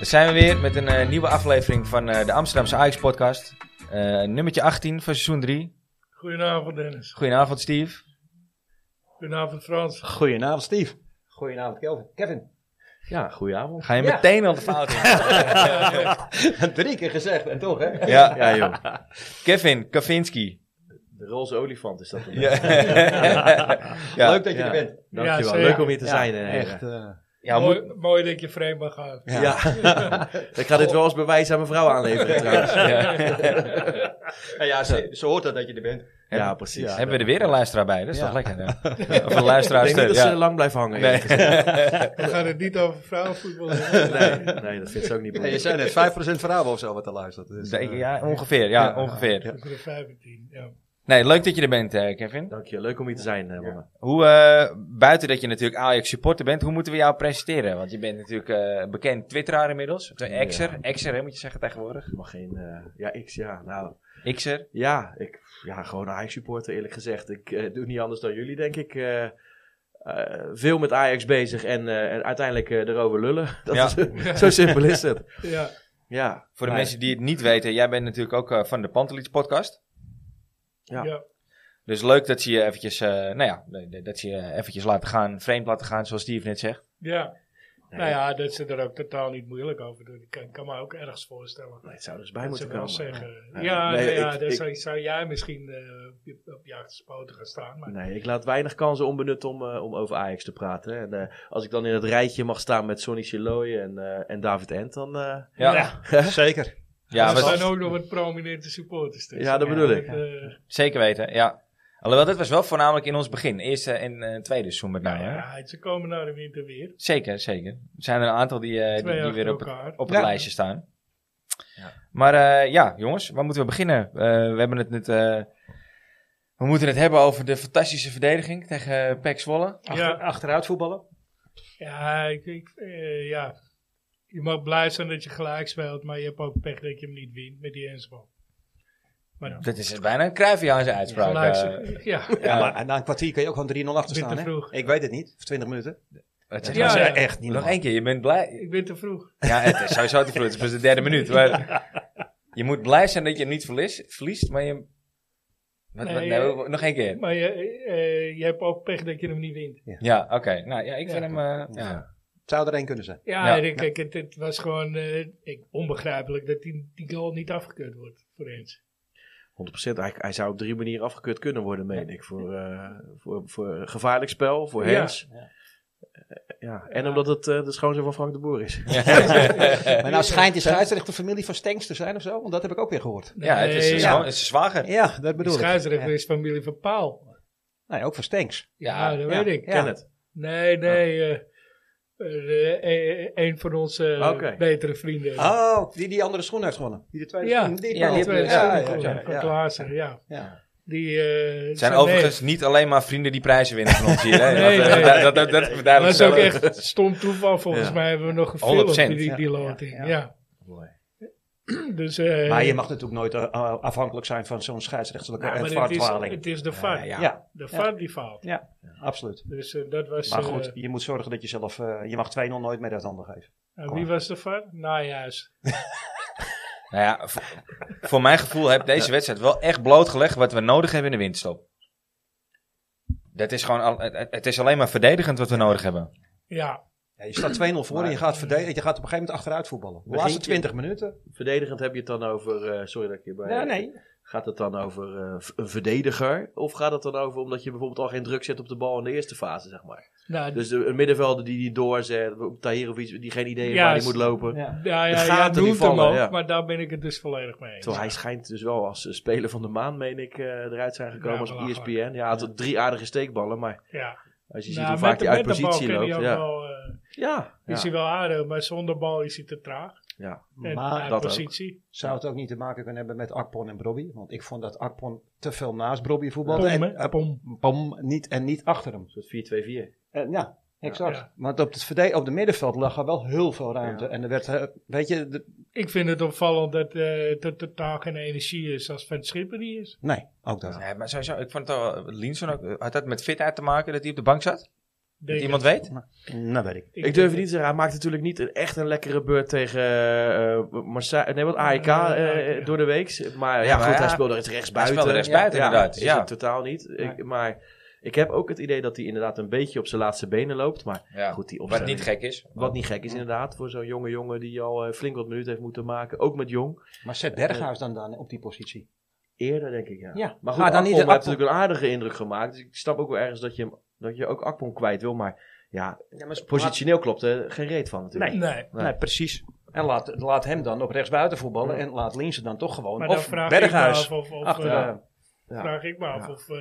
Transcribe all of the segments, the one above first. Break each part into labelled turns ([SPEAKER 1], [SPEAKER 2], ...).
[SPEAKER 1] zijn we weer met een eh, nieuwe aflevering van eh, de Amsterdamse Ajax-podcast. Eh, nummertje 18 van seizoen 3.
[SPEAKER 2] Goedenavond Dennis.
[SPEAKER 1] Goedenavond, Steve.
[SPEAKER 2] Goedenavond Frans.
[SPEAKER 3] Goedenavond, Steve. Goedenavond, Kelvin. Kevin. Ja, goedenavond.
[SPEAKER 1] Ga je
[SPEAKER 3] Ja.
[SPEAKER 1] meteen al de fout in?
[SPEAKER 3] Drie keer gezegd, en toch, hè?
[SPEAKER 1] ja.
[SPEAKER 4] Ja, joh.
[SPEAKER 1] Kevin Kavinski.
[SPEAKER 4] De roze olifant is dat. dan.
[SPEAKER 1] Ja. ja.
[SPEAKER 3] Leuk dat je
[SPEAKER 4] Ja.
[SPEAKER 3] er bent.
[SPEAKER 2] Ja,
[SPEAKER 4] Dankjewel.
[SPEAKER 2] zeker.
[SPEAKER 4] Leuk om hier te zijn. eh,
[SPEAKER 3] echt.
[SPEAKER 4] ja.
[SPEAKER 1] Ja, moet-
[SPEAKER 2] mooi, mooi dat je vreemd mag gaan.
[SPEAKER 4] eh, Ja. Ik ga dit wel als bewijs aan mijn vrouw aanleveren trouwens.
[SPEAKER 3] ja, ja ze, ze hoort dat dat je er bent.
[SPEAKER 4] Ja, precies.
[SPEAKER 3] Ja.
[SPEAKER 1] Hebben we er weer een luisteraar bij? Dat is
[SPEAKER 3] Ja.
[SPEAKER 1] toch lekker, hè? Of een
[SPEAKER 4] Ik denk niet
[SPEAKER 1] luisteraarster,
[SPEAKER 4] dat ze
[SPEAKER 1] ja.
[SPEAKER 4] lang blijft hangen.
[SPEAKER 1] Nee.
[SPEAKER 4] eerlijk gezegd.
[SPEAKER 2] We gaan het niet over vrouwenvoetbal hebben.
[SPEAKER 4] Nee, nee, dat vindt ze ook niet
[SPEAKER 3] Ja, je
[SPEAKER 4] belangrijk.
[SPEAKER 3] zei net 5% van Rabo of zo wat te luisteren. Dus,
[SPEAKER 1] Ik-
[SPEAKER 3] eh,
[SPEAKER 1] Ja, ongeveer. Ja, ongeveer.
[SPEAKER 2] Tussen de 5 en 10. Ja.
[SPEAKER 1] Nee, leuk dat je er bent, eh, Kevin.
[SPEAKER 4] Dank je. Leuk om hier te zijn, eh, mannen.
[SPEAKER 1] Hoe, eh, buiten dat je natuurlijk Ajax supporter bent, hoe moeten we jou presenteren? Want je bent natuurlijk eh, bekend twitteraar inmiddels. Exer, exer hè, moet je zeggen tegenwoordig.
[SPEAKER 4] Ik mag geen... eh, ja, ik... Ja, nou...
[SPEAKER 1] Xer.
[SPEAKER 4] Ja, ik, ja gewoon een Ajax-supporter eerlijk gezegd. Ik eh, doe niet anders dan jullie, denk ik. Eh, eh, veel met Ajax bezig en, eh, en uiteindelijk eh, erover lullen. Dat
[SPEAKER 1] Ja.
[SPEAKER 4] is, zo simpel is het.
[SPEAKER 2] ja.
[SPEAKER 4] Ja.
[SPEAKER 1] Voor de
[SPEAKER 4] Nee.
[SPEAKER 1] mensen die het niet weten, jij bent natuurlijk ook eh, van de Pantelits podcast.
[SPEAKER 4] Ja.
[SPEAKER 2] ja.
[SPEAKER 1] Dus leuk dat ze je eventjes, eh, nou ja, dat ze je eventjes laten gaan, vreemd laten gaan, zoals Steve net zegt.
[SPEAKER 2] Ja.
[SPEAKER 4] Nee.
[SPEAKER 2] Nou ja, dat ze er ook totaal niet moeilijk over doen. Ik kan, kan me ook ergens voorstellen.
[SPEAKER 4] Nee, het zou er dus bij
[SPEAKER 2] dat ze
[SPEAKER 4] moeten
[SPEAKER 2] wel
[SPEAKER 4] komen.
[SPEAKER 2] zeggen.
[SPEAKER 4] Ja.
[SPEAKER 2] Ja,
[SPEAKER 4] Nee,
[SPEAKER 2] nou ja
[SPEAKER 4] ik-
[SPEAKER 2] daar
[SPEAKER 4] ik-
[SPEAKER 2] zou, zou jij misschien eh, op, je, op je achterspoten gaan staan. Maar
[SPEAKER 4] Nee, ik laat weinig kansen onbenut om, eh, om over Ajax te praten. En eh, als ik dan in het rijtje mag staan met Sonny Siloy en, eh, en David Ent, dan... eh,
[SPEAKER 1] Ja, ja,
[SPEAKER 2] Ja.
[SPEAKER 3] Zeker.
[SPEAKER 2] er
[SPEAKER 1] maar-
[SPEAKER 2] zijn ook nog wat prominente supporters tussen.
[SPEAKER 4] Ja, dat bedoel ik.
[SPEAKER 2] dat, eh,
[SPEAKER 1] zeker weten, ja. Alhoewel, dat was wel voornamelijk in ons begin. Eerste en eh, tweede seizoen met name. hè?
[SPEAKER 2] ja, ze komen naar de winter weer.
[SPEAKER 1] Zeker, zeker. Er zijn er een aantal die, eh,
[SPEAKER 2] Twee
[SPEAKER 1] die, die
[SPEAKER 2] achter
[SPEAKER 1] weer op het,
[SPEAKER 2] elkaar.
[SPEAKER 1] op het
[SPEAKER 3] Ja.
[SPEAKER 1] lijstje staan.
[SPEAKER 4] Ja.
[SPEAKER 1] Maar eh, ja, jongens, waar moeten we beginnen? Eh, we hebben het net... eh, we moeten het hebben over de fantastische verdediging tegen Pek Zwolle.
[SPEAKER 2] Ja.
[SPEAKER 3] Achteruit voetballen.
[SPEAKER 2] Ja, ik, ik, eh, ja, je mag blij zijn dat je gelijk speelt, maar je hebt ook pech dat je hem niet wint met die Ensbal. Maar
[SPEAKER 1] Dat is bijna een Cruyffiaanse uitspraak.
[SPEAKER 2] gelijk,
[SPEAKER 1] eh.
[SPEAKER 2] zijn- ja,
[SPEAKER 3] Ja, maar en na een kwartier kan je ook gewoon 3-0 achter
[SPEAKER 2] Ik ben
[SPEAKER 3] staan.
[SPEAKER 2] te vroeg.
[SPEAKER 3] Hè? Ik weet het niet. Of 20 minuten.
[SPEAKER 1] Het
[SPEAKER 3] Dat
[SPEAKER 1] is
[SPEAKER 2] Ja,
[SPEAKER 3] was
[SPEAKER 1] maar-
[SPEAKER 2] ja.
[SPEAKER 3] echt niet
[SPEAKER 1] Nog
[SPEAKER 3] normaal.
[SPEAKER 1] één keer, je bent blij.
[SPEAKER 2] ik ben te vroeg.
[SPEAKER 1] Ja, het is sowieso te vroeg. Het is pas de derde minuut. Maar je moet blij zijn dat je hem niet verliest, verliest maar je... Wat- wat-
[SPEAKER 2] Nee,
[SPEAKER 1] nou, nog één keer.
[SPEAKER 2] Maar je, eh, je hebt ook pech dat je hem niet wint.
[SPEAKER 1] Ja, oké. Nou ja, ik
[SPEAKER 2] Ja.
[SPEAKER 1] vind hem... eh, ja.
[SPEAKER 3] Zou er één kunnen zijn.
[SPEAKER 2] Ja,
[SPEAKER 1] Ja.
[SPEAKER 2] en ik- kijk, het, het was gewoon eh, ik, onbegrijpelijk dat die, die goal niet afgekeurd wordt voor eens.
[SPEAKER 4] 100%. Hij, hij zou op drie manieren afgekeurd kunnen worden, meen ik. Voor, eh, voor, voor gevaarlijk spel, voor
[SPEAKER 2] Ja.
[SPEAKER 4] Hens. Ja. En omdat het eh, de schoonzoon van Frank de Boer is.
[SPEAKER 3] Maar nou schijnt die scheidsrechter familie van Stengs te zijn of zo. Want dat heb ik ook weer gehoord.
[SPEAKER 1] ja, het is,
[SPEAKER 2] Nee,
[SPEAKER 1] een
[SPEAKER 2] ja.
[SPEAKER 1] zwa- het is een zwager.
[SPEAKER 3] Ja, dat
[SPEAKER 2] De
[SPEAKER 3] bedoel ik.
[SPEAKER 2] scheidsrechter
[SPEAKER 3] Ja.
[SPEAKER 2] is familie van Paal.
[SPEAKER 3] Nee, ook van Stenks.
[SPEAKER 2] Ja, dat
[SPEAKER 3] ja,
[SPEAKER 2] weet ik.
[SPEAKER 3] ja.
[SPEAKER 4] Ken het.
[SPEAKER 2] Nee, nee. eh eh, eh, een van onze eh,
[SPEAKER 4] Oké.
[SPEAKER 2] betere vrienden.
[SPEAKER 3] Oh, die die andere schoen heeft gewonnen. Die de tweede
[SPEAKER 2] Ja,
[SPEAKER 3] schoen. Die
[SPEAKER 1] Ja,
[SPEAKER 2] Ja,
[SPEAKER 1] die
[SPEAKER 2] die
[SPEAKER 1] hebben-
[SPEAKER 2] twee
[SPEAKER 1] ja,
[SPEAKER 2] ja,
[SPEAKER 1] ja, ja,
[SPEAKER 2] van
[SPEAKER 3] ja.
[SPEAKER 2] Klaassen, ja.
[SPEAKER 3] Ja.
[SPEAKER 2] Die, eh,
[SPEAKER 1] Het zijn overigens niet alleen maar vrienden die prijzen winnen van ons hier. Hè?
[SPEAKER 2] Nee,
[SPEAKER 1] dat,
[SPEAKER 2] nee.
[SPEAKER 1] dat, dat, dat, dat we duidelijk
[SPEAKER 2] Dat is ook
[SPEAKER 1] stellen.
[SPEAKER 2] echt stom toeval, volgens
[SPEAKER 4] Ja.
[SPEAKER 2] mij hebben we nog gefilmd
[SPEAKER 1] 100%,
[SPEAKER 2] die, die,
[SPEAKER 3] ja.
[SPEAKER 2] die loting. Ja.
[SPEAKER 3] Ja,
[SPEAKER 4] Mooi.
[SPEAKER 2] Dus, eh,
[SPEAKER 3] Maar je mag natuurlijk nooit eh, eh, afhankelijk zijn van zo'n scheidsrechtelijke
[SPEAKER 2] ja, maar
[SPEAKER 3] en
[SPEAKER 2] het, is,
[SPEAKER 3] vaartwaling.
[SPEAKER 2] het is de VAR.
[SPEAKER 3] ja.
[SPEAKER 2] De VAR die faalt.
[SPEAKER 3] Ja, absoluut.
[SPEAKER 2] Dus eh, dat was...
[SPEAKER 3] Maar
[SPEAKER 2] eh,
[SPEAKER 3] goed, je moet zorgen dat je zelf... eh, je mag 2-0 nooit meer uit handen geven.
[SPEAKER 2] eh, wie was de VAR? Najaars.
[SPEAKER 1] Nou ja, voor, voor mijn gevoel heb deze wedstrijd wel echt blootgelegd wat we nodig hebben in de winststop. Dat is gewoon al, het, het is alleen maar verdedigend wat we nodig hebben.
[SPEAKER 2] Ja.
[SPEAKER 3] Ja, je staat 2-0 voor en je gaat, verdedigen, je gaat op een gegeven moment achteruit voetballen. De
[SPEAKER 4] Begin
[SPEAKER 3] laatste
[SPEAKER 4] je-
[SPEAKER 3] 20 minuten.
[SPEAKER 4] Verdedigend heb je het dan over... eh, sorry dat ik hierbij... Gaat het dan over eh, v- een verdediger? Of gaat het dan over omdat je bijvoorbeeld al geen druk zet op de bal in de eerste fase, zeg maar?
[SPEAKER 2] Nou,
[SPEAKER 4] Dus de, een middenvelder die die doorzet, Tahir of iets, die geen idee heeft
[SPEAKER 2] Ja,
[SPEAKER 4] waar hij
[SPEAKER 2] is-
[SPEAKER 4] moet lopen.
[SPEAKER 3] Ja.
[SPEAKER 2] ja,
[SPEAKER 4] de
[SPEAKER 2] ja, ja,
[SPEAKER 4] gaten die
[SPEAKER 2] noemt hem
[SPEAKER 4] vallen,
[SPEAKER 2] ook,
[SPEAKER 4] ja.
[SPEAKER 2] maar daar ben ik het dus volledig mee eens.
[SPEAKER 4] Terwijl hij schijnt dus wel als eh, speler van de maan, meen ik, eh, eruit zijn gekomen
[SPEAKER 2] Ja,
[SPEAKER 4] als E op ESPN.
[SPEAKER 2] belachelijk.
[SPEAKER 4] Ja, hij had drie aardige steekballen, maar
[SPEAKER 2] Ja.
[SPEAKER 4] als je
[SPEAKER 2] Nou,
[SPEAKER 4] ziet hoe
[SPEAKER 2] met
[SPEAKER 4] vaak
[SPEAKER 2] de-
[SPEAKER 4] hij uit
[SPEAKER 2] met de bal
[SPEAKER 4] positie
[SPEAKER 2] kan hij
[SPEAKER 4] loopt.
[SPEAKER 2] ook
[SPEAKER 4] Ja,
[SPEAKER 2] wel, eh,
[SPEAKER 4] ja,
[SPEAKER 2] is
[SPEAKER 4] ja,
[SPEAKER 2] hij wel aardig, maar zonder bal is hij te traag.
[SPEAKER 4] ja.
[SPEAKER 2] En
[SPEAKER 3] Maar
[SPEAKER 2] uit
[SPEAKER 4] dat ook.
[SPEAKER 2] positie.
[SPEAKER 3] zou het ook niet te maken kunnen hebben met Akpon en Brobby? Want ik vond dat Akpon te veel naast Brobby voetbalde.
[SPEAKER 2] Pom,
[SPEAKER 3] en, eh,
[SPEAKER 2] hè? Pom.
[SPEAKER 3] Pom niet, en niet achter hem.
[SPEAKER 4] Een soort 4-2-4.
[SPEAKER 3] Eh, ja, exact.
[SPEAKER 2] Ja.
[SPEAKER 3] Want op het, verde- op de middenveld lag er wel heel veel ruimte. En er werd, eh, weet je, de-
[SPEAKER 2] Ik vind het opvallend dat eh, er totaal geen energie is als Van Schipper die is.
[SPEAKER 3] nee, ook dat.
[SPEAKER 1] eh, Nee, maar sowieso, ik vond het al, Linson ook, had dat met fitheid te maken dat hij op de bank zat? Dat
[SPEAKER 2] Denk
[SPEAKER 1] iemand
[SPEAKER 2] het.
[SPEAKER 1] weet?
[SPEAKER 3] Nou, weet ik.
[SPEAKER 4] Ik, durf het niet te zeggen. Hij maakt natuurlijk niet een, echt een lekkere beurt tegen eh Marseille. Nee, wat AEK eh,
[SPEAKER 2] Ja.
[SPEAKER 4] door de week. Maar ja,
[SPEAKER 1] Ja, maar
[SPEAKER 4] goed,
[SPEAKER 1] ja,
[SPEAKER 4] hij speelde rechts, rechts
[SPEAKER 1] Hij
[SPEAKER 4] buiten.
[SPEAKER 1] speelde rechtsbuiten
[SPEAKER 4] Ja,
[SPEAKER 1] inderdaad.
[SPEAKER 4] Is
[SPEAKER 1] Ja.
[SPEAKER 4] het totaal niet. Ik, maar ik heb ook het idee dat hij inderdaad een beetje op zijn laatste benen loopt. Maar
[SPEAKER 1] Ja.
[SPEAKER 4] goed, die
[SPEAKER 1] Wat
[SPEAKER 4] opstelling.
[SPEAKER 1] niet gek is.
[SPEAKER 4] Wat niet gek is inderdaad voor zo'n jonge jongen die al eh, flink wat minuten heeft moeten maken. Ook met Jong.
[SPEAKER 3] Maar zet Berghuis dan, dan op die positie.
[SPEAKER 4] Eerder denk ik ja.
[SPEAKER 3] Ja,
[SPEAKER 4] Maar goed,
[SPEAKER 3] maar Ah,
[SPEAKER 4] dan
[SPEAKER 3] dan niet
[SPEAKER 4] Akpom
[SPEAKER 3] de
[SPEAKER 4] heeft
[SPEAKER 3] Akpom.
[SPEAKER 4] natuurlijk een aardige indruk gemaakt. Dus ik snap ook wel ergens dat je, hem, dat je ook Akpom kwijt wil. Maar ja,
[SPEAKER 3] Ja, maar
[SPEAKER 4] positioneel klopt er geen reet van natuurlijk.
[SPEAKER 2] Nee.
[SPEAKER 3] Nee, precies. En laat, laat hem dan op rechtsbuiten voetballen en laat Linse dan toch gewoon.
[SPEAKER 2] Maar dan
[SPEAKER 3] of
[SPEAKER 2] vraag
[SPEAKER 3] Berghuis.
[SPEAKER 2] ik me af of, of,
[SPEAKER 3] achter,
[SPEAKER 2] eh,
[SPEAKER 3] eh,
[SPEAKER 4] Ja.
[SPEAKER 2] vraag ik me af
[SPEAKER 4] Ja.
[SPEAKER 2] of, eh,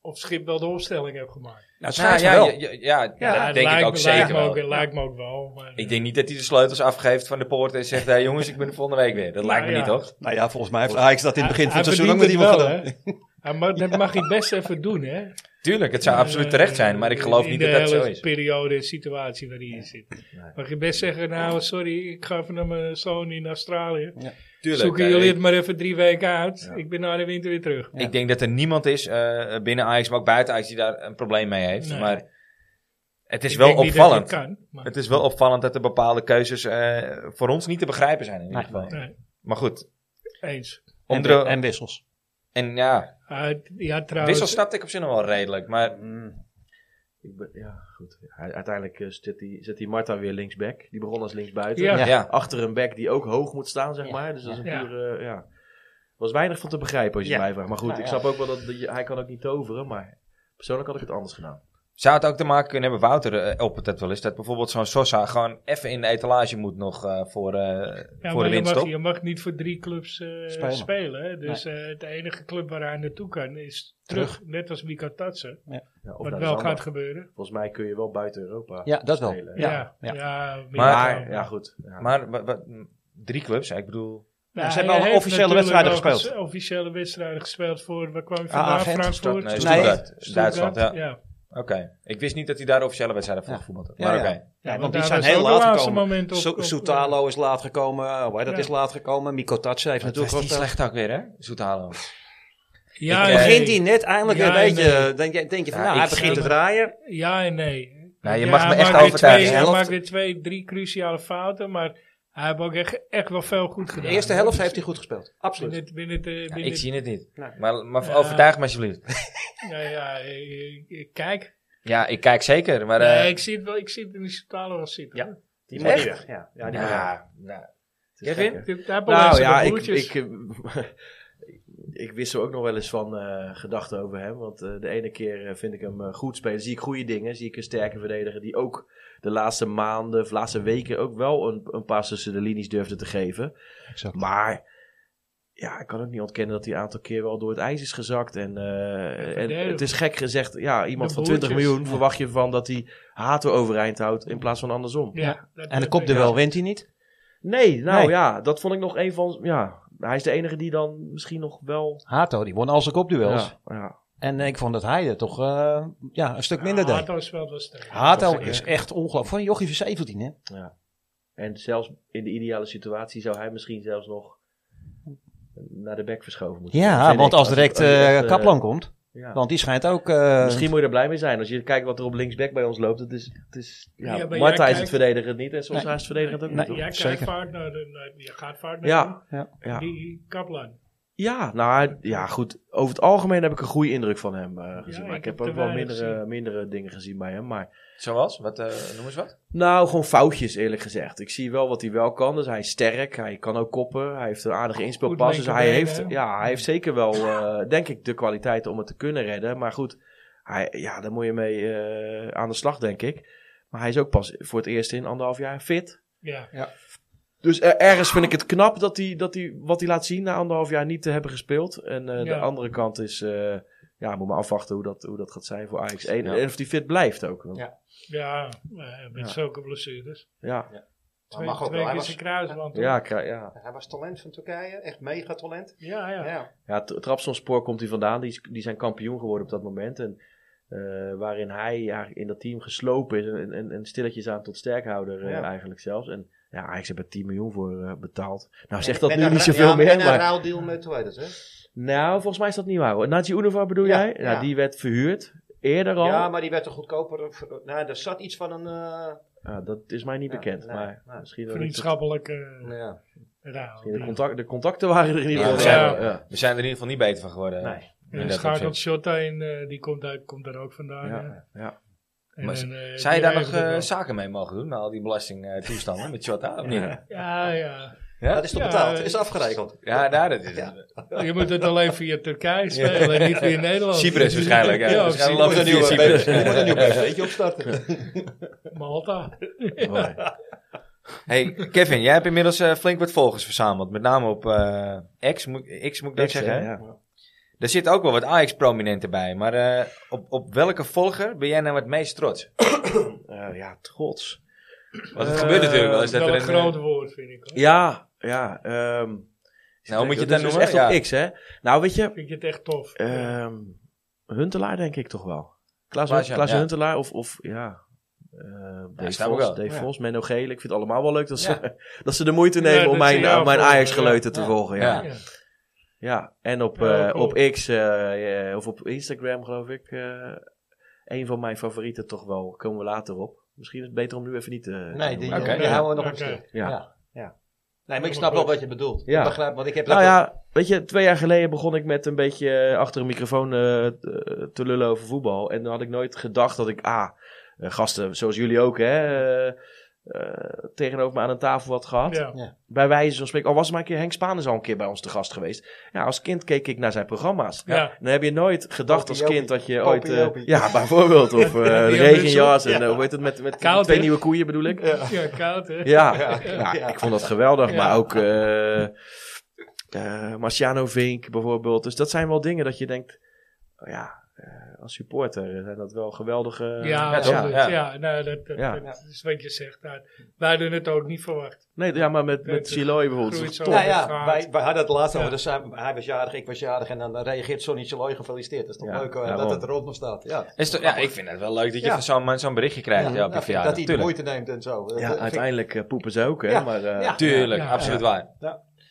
[SPEAKER 2] of Schip wel de opstelling heeft gemaakt.
[SPEAKER 3] nou,
[SPEAKER 1] Nou,
[SPEAKER 3] schijnt
[SPEAKER 1] ja,
[SPEAKER 3] wel.
[SPEAKER 1] ja, ja, ja, dat
[SPEAKER 2] het
[SPEAKER 1] denk ik
[SPEAKER 2] lijkt
[SPEAKER 1] ook
[SPEAKER 2] me-
[SPEAKER 1] zeker
[SPEAKER 2] lijkt me
[SPEAKER 1] wel.
[SPEAKER 2] ook- lijkt me ook wel. maar,
[SPEAKER 1] Ik denk niet dat hij de sleutels afgeeft van de poort en zegt... Hey, jongens, ik ben er volgende week weer. Dat lijkt me
[SPEAKER 2] ja.
[SPEAKER 1] niet, toch?
[SPEAKER 5] Nou ja, volgens mij heeft Ajax dat in het
[SPEAKER 2] eh, Hij-
[SPEAKER 5] begin van het
[SPEAKER 2] hij
[SPEAKER 5] seizoen ook
[SPEAKER 2] verdient
[SPEAKER 5] met iemand
[SPEAKER 2] het
[SPEAKER 5] gedaan.
[SPEAKER 2] wel, hè? Hij mag- dat mag hij best even doen, hè?
[SPEAKER 1] Tuurlijk, het zou absoluut terecht zijn. Maar ik geloof
[SPEAKER 2] In
[SPEAKER 1] niet
[SPEAKER 2] de
[SPEAKER 1] dat dat zo
[SPEAKER 2] hele
[SPEAKER 1] is.
[SPEAKER 2] periode en situatie waar hij in zit. Mag je best zeggen, nou sorry, ik ga even naar mijn zoon in Australië.
[SPEAKER 1] Tuurlijk.
[SPEAKER 2] Zoeken
[SPEAKER 1] eh,
[SPEAKER 2] jullie
[SPEAKER 1] ik-
[SPEAKER 2] het maar even drie weken uit. Ik ben na de winter weer terug.
[SPEAKER 1] Ik denk dat er niemand is eh, binnen Ajax, maar ook buiten Ajax, die daar een probleem mee heeft.
[SPEAKER 2] Nee.
[SPEAKER 1] Maar het is
[SPEAKER 2] Ik
[SPEAKER 1] wel
[SPEAKER 2] denk niet
[SPEAKER 1] opvallend.
[SPEAKER 2] Dat dit kan, maar,
[SPEAKER 1] Het is wel opvallend dat er bepaalde keuzes eh, voor ons niet te begrijpen zijn in ieder geval.
[SPEAKER 2] nee,
[SPEAKER 1] Maar goed,
[SPEAKER 2] eens.
[SPEAKER 1] om
[SPEAKER 3] en,
[SPEAKER 1] de-
[SPEAKER 3] wi- en wissels.
[SPEAKER 1] en ja,
[SPEAKER 2] Hij- ja, dus- trouwens,
[SPEAKER 1] wissel snapte ik op zich nog wel redelijk. Maar
[SPEAKER 4] Ik ben, ja, goed. Hij- Uiteindelijk eh, zet die, zet die Marta weer linksback. Die begon als linksbuiten.
[SPEAKER 2] Ja.
[SPEAKER 1] ja, ja,
[SPEAKER 4] Achter een back die ook hoog moet staan, zeg maar. Dus dat is een
[SPEAKER 2] Ja.
[SPEAKER 4] pure... eh, ja. Was weinig van te begrijpen als je
[SPEAKER 3] Ja.
[SPEAKER 4] mij vraagt. Maar goed,
[SPEAKER 3] Nou
[SPEAKER 4] ik
[SPEAKER 3] ja.
[SPEAKER 4] snap ook wel dat je- hij kan ook niet toveren. Maar persoonlijk had ik het anders gedaan.
[SPEAKER 1] zou het ook te maken kunnen hebben, Wouter eh, op het wel eens, dat bijvoorbeeld zo'n Sosa gewoon even in de etalage moet nog eh, voor, eh,
[SPEAKER 2] ja,
[SPEAKER 1] voor de
[SPEAKER 2] maar je,
[SPEAKER 1] winst,
[SPEAKER 2] mag,
[SPEAKER 1] toch?
[SPEAKER 2] je mag niet voor drie clubs eh,
[SPEAKER 3] Spelen.
[SPEAKER 2] spelen. hè. Dus eh, de enige club waar hij naartoe kan is terug.
[SPEAKER 3] Terug.
[SPEAKER 2] Net als Mika Tatsen.
[SPEAKER 4] Ja, of
[SPEAKER 2] Wat
[SPEAKER 4] naar
[SPEAKER 2] wel
[SPEAKER 4] Zander.
[SPEAKER 2] gaat gebeuren.
[SPEAKER 4] Volgens mij kun je wel buiten Europa
[SPEAKER 3] Ja, dat wel.
[SPEAKER 4] spelen.
[SPEAKER 2] Ja,
[SPEAKER 3] Ja,
[SPEAKER 2] ja.
[SPEAKER 3] ja.
[SPEAKER 1] Maar-
[SPEAKER 4] Maar, ja goed. Ja.
[SPEAKER 1] Maar wa- wa- drie clubs, hè? ik bedoel...
[SPEAKER 3] ze hebben al officiële wedstrijden gespeeld.
[SPEAKER 2] Officiële wedstrijden gespeeld voor, waar kwam je vandaan?
[SPEAKER 3] Gent,
[SPEAKER 2] Frankfurt?
[SPEAKER 1] Nee,
[SPEAKER 3] Stuttgart.
[SPEAKER 1] Stuttgart,
[SPEAKER 2] Stuttgart,
[SPEAKER 1] Duitsland, ja.
[SPEAKER 2] ja.
[SPEAKER 1] Oké, ik wist niet dat hij daar officiële wedstrijden voor
[SPEAKER 3] Ja.
[SPEAKER 1] gevoetbald had.
[SPEAKER 3] Ja,
[SPEAKER 1] Maar
[SPEAKER 3] ja.
[SPEAKER 1] oké.
[SPEAKER 2] Ja,
[SPEAKER 3] Ja,
[SPEAKER 2] want
[SPEAKER 3] want die
[SPEAKER 2] daar
[SPEAKER 3] zijn
[SPEAKER 2] was
[SPEAKER 3] heel
[SPEAKER 2] ook het
[SPEAKER 3] laat
[SPEAKER 2] laatste
[SPEAKER 3] gekomen.
[SPEAKER 2] moment op-
[SPEAKER 3] Zo-
[SPEAKER 2] op-
[SPEAKER 3] Soutalo is laat gekomen. eh, Hoe heet dat
[SPEAKER 2] Ja.
[SPEAKER 3] is laat gekomen. Miko Tatsen heeft
[SPEAKER 1] Het was
[SPEAKER 3] natuurlijk
[SPEAKER 1] niet
[SPEAKER 3] wel...
[SPEAKER 1] slecht ook weer, hè? Zoethalen.
[SPEAKER 2] Ja,
[SPEAKER 1] Ik,
[SPEAKER 2] en
[SPEAKER 1] eh,
[SPEAKER 3] Begint
[SPEAKER 2] nee.
[SPEAKER 3] hij net eindelijk
[SPEAKER 2] Ja,
[SPEAKER 3] een beetje...
[SPEAKER 2] nee.
[SPEAKER 3] Denk, je- denk je van,
[SPEAKER 1] Ja,
[SPEAKER 3] nou, hij
[SPEAKER 1] ik-
[SPEAKER 3] begint te draaien.
[SPEAKER 2] Ja en nee.
[SPEAKER 1] Nou, je
[SPEAKER 2] Ja,
[SPEAKER 1] mag me
[SPEAKER 2] hij
[SPEAKER 1] echt
[SPEAKER 2] maakt weer
[SPEAKER 1] overtuigen.
[SPEAKER 2] twee-
[SPEAKER 3] De
[SPEAKER 2] Hij
[SPEAKER 3] helft-
[SPEAKER 2] maakt weer twee, drie cruciale fouten, maar hij heeft ook echt, echt wel veel goed
[SPEAKER 3] De
[SPEAKER 2] gedaan.
[SPEAKER 3] eerste helft heeft hij goed gespeeld. Absoluut.
[SPEAKER 2] Binnen het, binnen het, eh,
[SPEAKER 1] Ja,
[SPEAKER 2] binnen
[SPEAKER 1] ik zie het niet.
[SPEAKER 3] Nee.
[SPEAKER 1] Maar, maar
[SPEAKER 2] Ja.
[SPEAKER 1] overtuig me alsjeblieft.
[SPEAKER 2] het- ja, ja, eh, eh, kijk.
[SPEAKER 1] Ja, ik kijk zeker, maar... eh,
[SPEAKER 2] Nee, ik zie het wel, ik zie het in de centrale wel zitten.
[SPEAKER 3] Ja.
[SPEAKER 2] hoor.
[SPEAKER 3] Die
[SPEAKER 1] Echt?
[SPEAKER 3] weg. Ja, ja, die moet weg.
[SPEAKER 1] ja, nou,
[SPEAKER 4] Het is
[SPEAKER 1] Kevin?
[SPEAKER 4] gekker.
[SPEAKER 2] Dit- Daar
[SPEAKER 4] Nou
[SPEAKER 2] beluisteren
[SPEAKER 4] ja,
[SPEAKER 2] de
[SPEAKER 4] ik,
[SPEAKER 2] broertjes.
[SPEAKER 4] ik, eh, ik wissel ook nog wel eens van eh, gedachten over hem. Want eh, de ene keer eh, vind ik hem eh, goed spelen. Zie ik goede dingen. Zie ik een sterke verdediger die ook de laatste maanden of laatste weken ook wel een, een pas tussen de linies durfde te geven.
[SPEAKER 3] Exact.
[SPEAKER 4] Maar ja, ik kan ook niet ontkennen dat hij een aantal keer wel door het ijs is gezakt. En, eh, en
[SPEAKER 2] verdediger.
[SPEAKER 4] het is gek gezegd, ja, iemand
[SPEAKER 2] De
[SPEAKER 4] van 20
[SPEAKER 2] broertjes.
[SPEAKER 4] miljoen verwacht je van dat hij Hato overeind houdt in plaats van andersom.
[SPEAKER 2] ja, dat-
[SPEAKER 3] En de
[SPEAKER 2] dat-
[SPEAKER 3] kopduel wint hij niet.
[SPEAKER 4] Nee, nou
[SPEAKER 3] Nee.
[SPEAKER 4] ja, dat vond ik nog een van. Ja, hij is de enige die dan misschien nog wel.
[SPEAKER 3] Hato, die won al zijn kopduels.
[SPEAKER 4] Ja, ja.
[SPEAKER 3] En eh, ik vond dat hij er toch eh, ja, een stuk minder
[SPEAKER 2] Ja,
[SPEAKER 3] deed.
[SPEAKER 2] Hato is wel wel sterk.
[SPEAKER 3] Hato
[SPEAKER 4] Dat is-
[SPEAKER 3] is echt ongelooflijk. Voor een jochie van 17, hè?
[SPEAKER 4] En zelfs in de ideale situatie zou hij misschien zelfs nog naar de bek verschoven moeten worden,
[SPEAKER 3] Ja,
[SPEAKER 4] vind
[SPEAKER 3] want
[SPEAKER 4] ik.
[SPEAKER 3] als
[SPEAKER 4] je-
[SPEAKER 3] direct
[SPEAKER 4] je
[SPEAKER 3] eh
[SPEAKER 4] dat, eh,
[SPEAKER 3] Kaplan komt,
[SPEAKER 4] ja.
[SPEAKER 3] want die schijnt ook... eh,
[SPEAKER 4] Misschien moet je er blij mee zijn. Als je kijkt wat er op linksback bij ons loopt. Het is, het is, ja,
[SPEAKER 2] Ja, maar jij
[SPEAKER 4] Marta is
[SPEAKER 2] kijkt-
[SPEAKER 4] het verdedigend niet. En soms
[SPEAKER 3] Nee.
[SPEAKER 4] is het verdedigend ook
[SPEAKER 3] Nee.
[SPEAKER 4] niet.
[SPEAKER 2] Jij
[SPEAKER 4] hoor.
[SPEAKER 2] kijkt
[SPEAKER 3] zeker.
[SPEAKER 2] vaak naar de, naar- je gaat vaak naar
[SPEAKER 4] Ja,
[SPEAKER 3] Ja.
[SPEAKER 4] ja.
[SPEAKER 2] die- die Kaplan.
[SPEAKER 4] Ja, nou ja, goed. Over het algemeen heb ik een goede indruk van hem eh, gezien.
[SPEAKER 2] ik
[SPEAKER 4] maar ik
[SPEAKER 2] heb
[SPEAKER 4] heb ook
[SPEAKER 2] te
[SPEAKER 4] wel
[SPEAKER 2] weinig
[SPEAKER 4] mindere,
[SPEAKER 2] gezien.
[SPEAKER 4] mindere dingen gezien bij hem. Maar
[SPEAKER 1] zoals? Wat, eh noem eens wat?
[SPEAKER 4] nou, gewoon foutjes eerlijk gezegd. Ik zie wel wat hij wel kan. Dus hij is sterk, hij kan ook koppen, hij heeft een aardige inspeelpas. Dus hij
[SPEAKER 2] linkerbeen,
[SPEAKER 4] heeft,
[SPEAKER 2] hè?
[SPEAKER 4] ja, hij heeft zeker wel, eh, denk ik, de kwaliteit om het te kunnen redden. Maar goed, hij, ja, daar moet je mee eh, aan de slag, denk ik. Maar hij is ook pas voor het eerst in anderhalf jaar fit.
[SPEAKER 2] Ja.
[SPEAKER 4] Dus er- ergens vind ik het knap dat hij, dat hij wat hij laat zien na anderhalf jaar niet te hebben gespeeld. En eh,
[SPEAKER 2] Ja.
[SPEAKER 4] de andere kant is, eh, ja, moet maar afwachten hoe dat, hoe dat gaat zijn voor Ajax 1.
[SPEAKER 1] Ja.
[SPEAKER 4] En of die fit blijft ook. Want-
[SPEAKER 3] Ja.
[SPEAKER 4] ja.
[SPEAKER 2] Ja, eh, met
[SPEAKER 4] Ja.
[SPEAKER 2] zulke blessures.
[SPEAKER 4] Ja.
[SPEAKER 2] Twee, twee keer zijn kruisband.
[SPEAKER 4] Ja, kra- ja.
[SPEAKER 3] hij was talent van Turkije, echt mega talent.
[SPEAKER 2] Ja, ja.
[SPEAKER 4] ja T- Trabzonspoor komt hij vandaan. Die, is- die zijn kampioen geworden op dat moment. En eh, waarin hij ja, in dat team geslopen is. En, en, en stilletjes aan tot sterkhouder eh,
[SPEAKER 3] Ja.
[SPEAKER 4] eigenlijk zelfs. En ja, Ajax heeft er 10 miljoen voor eh, betaald. Nou zegt dat nu niet zoveel meer. maar...
[SPEAKER 3] ruildeal met, hoe heet het, hè?
[SPEAKER 4] Nou, volgens mij is dat niet waar. hoor. Nazi Unova bedoel
[SPEAKER 3] Ja,
[SPEAKER 4] jij? Ja,
[SPEAKER 3] ja.
[SPEAKER 4] die werd verhuurd. Eerder al?
[SPEAKER 3] Ja, maar die werd er goedkoper. voor- Nou, er zat iets van een. eh,
[SPEAKER 4] Ah, dat is mij niet
[SPEAKER 3] Ja,
[SPEAKER 4] bekend.
[SPEAKER 3] nee,
[SPEAKER 4] maar
[SPEAKER 3] nee.
[SPEAKER 4] misschien dat ik-
[SPEAKER 2] Vriendschappelijke
[SPEAKER 3] nou ja.
[SPEAKER 2] ruil.
[SPEAKER 4] misschien de, contact, de contacten waren er in ieder geval.
[SPEAKER 1] Ja.
[SPEAKER 4] wel. Ja.
[SPEAKER 1] We zijn er in ieder geval niet beter van geworden. eh,
[SPEAKER 3] Nee.
[SPEAKER 1] In
[SPEAKER 2] En
[SPEAKER 1] dat
[SPEAKER 2] schakelt
[SPEAKER 1] opzicht.
[SPEAKER 2] Shotta in, eh, die komt, uit, komt daar ook vandaan.
[SPEAKER 4] Ja,
[SPEAKER 2] hè.
[SPEAKER 4] ja.
[SPEAKER 2] En,
[SPEAKER 1] Maar
[SPEAKER 2] eh,
[SPEAKER 1] Zou je daar
[SPEAKER 2] die
[SPEAKER 1] nog
[SPEAKER 2] regelt
[SPEAKER 1] eh,
[SPEAKER 2] dat wel.
[SPEAKER 1] zaken mee mogen doen, met al die belastingtoestanden met Jota of niet?
[SPEAKER 4] Ja.
[SPEAKER 2] Ja, ja.
[SPEAKER 1] Ja?
[SPEAKER 3] Dat is toch
[SPEAKER 2] Ja,
[SPEAKER 3] betaald?
[SPEAKER 2] eh,
[SPEAKER 3] Is afgerekend.
[SPEAKER 1] Ja, daar dat is
[SPEAKER 3] Ja.
[SPEAKER 1] het.
[SPEAKER 2] Je moet het alleen via Turkije spelen, en niet via Nederland.
[SPEAKER 1] Cyprus waarschijnlijk, ja.
[SPEAKER 2] Ja, of
[SPEAKER 1] Waarschijnlijk
[SPEAKER 3] Je
[SPEAKER 1] loopt het
[SPEAKER 3] moet een
[SPEAKER 1] via
[SPEAKER 3] nieuwe
[SPEAKER 1] Cyprus.
[SPEAKER 3] je moet een nieuw BV'tje opstarten.
[SPEAKER 2] Malta.
[SPEAKER 4] Mooi.
[SPEAKER 1] Hey, Kevin, jij hebt inmiddels eh, flink wat volgers verzameld. Met name op eh, X, moet, X moet ik dat
[SPEAKER 4] Ik
[SPEAKER 1] zeggen.
[SPEAKER 4] zeg,
[SPEAKER 1] hè?
[SPEAKER 4] ja.
[SPEAKER 1] Er zit ook wel wat Ajax-prominenten bij. Maar eh, op, op welke volger ben jij nou het meest trots?
[SPEAKER 4] Eh, ja, trots.
[SPEAKER 1] Want het gebeurt natuurlijk wel eens dat
[SPEAKER 2] Eh, wel
[SPEAKER 1] er
[SPEAKER 2] een
[SPEAKER 1] een...
[SPEAKER 2] groot woord, vind ik. Hoor.
[SPEAKER 4] Ja, ja. ehm,
[SPEAKER 1] Nou, moet je het
[SPEAKER 4] dat
[SPEAKER 1] dan
[SPEAKER 4] is dus
[SPEAKER 1] noemen?
[SPEAKER 4] echt op
[SPEAKER 1] Ja.
[SPEAKER 4] X, hè? Nou, weet je,
[SPEAKER 2] Vind je het echt tof?
[SPEAKER 4] ehm, Huntelaar denk ik toch wel. Klaas,
[SPEAKER 1] Klaas, ja,
[SPEAKER 4] Klaas
[SPEAKER 1] ja.
[SPEAKER 4] Huntelaar of, of ja... eh Dave
[SPEAKER 1] staat ook
[SPEAKER 4] Vos,
[SPEAKER 1] wel,
[SPEAKER 4] Dave
[SPEAKER 1] ja.
[SPEAKER 4] Vos, Menno Geel. Ik vind het allemaal wel leuk dat ze,
[SPEAKER 1] Ja.
[SPEAKER 4] dat ze de moeite
[SPEAKER 2] Ja,
[SPEAKER 4] nemen om
[SPEAKER 2] dat
[SPEAKER 4] mijn,
[SPEAKER 2] ze jou
[SPEAKER 4] om mijn
[SPEAKER 2] volgen,
[SPEAKER 4] Ajax-geluid
[SPEAKER 2] ja.
[SPEAKER 4] te
[SPEAKER 2] Ja.
[SPEAKER 4] volgen. Ja.
[SPEAKER 1] eh, Ja.
[SPEAKER 4] Ja. en op,
[SPEAKER 2] Ja,
[SPEAKER 4] eh,
[SPEAKER 2] cool.
[SPEAKER 4] op X eh, eh, of op Instagram geloof ik... eh, een van mijn favorieten toch wel. Komen we later op. Misschien is het beter om nu even niet eh, te te
[SPEAKER 3] Nee,
[SPEAKER 4] noemen.
[SPEAKER 3] die,
[SPEAKER 1] Oké,
[SPEAKER 3] die
[SPEAKER 1] ja.
[SPEAKER 3] houden we nog
[SPEAKER 2] Oké.
[SPEAKER 3] een stuk.
[SPEAKER 4] Ja.
[SPEAKER 3] Ja. ja. Nee, maar ik snap wel wat je bedoelt.
[SPEAKER 4] Ja.
[SPEAKER 3] Ik begrijp, want ik heb
[SPEAKER 4] Nou
[SPEAKER 3] dat-
[SPEAKER 4] ja, weet je, twee jaar geleden begon ik met een beetje eh, achter een microfoon eh, t- eh, te lullen over voetbal. En dan had ik nooit gedacht dat ik, ah, eh, gasten zoals jullie ook, hè, eh, eh, tegenover me aan een tafel had gehad.
[SPEAKER 2] Ja.
[SPEAKER 4] Bij wijze van spreken, al was het maar een keer, Henk Spaan is al een keer bij ons te gast geweest. Ja, als kind keek ik naar zijn programma's.
[SPEAKER 2] Ja.
[SPEAKER 4] Dan heb je nooit gedacht als
[SPEAKER 3] Popie
[SPEAKER 4] kind dat je
[SPEAKER 3] Popie
[SPEAKER 4] ooit... eh,
[SPEAKER 3] Jopie.
[SPEAKER 4] ja, bijvoorbeeld, of eh
[SPEAKER 2] Ja, die
[SPEAKER 4] regenjas en eh, hoe heet het, met, met
[SPEAKER 2] Koud,
[SPEAKER 4] twee
[SPEAKER 2] hè?
[SPEAKER 4] nieuwe koeien bedoel ik.
[SPEAKER 3] Ja.
[SPEAKER 2] Ja, koud, hè?
[SPEAKER 4] Ja,
[SPEAKER 3] Ja.
[SPEAKER 4] ja,
[SPEAKER 3] Ja.
[SPEAKER 4] ik vond dat geweldig.
[SPEAKER 2] Ja.
[SPEAKER 4] Maar ook eh, eh, Marciano Vink bijvoorbeeld. Dus dat zijn wel dingen dat je denkt... oh ja, eh, als supporter zijn dat wel geweldige...
[SPEAKER 2] Ja,
[SPEAKER 1] Ja,
[SPEAKER 2] absoluut.
[SPEAKER 1] ja.
[SPEAKER 2] Ja, nou, dat, dat,
[SPEAKER 4] Ja.
[SPEAKER 2] dat is wat je zegt. Nou, wij hadden het ook niet verwacht.
[SPEAKER 4] Nee, ja, maar met, met Siloy bijvoorbeeld.
[SPEAKER 2] Groeit
[SPEAKER 4] Dat
[SPEAKER 2] zo.
[SPEAKER 4] is top.
[SPEAKER 3] Nou ja,
[SPEAKER 2] Gaat.
[SPEAKER 3] wij, wij hadden het laatst
[SPEAKER 2] Ja.
[SPEAKER 3] over. Dus hij, hij was jarig, ik was jarig. En dan reageert Sonny Chaloy gefeliciteerd. Dat is toch
[SPEAKER 4] Ja,
[SPEAKER 3] leuk eh,
[SPEAKER 4] daarom.
[SPEAKER 3] dat het er rondom staat. Ja.
[SPEAKER 1] Is toch- ja, ik vind het wel leuk dat je
[SPEAKER 3] Ja.
[SPEAKER 1] van zo'n man zo'n berichtje krijgt ja, op je
[SPEAKER 3] dat, dat
[SPEAKER 1] verjaardag.
[SPEAKER 3] hij de
[SPEAKER 1] Tuurlijk,
[SPEAKER 3] moeite neemt en zo. Dat- dat
[SPEAKER 4] Ja,
[SPEAKER 3] vind ik-
[SPEAKER 4] uiteindelijk eh, poepen ze ook, hè.
[SPEAKER 3] Ja,
[SPEAKER 4] Maar, eh,
[SPEAKER 3] ja.
[SPEAKER 1] Tuurlijk,
[SPEAKER 2] Ja.
[SPEAKER 1] absoluut waar.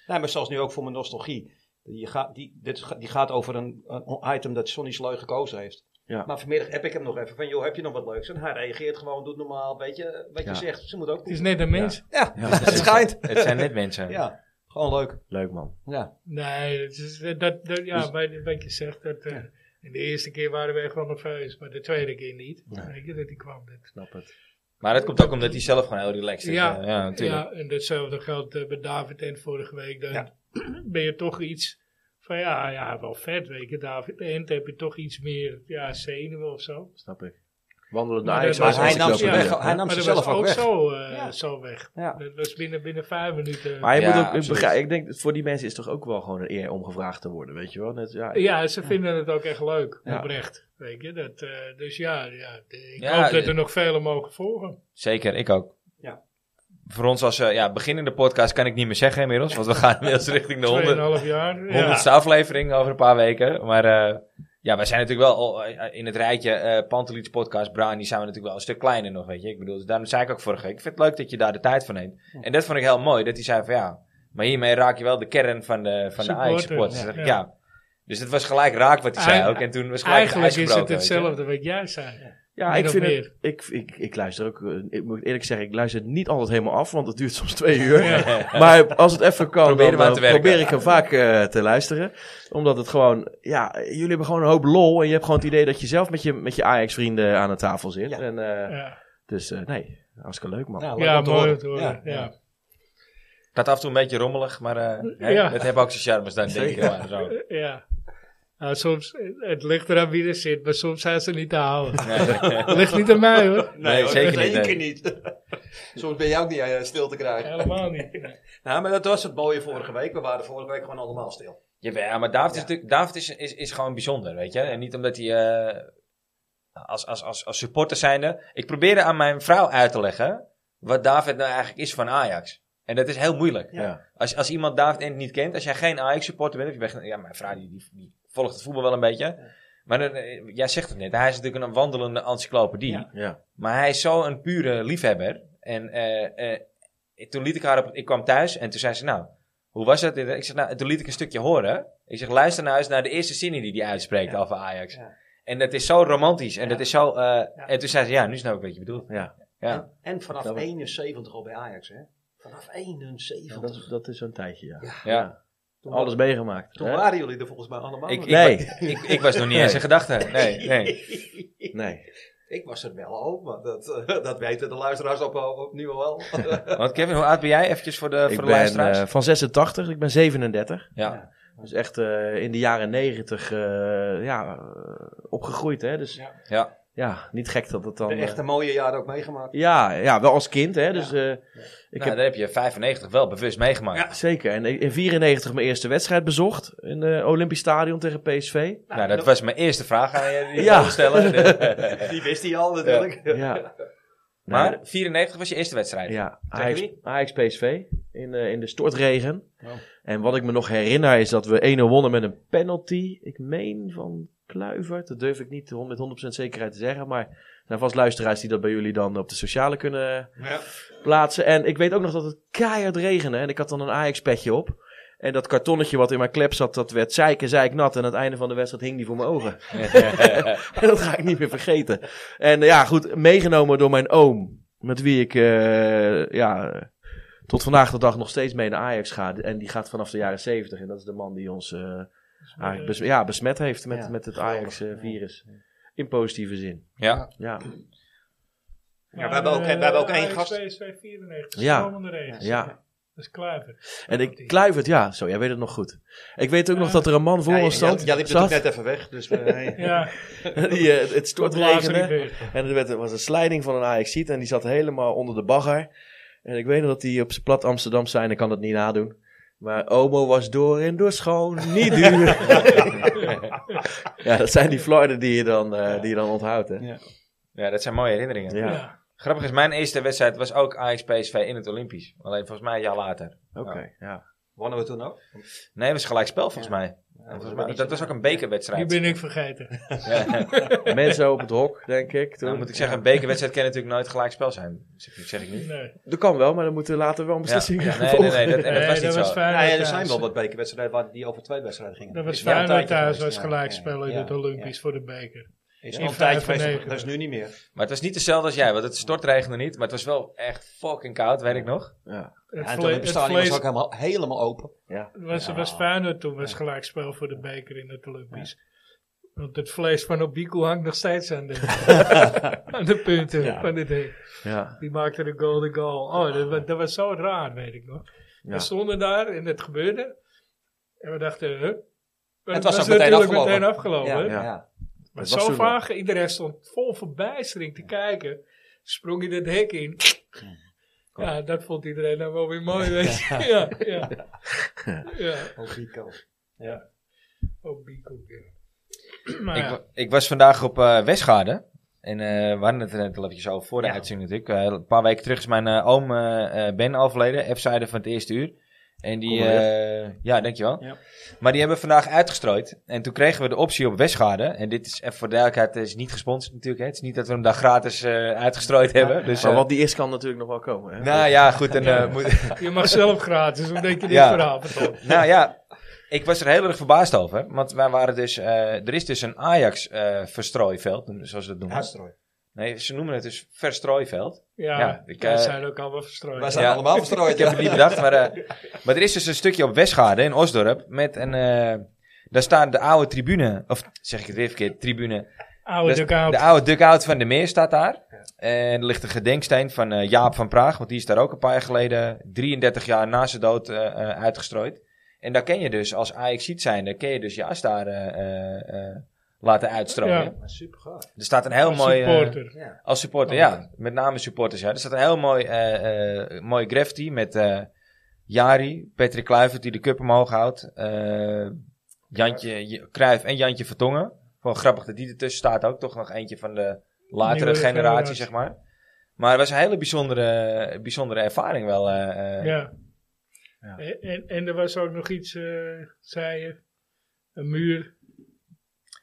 [SPEAKER 3] Nee, maar zoals nu ook voor mijn nostalgie. Die gaat, die, dit, ga- die gaat over een, een item dat Sonny Sloy gekozen heeft.
[SPEAKER 4] Ja.
[SPEAKER 3] Maar vanmiddag heb ik hem nog even van, joh, heb je nog wat leuks? En hij reageert gewoon, doet normaal, weet je, wat je
[SPEAKER 4] Ja.
[SPEAKER 3] zegt. Ze moet ook...
[SPEAKER 2] Het is net een mens.
[SPEAKER 3] Ja,
[SPEAKER 4] Ja.
[SPEAKER 3] het schijnt.
[SPEAKER 1] Het zijn net mensen.
[SPEAKER 3] Ja, gewoon leuk.
[SPEAKER 4] Leuk, man.
[SPEAKER 3] Ja,
[SPEAKER 2] Nee, het is, eh, dat, dat, ja,
[SPEAKER 4] Dus-
[SPEAKER 2] wat, wat je zegt. Dat, eh, De eerste keer waren we echt wel nerveus, maar de tweede keer niet. Weet je, dat die kwam. Dat,
[SPEAKER 4] Snap het.
[SPEAKER 1] Maar dat komt ook omdat hij zelf gewoon heel relaxed is.
[SPEAKER 2] Ja.
[SPEAKER 1] Ja, ja natuurlijk.
[SPEAKER 2] ja, en datzelfde geldt eh, bij David en vorige week. Dan
[SPEAKER 3] Ja.
[SPEAKER 2] ben je toch iets van, ja, ja wel vet, weet je, David. En dan heb je toch iets meer ja, zenuwen of zo.
[SPEAKER 4] Snap ik. Wandelend naar
[SPEAKER 2] Maar
[SPEAKER 4] Ajax.
[SPEAKER 2] dat-
[SPEAKER 4] was
[SPEAKER 2] maar hij
[SPEAKER 4] het
[SPEAKER 2] nam
[SPEAKER 4] ook
[SPEAKER 2] ze
[SPEAKER 4] wel
[SPEAKER 2] weg,
[SPEAKER 4] weer,
[SPEAKER 3] hij
[SPEAKER 4] hè.
[SPEAKER 3] nam-
[SPEAKER 2] maar
[SPEAKER 3] ze
[SPEAKER 2] dat
[SPEAKER 3] zelf
[SPEAKER 2] was
[SPEAKER 3] ook
[SPEAKER 2] ook
[SPEAKER 3] weg.
[SPEAKER 2] Zo, eh,
[SPEAKER 3] Ja.
[SPEAKER 2] zo weg.
[SPEAKER 3] Ja.
[SPEAKER 2] Dat was binnen, binnen vijf minuten.
[SPEAKER 4] Maar je
[SPEAKER 1] Ja,
[SPEAKER 4] moet ook
[SPEAKER 1] absoluut.
[SPEAKER 4] begrijpen, ik denk, voor die mensen is het toch ook wel gewoon een eer om gevraagd te worden, weet je wel. Net, ja,
[SPEAKER 2] Ja, ze vinden het ook echt leuk,
[SPEAKER 4] Ja.
[SPEAKER 2] oprecht. Weet je, dat, eh, dus ja, ja ik
[SPEAKER 1] Ja,
[SPEAKER 2] hoop dat
[SPEAKER 1] eh,
[SPEAKER 2] er nog velen mogen volgen.
[SPEAKER 1] Zeker, ik ook.
[SPEAKER 3] Ja.
[SPEAKER 1] Voor ons als eh, ja, beginnende podcast kan ik niet meer zeggen inmiddels. Want we gaan inmiddels richting de 100,
[SPEAKER 2] 2,5 jaar. Ja.
[SPEAKER 1] 100ste aflevering over een paar weken. Maar eh, ja, wij zijn natuurlijk wel al, eh, in het rijtje eh Panteliets podcast, Brian, die zijn we natuurlijk wel een stuk kleiner nog, weet je. Ik bedoel, dus daarom zei ik ook vorige week, ik vind het leuk dat je daar de tijd voor neemt. En dat vond ik heel mooi, dat hij zei van ja, maar hiermee raak je wel de kern van de, van de Ajax supporters.
[SPEAKER 2] Supporters,
[SPEAKER 1] Ja.
[SPEAKER 2] ja.
[SPEAKER 1] ja. Dus het was gelijk raak wat hij zei
[SPEAKER 2] Eigen-
[SPEAKER 1] ook. En toen was gelijk het
[SPEAKER 2] Eigenlijk
[SPEAKER 1] ijs
[SPEAKER 2] is het
[SPEAKER 1] gebroken, weet je.
[SPEAKER 2] hetzelfde wat jij zei.
[SPEAKER 4] Ja,
[SPEAKER 2] Min
[SPEAKER 4] ik
[SPEAKER 2] of
[SPEAKER 4] vind
[SPEAKER 2] meer.
[SPEAKER 4] het. Ik, ik, ik luister ook. eh, Ik moet eerlijk zeggen, ik luister het niet altijd helemaal af, want het duurt soms twee uur. Maar als het even kan,
[SPEAKER 1] Probeer
[SPEAKER 4] dan,
[SPEAKER 1] er maar aan te
[SPEAKER 4] eh, probeer
[SPEAKER 1] werken.
[SPEAKER 4] ik hem vaak eh, te luisteren. Omdat het gewoon. Ja, eh, jullie hebben gewoon een hoop lol. En je hebt gewoon het idee dat je zelf met je, met je Ajax-vrienden aan de tafel zit.
[SPEAKER 3] Ja.
[SPEAKER 4] En, eh,
[SPEAKER 2] Ja,
[SPEAKER 4] Dus eh, nee, hartstikke leuk, man.
[SPEAKER 3] nou, leuk
[SPEAKER 2] ja
[SPEAKER 3] om te
[SPEAKER 2] mooi
[SPEAKER 3] horen.
[SPEAKER 2] om te horen.
[SPEAKER 3] Ja.
[SPEAKER 2] Ja.
[SPEAKER 1] Dat af en toe een beetje rommelig, maar eh hè,
[SPEAKER 2] Ja.
[SPEAKER 1] het heeft ook zijn charmes, dan denk ik. er maar zo.
[SPEAKER 2] Ja. Nou, soms, eh, het ligt eraan wie er zit, maar soms zijn ze niet te houden. Het ligt niet aan mij hoor.
[SPEAKER 1] Nee, Nee, hoor, zeker niet,
[SPEAKER 3] Zeker
[SPEAKER 1] zeker nee.
[SPEAKER 3] niet. Soms ben jij ook niet eh, stil te krijgen.
[SPEAKER 2] Helemaal niet. Nee.
[SPEAKER 3] Nou, maar dat was het mooie vorige week. We waren vorige week gewoon allemaal stil.
[SPEAKER 1] Jawel, Ja, maar David, is,
[SPEAKER 3] Ja.
[SPEAKER 1] natuurlijk- David is, is, is gewoon bijzonder, weet je. En niet omdat hij eh, als, als, als, als supporter zijnde... Ik probeerde aan mijn vrouw uit te leggen wat David nou eigenlijk is van Ajax. En dat is heel moeilijk.
[SPEAKER 4] Ja. Ja.
[SPEAKER 1] Als, als iemand David Ent niet kent, als jij geen Ajax supporter bent... Of je bent geen- ja, mijn vrouw die, die, die volgt het voetbal wel een beetje. Maar dan, eh, jij zegt het net, hij is natuurlijk een wandelende encyclopedie.
[SPEAKER 3] Ja.
[SPEAKER 1] Maar hij is zo een pure liefhebber. En eh, eh, toen liet ik haar op... Ik kwam thuis en toen zei ze, nou, hoe was dat? Ik zeg, nou, en toen liet ik een stukje horen. Ik zeg, luister nou eens naar de eerste zinnen die hij uitspreekt over Ajax.
[SPEAKER 3] Ja.
[SPEAKER 1] En dat is zo romantisch. En
[SPEAKER 3] Ja.
[SPEAKER 1] dat is zo... eh, En toen zei ze, ja, nu snap ik wat je bedoelt.
[SPEAKER 4] Ja.
[SPEAKER 1] Ja.
[SPEAKER 3] En, en vanaf
[SPEAKER 4] Dat we-
[SPEAKER 3] 71 al bij Ajax, hè? Vanaf 71.
[SPEAKER 4] Dat, is- dat is zo'n tijdje, ja.
[SPEAKER 1] Ja.
[SPEAKER 3] toen,
[SPEAKER 4] Alles meegemaakt.
[SPEAKER 3] toen
[SPEAKER 4] hè?
[SPEAKER 3] waren jullie er volgens mij allemaal.
[SPEAKER 1] Ik, ik,
[SPEAKER 4] Nee.
[SPEAKER 1] ik, ik was nog niet eens in gedachten. Nee, nee.
[SPEAKER 4] Nee.
[SPEAKER 3] Ik was er wel ook, maar dat, eh, dat weten de luisteraars op, op, nu al wel.
[SPEAKER 1] Want Kevin, hoe oud ben jij? Eventjes voor de,
[SPEAKER 4] Ik
[SPEAKER 1] voor de
[SPEAKER 4] ben
[SPEAKER 1] luisteraars.
[SPEAKER 4] eh, van 86, ik ben 37.
[SPEAKER 1] ja.
[SPEAKER 4] Dus echt eh, in de jaren 90 eh, ja, eh, opgegroeid. Hè? Dus
[SPEAKER 3] Ja.
[SPEAKER 4] ja.
[SPEAKER 1] Ja.
[SPEAKER 4] niet gek dat het dan...
[SPEAKER 3] de
[SPEAKER 4] eh,
[SPEAKER 3] echte mooie jaren ook meegemaakt.
[SPEAKER 4] ja, ja, wel als kind. Hè? Dus, eh, ik
[SPEAKER 1] Nou,
[SPEAKER 4] heb
[SPEAKER 1] dan heb je 95 wel bewust meegemaakt.
[SPEAKER 3] Ja.
[SPEAKER 4] Zeker. En in 94 mijn eerste wedstrijd bezocht in het Olympisch Stadion tegen PSV.
[SPEAKER 1] Nou, dat was mijn eerste vraag aan je die ik
[SPEAKER 4] Ja.
[SPEAKER 1] wilde stellen.
[SPEAKER 3] Die wist hij al natuurlijk.
[SPEAKER 4] Ja.
[SPEAKER 1] maar 94 was je eerste wedstrijd.
[SPEAKER 4] Ja,
[SPEAKER 3] Tegen
[SPEAKER 4] Ajax,
[SPEAKER 3] wie?
[SPEAKER 4] Ajax PSV in, eh, in de stortregen.
[SPEAKER 3] Oh.
[SPEAKER 4] En wat ik me nog herinner is dat we 1-0 wonnen met een penalty. Ik meen van Kluivert. Dat durf ik niet hon- met 100% zekerheid te zeggen. Maar er zijn vast luisteraars die dat bij jullie dan op de sociale kunnen
[SPEAKER 3] Ja.
[SPEAKER 4] plaatsen. En ik weet ook nog dat het keihard regende. En ik had dan een Ajax-petje op. En dat kartonnetje wat in mijn klep zat, dat werd zeik en zeik nat. En aan het einde van de wedstrijd hing die voor mijn ogen. En dat ga ik niet meer vergeten. En eh, ja, goed, meegenomen door mijn oom. Met wie ik eh, ja, eh, tot vandaag de dag nog steeds mee naar Ajax ga. En die gaat vanaf de jaren 70. En dat is de man die ons eh, eigenlijk bes- ja, besmet heeft met,
[SPEAKER 3] Ja,
[SPEAKER 4] met het
[SPEAKER 3] geweldig.
[SPEAKER 4] Ajax-virus. in positieve zin.
[SPEAKER 1] Ja.
[SPEAKER 4] Ja,
[SPEAKER 3] Ja, we hebben ook- we hebben ook één gast.
[SPEAKER 2] eh, PSV 94,
[SPEAKER 4] Ja.
[SPEAKER 2] stromende regen.
[SPEAKER 4] ja.
[SPEAKER 2] Dat is Oh, Kluivert.
[SPEAKER 4] En ik, Kluivert, ja, zo, jij weet het nog goed. Ik weet ook nog dat er een man voor
[SPEAKER 3] Ja,
[SPEAKER 4] ons
[SPEAKER 3] jij,
[SPEAKER 4] stond.
[SPEAKER 3] jij liep
[SPEAKER 4] zat,
[SPEAKER 3] natuurlijk net even weg. Dus, eh,
[SPEAKER 2] Ja,
[SPEAKER 4] die, eh, het stort regende. En er werd, was een slijding van een ajax en die zat helemaal onder de bagger. En ik weet nog dat die op zijn plat Amsterdam zijn, ik kan dat niet nadoen. Maar Omo was door en door schoon, niet duur. ja, dat zijn die flarden die je dan, eh, die je dan onthoudt, hè.
[SPEAKER 3] Ja.
[SPEAKER 1] ja, dat zijn mooie herinneringen.
[SPEAKER 4] Ja.
[SPEAKER 2] Ja.
[SPEAKER 1] Grappig is, mijn eerste wedstrijd was ook Ajax PSV in het Olympisch. Alleen volgens mij een jaar later.
[SPEAKER 4] Oké, ja.
[SPEAKER 3] wonnen we toen ook?
[SPEAKER 1] Nee, het was gelijk spel volgens
[SPEAKER 3] Ja.
[SPEAKER 1] mij.
[SPEAKER 3] Ja,
[SPEAKER 1] Volgens
[SPEAKER 3] was
[SPEAKER 1] mij-
[SPEAKER 3] niet
[SPEAKER 1] dat
[SPEAKER 3] zo-
[SPEAKER 1] was ook een
[SPEAKER 2] Die
[SPEAKER 1] bekerwedstrijd.
[SPEAKER 2] ben ik vergeten.
[SPEAKER 1] Ja.
[SPEAKER 4] Mensen op het hok, denk ik. Toen.
[SPEAKER 1] Dan moet ik zeggen, een bekerwedstrijd kan natuurlijk nooit gelijk spel zijn. Dat zeg, dat zeg ik niet.
[SPEAKER 2] Nee,
[SPEAKER 4] Dat kan wel, maar dan moeten we later wel een
[SPEAKER 1] Ja.
[SPEAKER 4] beslissing
[SPEAKER 1] Nee,
[SPEAKER 4] gaan
[SPEAKER 1] nee, nee,
[SPEAKER 4] volgen.
[SPEAKER 1] dat, en dat
[SPEAKER 2] Nee,
[SPEAKER 1] was niet
[SPEAKER 2] dat was
[SPEAKER 1] zo.
[SPEAKER 2] Feyenoord
[SPEAKER 3] Ja, ja, er
[SPEAKER 2] thuis.
[SPEAKER 3] zijn wel wat bekerwedstrijden waar- die over twee wedstrijden gingen.
[SPEAKER 2] Dat was
[SPEAKER 3] Is wel een
[SPEAKER 2] Feyenoord
[SPEAKER 3] tijdje
[SPEAKER 2] thuis,
[SPEAKER 3] geweest,
[SPEAKER 2] was
[SPEAKER 3] ja.
[SPEAKER 2] gelijkspel in
[SPEAKER 3] Ja,
[SPEAKER 2] het
[SPEAKER 3] ja.
[SPEAKER 2] Olympisch voor de beker.
[SPEAKER 3] Is
[SPEAKER 2] In
[SPEAKER 3] al een tijdje geweest,
[SPEAKER 2] 95.
[SPEAKER 3] dat is nu niet meer.
[SPEAKER 1] Maar het was niet hetzelfde als jij, want het stortregende niet. Maar het was wel echt fucking koud, weet ik nog.
[SPEAKER 4] Ja.
[SPEAKER 3] Ja,
[SPEAKER 2] Het
[SPEAKER 3] en toen
[SPEAKER 2] vlees-
[SPEAKER 3] het
[SPEAKER 2] het
[SPEAKER 3] stadion was
[SPEAKER 2] vlees
[SPEAKER 3] ook helemaal, helemaal open.
[SPEAKER 4] Ja.
[SPEAKER 2] was, was Feyenoord toen, was gelijkspel voor de beker in het Olympisch. Want het vlees van Obiku hangt nog steeds aan de, aan de punten
[SPEAKER 3] Ja.
[SPEAKER 2] van de ding.
[SPEAKER 4] Ja.
[SPEAKER 2] Die maakte de goal, de goal. Oh, dat, wa- dat was zo raar, weet ik nog.
[SPEAKER 4] Ja.
[SPEAKER 1] Dus,
[SPEAKER 2] We stonden daar en het gebeurde. En we dachten, huh? Maar
[SPEAKER 3] Het was ook meteen
[SPEAKER 2] natuurlijk
[SPEAKER 3] afgelopen.
[SPEAKER 2] meteen afgelopen. Oh, hè?
[SPEAKER 4] Ja.
[SPEAKER 2] Maar
[SPEAKER 4] Het was
[SPEAKER 2] zo
[SPEAKER 4] toen wel.
[SPEAKER 2] vaag, iedereen stond vol verbijstering te kijken. Sprong hij dat hek in. Ja, dat vond iedereen nou wel weer mooi, weet je. Ja, ja. Ja, Oh,
[SPEAKER 3] Ook Oh, Rico.
[SPEAKER 2] ook Bico.
[SPEAKER 1] ik,
[SPEAKER 2] Maar
[SPEAKER 1] wa- ik was vandaag op eh Westgaarde. En eh, we hadden het er net al eventjes over voor de
[SPEAKER 3] Ja.
[SPEAKER 1] uitzending natuurlijk. Eh, een paar weken terug is mijn eh, oom eh, eh, Ben overleden. F-zijde van het eerste uur. En die... eh ja, dankjewel.
[SPEAKER 3] Ja.
[SPEAKER 1] Maar die hebben we vandaag uitgestrooid. En toen kregen we de optie op Westgaarde. En dit is even voor de duidelijkheid. Het is niet gesponsord natuurlijk. Hè. Het is niet dat we hem daar gratis eh, uitgestrooid hebben. Dus,
[SPEAKER 4] Maar
[SPEAKER 1] eh,
[SPEAKER 4] wat die is kan natuurlijk nog wel komen, hè.
[SPEAKER 1] nou ja, goed. En, eh, moet,
[SPEAKER 2] ja, je mag zelf gratis, omdat je dit
[SPEAKER 1] Ja.
[SPEAKER 2] verhaal vertelt.
[SPEAKER 1] Nou ja, ik was er heel erg verbaasd over. Want wij waren dus, eh, er is dus een Ajax-verstrooiveld, zoals ze dat noemen.
[SPEAKER 3] Uitstrooien.
[SPEAKER 1] Nee, ze noemen het dus verstrooiveld.
[SPEAKER 2] Ja,
[SPEAKER 1] Ja, ik,
[SPEAKER 2] wij
[SPEAKER 1] eh,
[SPEAKER 2] zijn ook allemaal verstrooid.
[SPEAKER 3] Wij zijn
[SPEAKER 1] Ja.
[SPEAKER 3] allemaal verstrooid.
[SPEAKER 1] Ik heb het niet bedacht, maar, eh, maar er is dus een stukje op Westgaarde in Osdorp met een... eh, daar staat de oude tribune, of zeg ik het weer verkeerd, tribune.
[SPEAKER 2] Oude
[SPEAKER 1] Dus
[SPEAKER 2] dugout.
[SPEAKER 1] De oude dugout van de Meer staat daar. En er ligt een gedenksteen van eh, Jaap van Praag. Want die is daar ook een paar jaar geleden, 33 jaar na zijn dood, eh, eh, uitgestrooid. En daar ken je dus, als ajax zijnde, kun je dus je as daar eh, eh, eh, laten uitstrooien.
[SPEAKER 2] Ja.
[SPEAKER 3] Super gaaf.
[SPEAKER 1] Er staat een heel mooi... eh,
[SPEAKER 2] supporter.
[SPEAKER 3] Ja.
[SPEAKER 1] als supporter,
[SPEAKER 2] Oh,
[SPEAKER 1] ja. Met name supporters, ja. Er staat een heel mooi, eh, eh, mooi graffiti met eh Jari, Patrick Kluivert die de cup omhoog houdt. eh, Jantje J- Cruijff en Jantje Vertongen. Gewoon grappig dat die ertussen staat ook. Toch nog eentje van de latere
[SPEAKER 2] Nieuwe
[SPEAKER 1] generatie,
[SPEAKER 2] generatie.
[SPEAKER 1] zeg maar. Maar het was een hele bijzondere, bijzondere ervaring wel. eh, eh.
[SPEAKER 2] ja.
[SPEAKER 4] Ja.
[SPEAKER 2] En, en, en er was ook nog iets, eh, zei je, een muur.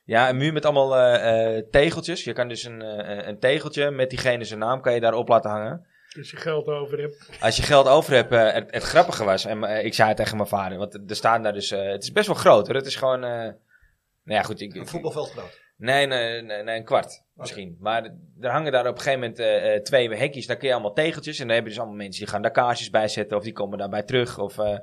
[SPEAKER 1] Ja, een muur met allemaal eh, eh, tegeltjes. Je kan dus een, eh, een tegeltje met diegene zijn naam kan je daarop laten hangen.
[SPEAKER 2] Dus je geld over hebt.
[SPEAKER 1] Als je geld over hebt, eh, het, het grappige was, en eh, ik zei het tegen mijn vader, want er staan daar dus, eh, het is best wel groot hoor. Het is gewoon, eh, nou ja goed, ik,
[SPEAKER 3] Een
[SPEAKER 1] ik-
[SPEAKER 3] voetbalveld groot.
[SPEAKER 1] Nee, nee, nee, nee, een kwart misschien. Maar er hangen daar op een gegeven moment eh, eh, twee hekjes. Daar kun je allemaal tegeltjes. En dan hebben dus allemaal mensen die gaan daar kaarsjes bij zetten. Of die komen daarbij terug. Of, eh,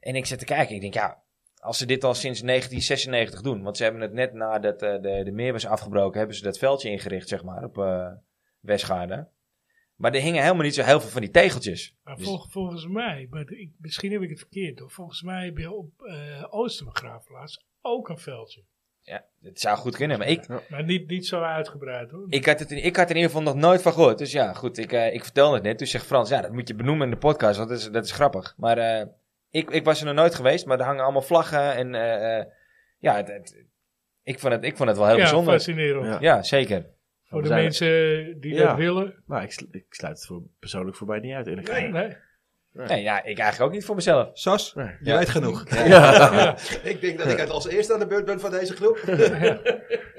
[SPEAKER 1] en ik zit te kijken. Ik denk, ja, als ze dit al sinds 1996 doen. Want ze hebben het net nadat eh, de, de meer was afgebroken. Hebben ze dat veldje ingericht, zeg maar, op eh Westgaarden. Maar er hingen helemaal niet zo heel veel van die tegeltjes.
[SPEAKER 2] Maar
[SPEAKER 1] Dus-
[SPEAKER 2] vol- volgens mij, maar ik, misschien heb ik het verkeerd hoor. Volgens mij heb je op eh Oosterbegraafplaats ook een veldje.
[SPEAKER 1] ja, het zou goed kunnen. Maar ik,
[SPEAKER 2] Maar niet, niet zo uitgebreid hoor.
[SPEAKER 1] Ik had, het in, ik had er in ieder geval nog nooit van gehoord. Dus ja, goed, ik, eh, ik vertelde het net. Toen zegt Frans, ja, dat moet je benoemen in de podcast, want dat is, dat is grappig. Maar eh, ik, ik was er nog nooit geweest, maar er hangen allemaal vlaggen. En eh, eh, ja, het, het- ik, vond het, ik vond het wel heel
[SPEAKER 2] ja,
[SPEAKER 1] bijzonder.
[SPEAKER 2] fascinerend.
[SPEAKER 4] Ja.
[SPEAKER 1] Ja, zeker.
[SPEAKER 2] Voor
[SPEAKER 4] We
[SPEAKER 2] de
[SPEAKER 4] zijn-
[SPEAKER 2] mensen die
[SPEAKER 4] Ja.
[SPEAKER 2] dat willen.
[SPEAKER 4] Nou, ik, sl- ik sluit het voor, persoonlijk voor mij niet uit. eerlijk
[SPEAKER 2] Nee.
[SPEAKER 4] gezegd.
[SPEAKER 2] nee.
[SPEAKER 1] Nee, ja, ik eigenlijk ook niet voor mezelf.
[SPEAKER 3] Sas,
[SPEAKER 4] Nee.
[SPEAKER 3] je weet genoeg.
[SPEAKER 2] Ja.
[SPEAKER 3] Ik denk dat ik het als eerste aan de beurt ben van deze groep.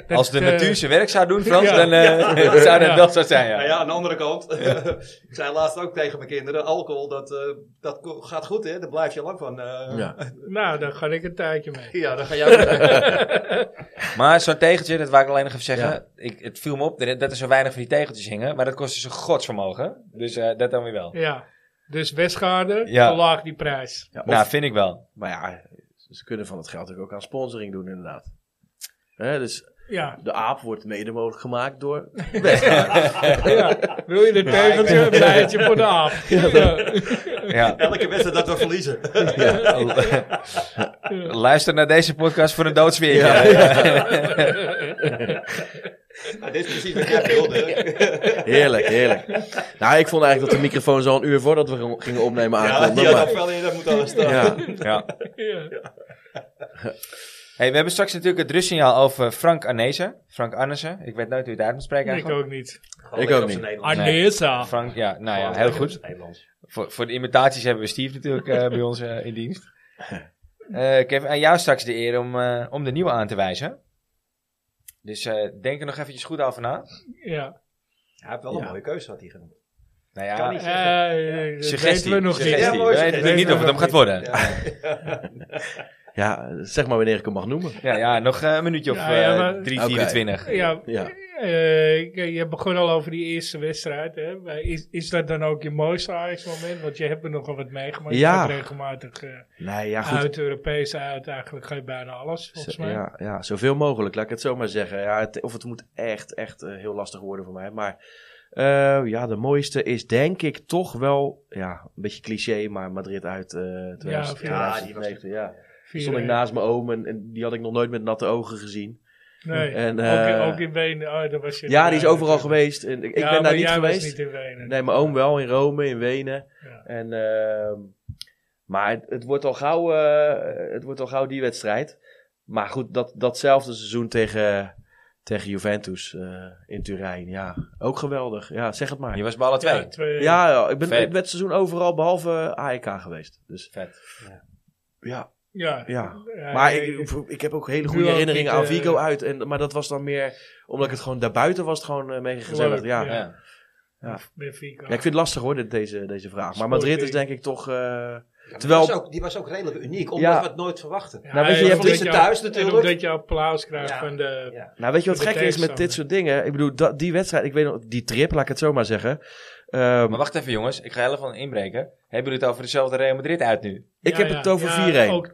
[SPEAKER 2] Dat,
[SPEAKER 1] Als de
[SPEAKER 2] eh,
[SPEAKER 1] natuur zijn werk zou doen, Frans,
[SPEAKER 2] ja.
[SPEAKER 1] dan eh, zou dat
[SPEAKER 2] Ja.
[SPEAKER 1] wel zo zijn, ja.
[SPEAKER 3] Nou ja, aan de andere kant. ik zei laatst ook tegen mijn kinderen: alcohol, dat, eh, dat ko- gaat goed, hè? Daar blijf je lang van. eh. ja.
[SPEAKER 4] Ja.
[SPEAKER 2] Nou, daar ga ik een tijdje mee.
[SPEAKER 3] dan ga jij.
[SPEAKER 1] Maar zo'n tegeltje, dat wou ik alleen nog even zeggen. Ik, het viel me op dat er- dat er zo weinig van die tegeltjes hingen. Maar dat kostte ze godsvermogen. Dus eh, dat dan weer wel.
[SPEAKER 2] Ja. Dus Westgaarden,
[SPEAKER 1] Ja.
[SPEAKER 2] verlaag die prijs.
[SPEAKER 4] Ja, of-
[SPEAKER 1] nou, vind ik wel.
[SPEAKER 4] maar ja, ze kunnen van het geld natuurlijk ook aan sponsoring doen, inderdaad. Hè, dus
[SPEAKER 2] Ja.
[SPEAKER 4] de aap wordt mede mogelijk gemaakt door.
[SPEAKER 2] ja. Wil je een tegeltje? Een bijtje voor de aap. Ja.
[SPEAKER 1] Ja.
[SPEAKER 3] Elke wedstrijd dat we verliezen.
[SPEAKER 1] Luister naar deze podcast voor een doodsfeer. Ja,
[SPEAKER 3] Nou, dit is precies wat jij wilde. hè.
[SPEAKER 4] Heerlijk, heerlijk. Nou, ik vond eigenlijk dat de microfoon al een uur voordat we gingen- gingen opnemen
[SPEAKER 3] Ja,
[SPEAKER 4] aankonden.
[SPEAKER 3] die had
[SPEAKER 4] Ah, maar-
[SPEAKER 3] ook wel in, dat moet alles staan.
[SPEAKER 4] ja.
[SPEAKER 2] Ja.
[SPEAKER 1] Hey, we hebben straks natuurlijk het rustsignaal over Frank Arnezen. Frank Arnezen. Ik weet nooit hoe je het uit moet spreken
[SPEAKER 2] Ik
[SPEAKER 1] eigenlijk.
[SPEAKER 2] ook niet.
[SPEAKER 3] Gewoon
[SPEAKER 4] Ik
[SPEAKER 3] lekker
[SPEAKER 4] ook
[SPEAKER 3] op z'n
[SPEAKER 4] niet.
[SPEAKER 3] Nederlands.
[SPEAKER 2] Arnesa.
[SPEAKER 1] Frank, ja, nou ja,
[SPEAKER 2] Oh,
[SPEAKER 3] Gewoon
[SPEAKER 1] heel
[SPEAKER 3] lekker op z'n
[SPEAKER 1] goed.
[SPEAKER 3] Nederlands.
[SPEAKER 1] Voor, voor de imitaties hebben we Steve natuurlijk eh, bij ons eh, in dienst. Eh, ik heb aan jou straks de eer om, eh, om de nieuwe aan te wijzen. Dus eh, denk er nog eventjes goed over na.
[SPEAKER 2] Ja.
[SPEAKER 3] Hij heeft wel een
[SPEAKER 4] Ja.
[SPEAKER 3] mooie keuze, had hij genoemd.
[SPEAKER 1] Nou ja,
[SPEAKER 3] Kan niet.
[SPEAKER 2] Eh, dat
[SPEAKER 1] suggestie.
[SPEAKER 2] weten we nog
[SPEAKER 1] suggestie.
[SPEAKER 2] niet.
[SPEAKER 3] Ja, mooi
[SPEAKER 1] we weten
[SPEAKER 3] suggestie.
[SPEAKER 1] niet of het hem gaat worden. Ja,
[SPEAKER 3] Ja.
[SPEAKER 4] Ja, zeg maar wanneer ik hem mag noemen.
[SPEAKER 1] ja, nog eh, een minuutje of
[SPEAKER 2] Ja, ja,
[SPEAKER 1] eh,
[SPEAKER 2] maar-
[SPEAKER 1] 3,24.
[SPEAKER 2] Ja,
[SPEAKER 4] Ja.
[SPEAKER 2] eh, ik- je begon al over die eerste wedstrijd. Hè? Maar Is, is dat dan ook je mooiste Ajax-moment? Want je hebt er nogal wat meegemaakt.
[SPEAKER 4] Ja.
[SPEAKER 2] Je gaat regelmatig eh,
[SPEAKER 4] Nee, ja, goed.
[SPEAKER 2] uit, Europees uit. Eigenlijk ga je bijna alles, volgens mij.
[SPEAKER 4] Ja, ja, zoveel mogelijk, laat ik het zo maar zeggen. Ja, het, of het moet echt, echt eh, heel lastig worden voor mij. Maar eh, ja, de mooiste is denk ik toch wel, ja, een beetje cliché, maar Madrid uit eh 2000,
[SPEAKER 2] ja,
[SPEAKER 3] die was-
[SPEAKER 4] 2009, ja.
[SPEAKER 2] Vier,
[SPEAKER 4] Stond ik
[SPEAKER 2] eh,
[SPEAKER 4] naast mijn oom en, en die had ik nog nooit met natte ogen gezien.
[SPEAKER 2] Nee,
[SPEAKER 4] En,
[SPEAKER 2] ook, in-
[SPEAKER 4] eh,
[SPEAKER 2] ook in Wenen. Oh, daar was je
[SPEAKER 4] Ja, die is
[SPEAKER 2] erbij
[SPEAKER 4] overal
[SPEAKER 2] natuurlijk.
[SPEAKER 4] geweest. En, ik ik
[SPEAKER 2] Ja,
[SPEAKER 4] ben daar
[SPEAKER 2] maar
[SPEAKER 4] niet
[SPEAKER 2] jij was
[SPEAKER 4] geweest.
[SPEAKER 2] niet in Wenen.
[SPEAKER 4] Nee, mijn oom wel in Rome, in Wenen.
[SPEAKER 2] Ja.
[SPEAKER 4] En, ehm, maar het, het wordt al gauw, eh, het wordt al gauw die wedstrijd. Maar goed, dat, datzelfde seizoen tegen, tegen Juventus eh, in Turijn. Ja, ook geweldig. Ja, zeg het maar.
[SPEAKER 1] Je
[SPEAKER 4] Ja,
[SPEAKER 1] was bij alle twee.
[SPEAKER 2] Ja, twee.
[SPEAKER 4] ja, ik ben
[SPEAKER 1] Vet.
[SPEAKER 4] ik ben het seizoen overal behalve AEK geweest. Dus
[SPEAKER 1] Vet.
[SPEAKER 4] ja,
[SPEAKER 2] ja.
[SPEAKER 4] ja.
[SPEAKER 2] Ja,
[SPEAKER 4] Maar
[SPEAKER 2] nee,
[SPEAKER 4] ik, ik heb ook hele
[SPEAKER 2] Nu
[SPEAKER 4] goede
[SPEAKER 2] ook
[SPEAKER 4] herinneringen
[SPEAKER 2] niet,
[SPEAKER 4] aan
[SPEAKER 2] eh,
[SPEAKER 4] Vigo uit. En, maar dat was dan meer omdat ik het gewoon daarbuiten was, het gewoon eh, mega gezellig.
[SPEAKER 2] Leuk,
[SPEAKER 4] ja.
[SPEAKER 2] ja.
[SPEAKER 1] Ja.
[SPEAKER 2] Benfica.
[SPEAKER 4] Ja, ik vind het lastig hoor, dit, deze, deze vraag. Maar Madrid is denk ik toch. eh,
[SPEAKER 3] Die, was
[SPEAKER 4] terwijl
[SPEAKER 3] ook, die was ook redelijk uniek, omdat
[SPEAKER 4] Ja.
[SPEAKER 3] we het nooit verwachten.
[SPEAKER 2] Ja,
[SPEAKER 4] Nou, weet je,
[SPEAKER 2] en
[SPEAKER 4] je hebt
[SPEAKER 2] omdat
[SPEAKER 3] Driessen thuis
[SPEAKER 2] en
[SPEAKER 3] natuurlijk.
[SPEAKER 2] Omdat je applaus krijgt
[SPEAKER 3] Ja.
[SPEAKER 2] van de...
[SPEAKER 3] Ja.
[SPEAKER 4] Nou, weet je wat
[SPEAKER 2] Voor de
[SPEAKER 4] gek is met dit
[SPEAKER 2] tegenstander.
[SPEAKER 4] soort dingen? Ik bedoel, dat, die wedstrijd, ik weet nog, die trip, laat ik het zo maar zeggen. Ehm,
[SPEAKER 1] Maar wacht even jongens, ik ga heel even inbreken. Hebben jullie het over dezelfde Real Madrid uit nu?
[SPEAKER 4] ik
[SPEAKER 2] Ja,
[SPEAKER 4] heb
[SPEAKER 2] ja.
[SPEAKER 4] het over
[SPEAKER 2] Ja,
[SPEAKER 4] 4-1.
[SPEAKER 2] Ook,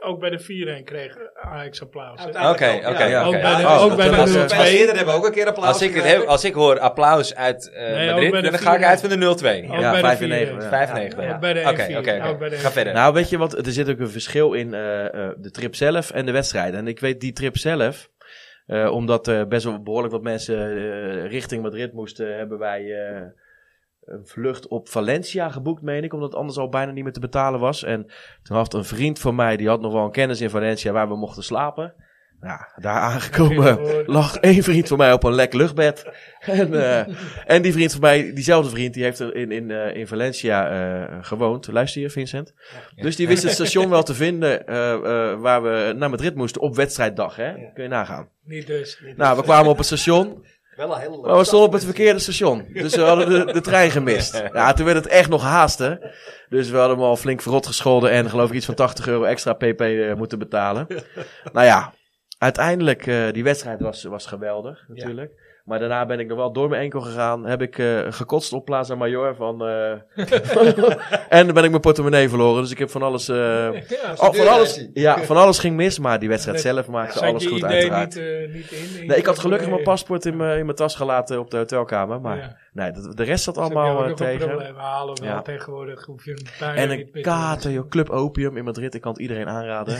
[SPEAKER 2] ook bij de 4-1 kreeg Ajax applaus. hè.
[SPEAKER 3] Uiteindelijk
[SPEAKER 1] Oké,
[SPEAKER 3] ook, ja.
[SPEAKER 1] oké, oké.
[SPEAKER 4] Ja,
[SPEAKER 2] Ook bij de,
[SPEAKER 3] Ja,
[SPEAKER 2] ook
[SPEAKER 4] dat
[SPEAKER 2] bij de
[SPEAKER 4] was, eh,
[SPEAKER 2] 0-2.
[SPEAKER 3] Wij eerder hebben we ook een keer applaus
[SPEAKER 1] Als ik, het
[SPEAKER 3] gekregen.
[SPEAKER 1] heb, als ik hoor applaus uit eh,
[SPEAKER 2] Nee, ook
[SPEAKER 1] Madrid,
[SPEAKER 2] bij de
[SPEAKER 1] dan ga ik
[SPEAKER 2] 4-1.
[SPEAKER 1] uit van de 0-2.
[SPEAKER 2] Ook
[SPEAKER 4] Ja,
[SPEAKER 2] bij de
[SPEAKER 4] 5 en
[SPEAKER 2] 4-1.
[SPEAKER 4] 9, ja.
[SPEAKER 1] 5-9.
[SPEAKER 3] Ja,
[SPEAKER 1] Oké,
[SPEAKER 2] Ook bij de 1-4.
[SPEAKER 1] oké,
[SPEAKER 2] Ook bij
[SPEAKER 1] oké.
[SPEAKER 2] de
[SPEAKER 1] Ga verder.
[SPEAKER 4] Nou, weet je wat? Er zit ook een verschil in eh, eh, de trip zelf en de wedstrijd. En ik weet die trip zelf, eh, omdat eh, best wel behoorlijk wat mensen eh, richting Madrid moesten, hebben wij eh, een vlucht op Valencia geboekt, meen ik. Omdat het anders al bijna niet meer te betalen was. En toen had een vriend van mij, die had nog wel een kennis in Valencia waar we mochten slapen. Nou, daar aangekomen
[SPEAKER 2] Natuurlijk, hoor.
[SPEAKER 4] lag één vriend van mij op een lek luchtbed. En, eh, en die vriend van mij, diezelfde vriend, die heeft er in, in, eh, in Valencia eh, gewoond. Luister je, Vincent? Dus die wist het station wel te vinden eh, eh, waar we naar Madrid moesten op wedstrijddag. Hè?
[SPEAKER 3] Ja.
[SPEAKER 4] Kun je nagaan.
[SPEAKER 2] Niet dus.
[SPEAKER 4] Nou, we kwamen op het station,
[SPEAKER 3] Wel een hele leuke
[SPEAKER 4] maar we stonden op het
[SPEAKER 3] stad.
[SPEAKER 4] verkeerde station. Dus we hadden de, de trein gemist. Ja, toen werd het echt nog haasten. Dus we hadden hem al flink verrot gescholden en geloof ik iets van 80 euro extra pp eh, moeten betalen. Nou ja, uiteindelijk, eh, die wedstrijd was, was geweldig natuurlijk. Maar daarna ben ik nog wel door mijn enkel gegaan. Heb ik eh, gekotst op Plaza Major van... eh, en ben ik mijn portemonnee verloren. Dus ik heb van alles... eh,
[SPEAKER 3] dus.
[SPEAKER 2] Ja,
[SPEAKER 4] Oh, van,
[SPEAKER 1] deur
[SPEAKER 4] alles,
[SPEAKER 1] uitzien.
[SPEAKER 4] ja, van alles ging mis, maar die wedstrijd
[SPEAKER 2] Ja,
[SPEAKER 4] zelf maakte
[SPEAKER 2] zat
[SPEAKER 4] alles
[SPEAKER 2] je
[SPEAKER 4] goed
[SPEAKER 2] idee
[SPEAKER 4] uiteraard.
[SPEAKER 2] Niet, eh, niet in, in
[SPEAKER 4] Nee, ik had
[SPEAKER 2] je
[SPEAKER 4] gelukkig mijn
[SPEAKER 2] idee.
[SPEAKER 4] paspoort in mijn, in mijn tas gelaten op de hotelkamer. Maar
[SPEAKER 2] Ja.
[SPEAKER 4] nee, dat- de rest zat
[SPEAKER 2] Dus heb je ook
[SPEAKER 4] allemaal eh,
[SPEAKER 2] nog een
[SPEAKER 4] tegen.
[SPEAKER 2] probleem halen wel
[SPEAKER 4] Ja.
[SPEAKER 2] tegenwoordig. Hoef je dus. een pijn
[SPEAKER 4] En
[SPEAKER 2] niet
[SPEAKER 4] een
[SPEAKER 2] meer te
[SPEAKER 4] kater, joh. Club Opium in Madrid. Ik kan het iedereen aanraden.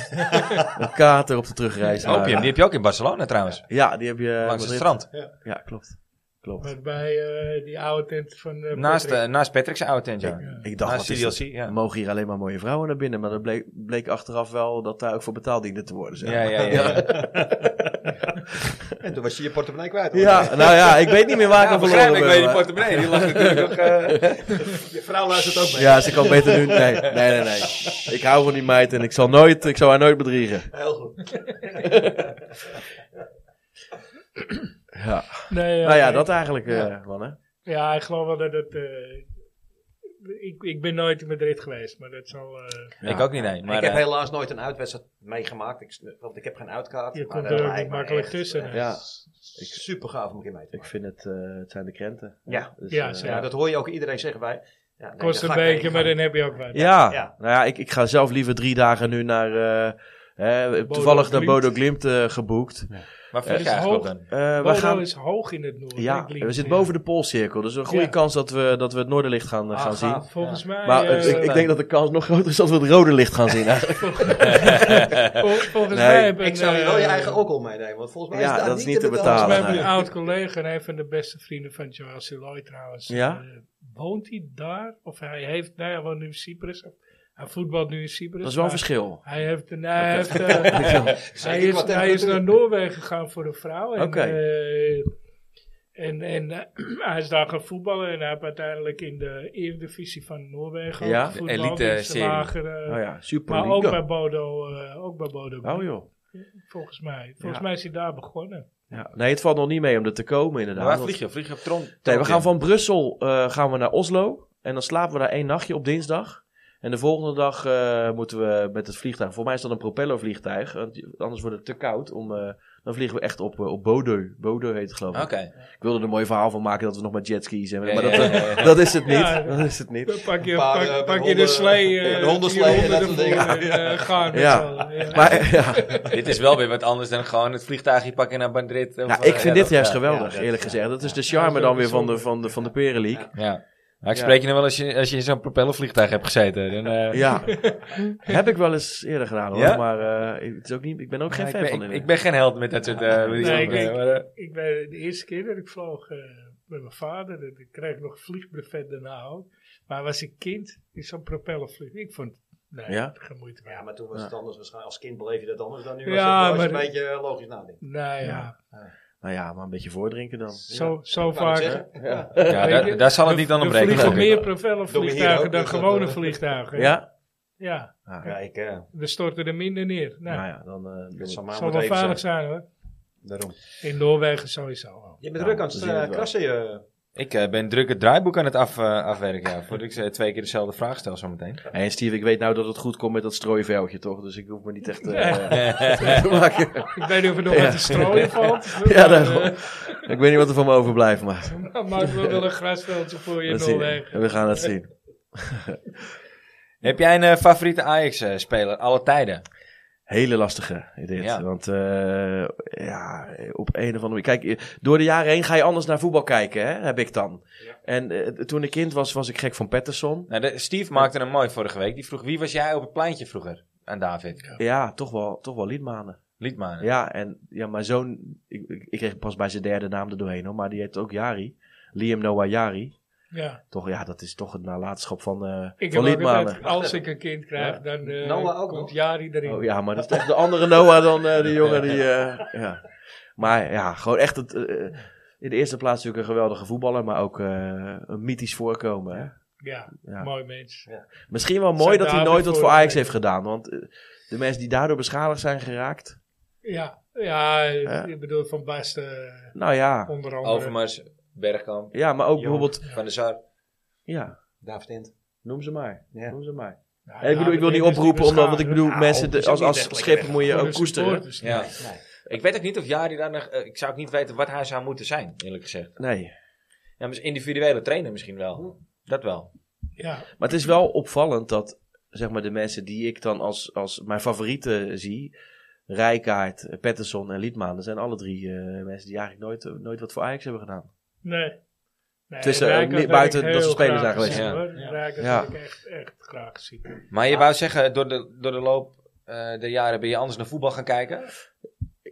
[SPEAKER 4] een kater op de terugreis. naar-
[SPEAKER 1] Opium, die heb je ook in Barcelona trouwens.
[SPEAKER 4] Ja, die heb je... in
[SPEAKER 1] langs het
[SPEAKER 4] Madrid.
[SPEAKER 1] strand.
[SPEAKER 4] Ja, klopt.
[SPEAKER 2] doen.
[SPEAKER 4] klopt.
[SPEAKER 2] Maar bij eh, die oude tent van... eh,
[SPEAKER 1] Naast,
[SPEAKER 2] Patrick.
[SPEAKER 1] eh, naast Patrick's oude tent,
[SPEAKER 2] eh,
[SPEAKER 1] ja.
[SPEAKER 4] Ik dacht,
[SPEAKER 1] Naast
[SPEAKER 4] wat is dat?
[SPEAKER 1] CDLC, ja.
[SPEAKER 4] mogen hier alleen maar mooie vrouwen naar binnen. Maar dat bleek, bleek achteraf wel dat daar ook voor betaald diende te worden. zeg.
[SPEAKER 1] Ja, ja, ja.
[SPEAKER 3] En toen was je je portemonnee kwijt. hoor.
[SPEAKER 4] Ja, nou ja, ik weet niet meer waar ik
[SPEAKER 1] Nou,
[SPEAKER 4] aan
[SPEAKER 1] begrijp
[SPEAKER 4] verloren
[SPEAKER 1] ik,
[SPEAKER 4] ben,
[SPEAKER 1] weet die
[SPEAKER 4] maar-
[SPEAKER 1] portemonnee. Die lag natuurlijk nog... eh,
[SPEAKER 3] Je vrouw luistert ook mee.
[SPEAKER 4] Ja, ze kan beter nu. Nee, nee, nee, nee. Ik hou van die meid en ik zal, nooit, ik zal haar nooit bedriegen.
[SPEAKER 3] Heel goed.
[SPEAKER 4] Ja.
[SPEAKER 2] Nee,
[SPEAKER 4] Nou ja,
[SPEAKER 2] oké.
[SPEAKER 4] dat eigenlijk, eh mannen.
[SPEAKER 2] Ja, ik geloof wel dat het... eh, ik, ik ben nooit in Madrid geweest, maar dat zal... eh,
[SPEAKER 1] Ik ook niet, nee. Maar,
[SPEAKER 3] ik heb
[SPEAKER 1] eh,
[SPEAKER 3] helaas nooit een uitwedstrijd meegemaakt. Ik, want ik heb geen uitkaart.
[SPEAKER 2] Je
[SPEAKER 3] maar
[SPEAKER 2] komt
[SPEAKER 3] dat
[SPEAKER 2] er ook
[SPEAKER 3] lijkt
[SPEAKER 2] niet
[SPEAKER 3] me
[SPEAKER 2] makkelijk
[SPEAKER 3] echt,
[SPEAKER 2] tussen.
[SPEAKER 3] eh,
[SPEAKER 4] Ja.
[SPEAKER 3] Super gaaf om een keer mee te
[SPEAKER 4] Ik
[SPEAKER 3] maken.
[SPEAKER 4] vind het, eh, het zijn de krenten.
[SPEAKER 3] Ja.
[SPEAKER 4] Dus,
[SPEAKER 2] Ja,
[SPEAKER 4] eh,
[SPEAKER 2] zeker.
[SPEAKER 3] Ja, dat hoor je ook iedereen zeggen. Wij, ja, nee,
[SPEAKER 2] kost
[SPEAKER 3] daar
[SPEAKER 2] een
[SPEAKER 3] ga ik
[SPEAKER 2] beetje,
[SPEAKER 3] heen.
[SPEAKER 2] maar dan heb je ook wat.
[SPEAKER 4] ja.
[SPEAKER 3] Ja.
[SPEAKER 4] nou ja, ik, ik ga zelf liever drie dagen nu naar, eh, hè, toevallig naar
[SPEAKER 2] Glimt.
[SPEAKER 4] Bodo Glimt eh, geboekt.
[SPEAKER 1] waar vlieg je
[SPEAKER 2] is
[SPEAKER 1] eigenlijk op
[SPEAKER 2] hoog.
[SPEAKER 1] dan?
[SPEAKER 4] Eh, we
[SPEAKER 2] Bodo
[SPEAKER 4] gaan,
[SPEAKER 2] is hoog in het noorden.
[SPEAKER 4] ja,
[SPEAKER 2] hè, Gleam.
[SPEAKER 4] we zitten boven de Poolcirkel, dus een goede
[SPEAKER 2] Ja.
[SPEAKER 4] kans dat we, dat we het Noorderlicht gaan, eh,
[SPEAKER 3] Ah,
[SPEAKER 4] gaan
[SPEAKER 3] gaaf.
[SPEAKER 4] zien.
[SPEAKER 2] Volgens mij...
[SPEAKER 4] Maar
[SPEAKER 2] eh,
[SPEAKER 4] eh, ik, ik denk dat de kans nog groter is dat we het rode licht gaan zien. eigenlijk.
[SPEAKER 2] vol- volgens
[SPEAKER 4] Nee,
[SPEAKER 2] mij heb een,
[SPEAKER 3] Ik zou je wel je
[SPEAKER 2] eh,
[SPEAKER 3] eigen alcohol meenemen. Want volgens mij
[SPEAKER 4] Ja,
[SPEAKER 3] is dat, niet te
[SPEAKER 2] Volgens
[SPEAKER 4] betalen.
[SPEAKER 2] mij
[SPEAKER 4] Ah,
[SPEAKER 2] hebben
[SPEAKER 4] nee.
[SPEAKER 2] een oud collega en een van de beste vrienden van Joël Siloy trouwens.
[SPEAKER 4] Ja?
[SPEAKER 2] eh, woont hij daar? Of hij heeft, nou hij woont nu in Cyprus. Hij voetbalt nu in Cyprus.
[SPEAKER 4] Dat is wel een
[SPEAKER 2] maar
[SPEAKER 4] verschil.
[SPEAKER 2] Hij, heeft, nee, hij, heeft, eh, hij,
[SPEAKER 3] Zeker
[SPEAKER 2] is,
[SPEAKER 3] qua
[SPEAKER 2] hij is
[SPEAKER 3] temperatuur.
[SPEAKER 2] naar Noorwegen gegaan voor een vrouw. En,
[SPEAKER 4] Oké.
[SPEAKER 2] eh, en, en eh, hij is daar gaan voetballen. En hij heeft uiteindelijk in de Eredivisie van Noorwegen
[SPEAKER 4] Ja, de
[SPEAKER 2] gevoetbald,
[SPEAKER 1] elite
[SPEAKER 2] in de
[SPEAKER 1] serie.
[SPEAKER 2] lagere-
[SPEAKER 4] Oh ja, super.
[SPEAKER 2] Eh, Maar ook bij Bodo. eh, ook bij Bodo
[SPEAKER 4] Oh joh.
[SPEAKER 2] Volgens mij. Volgens
[SPEAKER 4] Ja.
[SPEAKER 2] mij is hij daar begonnen.
[SPEAKER 4] Ja. Nee, het valt nog niet mee om er te komen inderdaad.
[SPEAKER 1] Waar
[SPEAKER 4] want-
[SPEAKER 1] vlieg je? Vlieg je op Tron?
[SPEAKER 4] Nee, we gaan van Brussel eh, gaan we naar Oslo. En dan slapen we daar één nachtje op dinsdag. En de volgende dag eh, moeten we met het vliegtuig. Voor mij is dat een propellervliegtuig. want Anders wordt het te koud. Om, eh, dan vliegen we echt op, eh, op Bodø. Bodø heet het geloof ik.
[SPEAKER 1] Oké.
[SPEAKER 4] Ik wilde er een mooi verhaal van maken dat we nog met jetskis hebben.
[SPEAKER 1] Ja,
[SPEAKER 4] maar
[SPEAKER 1] ja,
[SPEAKER 4] dat, eh,
[SPEAKER 1] ja, ja.
[SPEAKER 4] dat is het niet.
[SPEAKER 2] Ja.
[SPEAKER 4] dat is het niet.
[SPEAKER 2] Dan pak je,
[SPEAKER 3] Een paar,
[SPEAKER 2] pak,
[SPEAKER 3] eh,
[SPEAKER 2] pak je
[SPEAKER 3] honden-
[SPEAKER 2] de slee. eh,
[SPEAKER 3] de hondenslee en dat
[SPEAKER 2] die
[SPEAKER 3] soort
[SPEAKER 2] honden
[SPEAKER 3] dingen.
[SPEAKER 2] ervoor, eh, gaan met
[SPEAKER 4] Ja.
[SPEAKER 2] z'n allen, ja.
[SPEAKER 4] Maar eh, ja,
[SPEAKER 1] Dit is wel weer wat anders dan gewoon het vliegtuigje pakken naar Madrid. of,
[SPEAKER 4] ja,
[SPEAKER 1] eh,
[SPEAKER 4] Nou, ik vind dit
[SPEAKER 1] dat-
[SPEAKER 4] juist
[SPEAKER 1] ja.
[SPEAKER 4] geweldig,
[SPEAKER 3] ja, dat-
[SPEAKER 4] eerlijk
[SPEAKER 3] ja.
[SPEAKER 4] gezegd. Dat is de
[SPEAKER 2] Ja,
[SPEAKER 4] charme
[SPEAKER 2] dat
[SPEAKER 4] dan
[SPEAKER 2] is
[SPEAKER 4] weer van de,
[SPEAKER 2] bijzonder.
[SPEAKER 4] van de, van de Pereleague.
[SPEAKER 1] Ja. Maar ik
[SPEAKER 4] Ja.
[SPEAKER 1] spreek je nou wel als je, als je in zo'n propellervliegtuig hebt gezeten. Dan, eh,
[SPEAKER 4] Ja, heb ik wel eens eerder gedaan hoor.
[SPEAKER 1] Ja?
[SPEAKER 4] Maar eh, het is ook niet, ik ben ook geen
[SPEAKER 1] ja, ik
[SPEAKER 4] fan
[SPEAKER 1] ben-
[SPEAKER 4] van.
[SPEAKER 1] ik,
[SPEAKER 4] dit.
[SPEAKER 1] ik ben geen held met dat soort... eh, met die
[SPEAKER 2] Nee, ik
[SPEAKER 1] soort, eh,
[SPEAKER 2] denk-
[SPEAKER 1] maar, eh,
[SPEAKER 2] Ik ben de eerste keer dat ik vloog eh, met mijn vader. en Ik kreeg nog een vliegbuffet daarna ook. Maar was ik kind in zo'n propellervlieg. Ik vond nee,
[SPEAKER 4] Ja?
[SPEAKER 2] geen moeite mee.
[SPEAKER 3] Ja, maar toen was het anders. Waarschijnlijk als kind beleef je dat anders dan nu. Als
[SPEAKER 2] Ja,
[SPEAKER 3] je, als je
[SPEAKER 2] maar-
[SPEAKER 3] een beetje eh, logisch nadenkt.
[SPEAKER 2] Nou ja,
[SPEAKER 4] Ja. Nou ja, maar een beetje voordrinken dan.
[SPEAKER 2] zo, zo
[SPEAKER 3] Ik wou het
[SPEAKER 2] vaak.
[SPEAKER 3] zeggen.
[SPEAKER 1] ja, daar, daar zal het niet aan
[SPEAKER 2] Er
[SPEAKER 1] ontbreken.
[SPEAKER 2] vliegen
[SPEAKER 1] geloof ik.
[SPEAKER 2] meer
[SPEAKER 3] Doen we hier
[SPEAKER 2] propellervliegtuigen
[SPEAKER 3] ook,
[SPEAKER 2] dan
[SPEAKER 3] dus dat,
[SPEAKER 2] gewone
[SPEAKER 3] eh,
[SPEAKER 2] vliegtuigen.
[SPEAKER 4] Ja?
[SPEAKER 2] Ja,
[SPEAKER 4] Ah,
[SPEAKER 3] Ja, ik, eh,
[SPEAKER 2] er storten er minder neer. Nou,
[SPEAKER 4] Nou ja, dan...
[SPEAKER 2] het
[SPEAKER 4] eh,
[SPEAKER 3] dat zal maar
[SPEAKER 2] zal
[SPEAKER 3] moeten
[SPEAKER 2] wel
[SPEAKER 3] even
[SPEAKER 2] veilig
[SPEAKER 3] zijn.
[SPEAKER 2] zijn hoor.
[SPEAKER 3] Daarom.
[SPEAKER 2] In Noorwegen sowieso al.
[SPEAKER 3] Je
[SPEAKER 4] Nou,
[SPEAKER 3] bent druk aan het
[SPEAKER 4] we zien het
[SPEAKER 3] eh,
[SPEAKER 4] wel.
[SPEAKER 3] krassen. eh.
[SPEAKER 1] Ik eh, ben druk het draaiboek aan het af, eh, afwerken. Ja, voordat ik eh, twee keer dezelfde vraag stel zometeen.
[SPEAKER 4] Hey, Steve, ik weet nou dat het goed komt met dat strooiveldje, toch? Dus ik hoef me niet echt eh,
[SPEAKER 2] Nee.
[SPEAKER 4] te maken.
[SPEAKER 2] Ik weet niet of er nog
[SPEAKER 4] Ja.
[SPEAKER 2] wat te strooien valt. maar,
[SPEAKER 4] Ja, daarom.
[SPEAKER 2] eh,
[SPEAKER 4] Ik weet niet wat er van me overblijft, maar...
[SPEAKER 2] Maar maak wel wel een grasveldje voor je in
[SPEAKER 4] dat zien-
[SPEAKER 2] Noorwegen.
[SPEAKER 4] we gaan het zien.
[SPEAKER 1] Heb jij een eh, favoriete Ajax-speler? alle tijden.
[SPEAKER 4] Hele lastige, dit.
[SPEAKER 1] Ja.
[SPEAKER 4] Want eh, ja, op een of andere manier... Kijk, eh, door de jaren heen ga je anders naar voetbal kijken, hè? Heb ik dan. En eh, toen ik kind was, was ik gek van Patterson.
[SPEAKER 1] Nou, de- Steve maakte een mooi vorige week. Die vroeg, wie was jij op het pleintje vroeger? Aan David.
[SPEAKER 4] Ja, toch wel, toch wel Liedmanen.
[SPEAKER 1] Liedmanen.
[SPEAKER 4] Ja, en ja, mijn zoon, ik, ik, ik kreeg pas bij zijn derde naam er doorheen, hoor, maar die heet ook Jari. Liam Noah Jari.
[SPEAKER 2] Ja.
[SPEAKER 4] Toch, ja, dat is toch het nalatenschap van, eh
[SPEAKER 2] Ik
[SPEAKER 4] van
[SPEAKER 2] heb ook
[SPEAKER 4] Liedmanen.
[SPEAKER 2] altijd, als ik een kind krijg,
[SPEAKER 3] Ja.
[SPEAKER 2] dan eh,
[SPEAKER 3] Noah ook
[SPEAKER 2] komt
[SPEAKER 3] nog?
[SPEAKER 2] Jari erin.
[SPEAKER 4] Oh ja, maar dat is toch de andere Noah dan eh die jongen die... eh, ja. Maar ja, gewoon echt het, eh, in de eerste plaats natuurlijk een geweldige voetballer, maar ook eh, een mythisch voorkomen. Hè?
[SPEAKER 2] Ja,
[SPEAKER 4] Ja.
[SPEAKER 2] mooi mens.
[SPEAKER 4] Misschien wel mooi
[SPEAKER 2] Zijn
[SPEAKER 4] dat hij
[SPEAKER 2] David
[SPEAKER 4] nooit wat
[SPEAKER 2] voor-
[SPEAKER 4] voor Ajax heeft gedaan, want eh, de mensen die daardoor beschadigd zijn geraakt,
[SPEAKER 2] Ja, ja, eh,
[SPEAKER 4] Ja.
[SPEAKER 2] ik bedoel Van Basten eh,
[SPEAKER 4] nou ja.
[SPEAKER 2] onder andere.
[SPEAKER 1] Overmars, Bergkamp,
[SPEAKER 4] Ja, maar ook
[SPEAKER 3] Jong.
[SPEAKER 4] bijvoorbeeld,
[SPEAKER 1] Van der Sar.
[SPEAKER 4] ja,
[SPEAKER 3] David Int.
[SPEAKER 4] noem ze maar,
[SPEAKER 3] Ja.
[SPEAKER 4] noem ze maar.
[SPEAKER 2] Ja,
[SPEAKER 4] Ja, ik, bedoel, ik wil
[SPEAKER 2] David
[SPEAKER 4] niet
[SPEAKER 2] Nou, is
[SPEAKER 4] oproepen, omdat, want ik
[SPEAKER 2] beschadigd.
[SPEAKER 4] bedoel,
[SPEAKER 3] Nou,
[SPEAKER 4] mensen,
[SPEAKER 3] dat
[SPEAKER 4] de-
[SPEAKER 3] is
[SPEAKER 4] als,
[SPEAKER 3] ook niet
[SPEAKER 4] als
[SPEAKER 3] echt
[SPEAKER 4] schipper
[SPEAKER 3] lekker
[SPEAKER 4] moet je
[SPEAKER 2] Voor de
[SPEAKER 4] ook koesteren.
[SPEAKER 2] supporters
[SPEAKER 1] Ja.
[SPEAKER 2] niet.
[SPEAKER 3] Nee.
[SPEAKER 1] Ik weet ook niet of Jari daar nog... eh, ik zou ook niet weten wat hij zou moeten zijn, eerlijk gezegd.
[SPEAKER 4] Nee.
[SPEAKER 1] Ja, maar individuele trainer misschien wel. Dat wel.
[SPEAKER 2] Ja,
[SPEAKER 4] Maar het is wel opvallend dat zeg maar, de mensen die ik dan als, als mijn favorieten zie, Rijkaard, eh, Pettersson en Liedman, dat zijn alle drie eh, mensen die eigenlijk nooit, nooit wat voor Ajax hebben gedaan.
[SPEAKER 2] nee. nee
[SPEAKER 4] Tussen,
[SPEAKER 2] Rijkaard
[SPEAKER 4] eh,
[SPEAKER 2] heb
[SPEAKER 4] buiten
[SPEAKER 2] ik
[SPEAKER 4] dat ze
[SPEAKER 2] heel
[SPEAKER 4] spelers
[SPEAKER 2] graag
[SPEAKER 4] zijn geweest,
[SPEAKER 2] gezien,
[SPEAKER 1] ja.
[SPEAKER 2] hoor.
[SPEAKER 3] Ja.
[SPEAKER 2] Rijkaard
[SPEAKER 4] Ja.
[SPEAKER 2] heb ik echt, echt graag gezien.
[SPEAKER 1] Maar je wou zeggen, door de, door de loop eh, der jaren ben je anders naar voetbal gaan kijken?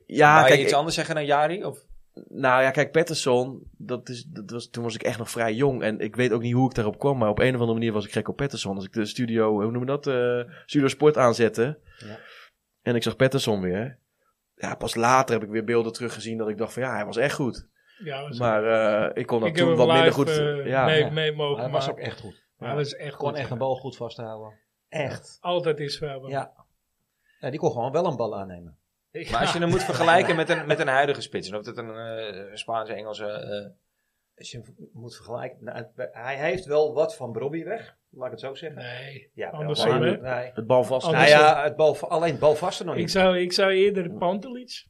[SPEAKER 4] Ja,
[SPEAKER 1] wou
[SPEAKER 4] Ah, kijk,
[SPEAKER 1] je iets
[SPEAKER 4] ik-
[SPEAKER 1] anders zeggen dan Jari? Of?
[SPEAKER 4] nou ja, kijk, Pettersson, dat is, dat was, toen was ik echt nog vrij jong en ik weet ook niet hoe ik daarop kwam, maar op een of andere manier was ik gek op Pettersson. Als ik de studio, hoe noem je dat, eh, studio sport aanzette
[SPEAKER 3] Ja.
[SPEAKER 4] en ik zag Pettersson weer. Ja, pas later heb ik weer beelden teruggezien dat ik dacht van ja, hij was echt goed.
[SPEAKER 2] Ja, was-
[SPEAKER 4] Maar eh, ik kon dat
[SPEAKER 2] ik heb
[SPEAKER 4] toen
[SPEAKER 2] hem
[SPEAKER 4] wat minder
[SPEAKER 2] live,
[SPEAKER 4] goed.
[SPEAKER 2] eh,
[SPEAKER 4] ja.
[SPEAKER 2] mee,
[SPEAKER 3] Ja.
[SPEAKER 2] mee mogen
[SPEAKER 3] Maar
[SPEAKER 2] maken.
[SPEAKER 3] hij was ook echt goed.
[SPEAKER 2] Hij was echt
[SPEAKER 3] Kon
[SPEAKER 2] goed,
[SPEAKER 3] echt
[SPEAKER 2] ja.
[SPEAKER 3] een bal goed vasthouden. Echt.
[SPEAKER 2] Altijd is wel.
[SPEAKER 3] Ja. ja. Die kon gewoon wel een bal aannemen.
[SPEAKER 1] Maar als je hem moet vergelijken met een, met een huidige spits. En of dat een eh, Spaanse, Engelse... eh,
[SPEAKER 3] Als je hem moet vergelijken. nou, het- hij heeft wel wat van Robbie weg. Laat ik het zo zeggen.
[SPEAKER 2] Nee.
[SPEAKER 3] Ja, wel,
[SPEAKER 2] andersom,
[SPEAKER 3] maar-
[SPEAKER 2] hè?
[SPEAKER 3] Nee.
[SPEAKER 4] Het bal vast.
[SPEAKER 3] Nou
[SPEAKER 2] Andersom.
[SPEAKER 3] ja, het bal, alleen het bal vaste nog
[SPEAKER 2] Ik
[SPEAKER 3] niet.
[SPEAKER 2] zou, ik zou eerder Pantelic.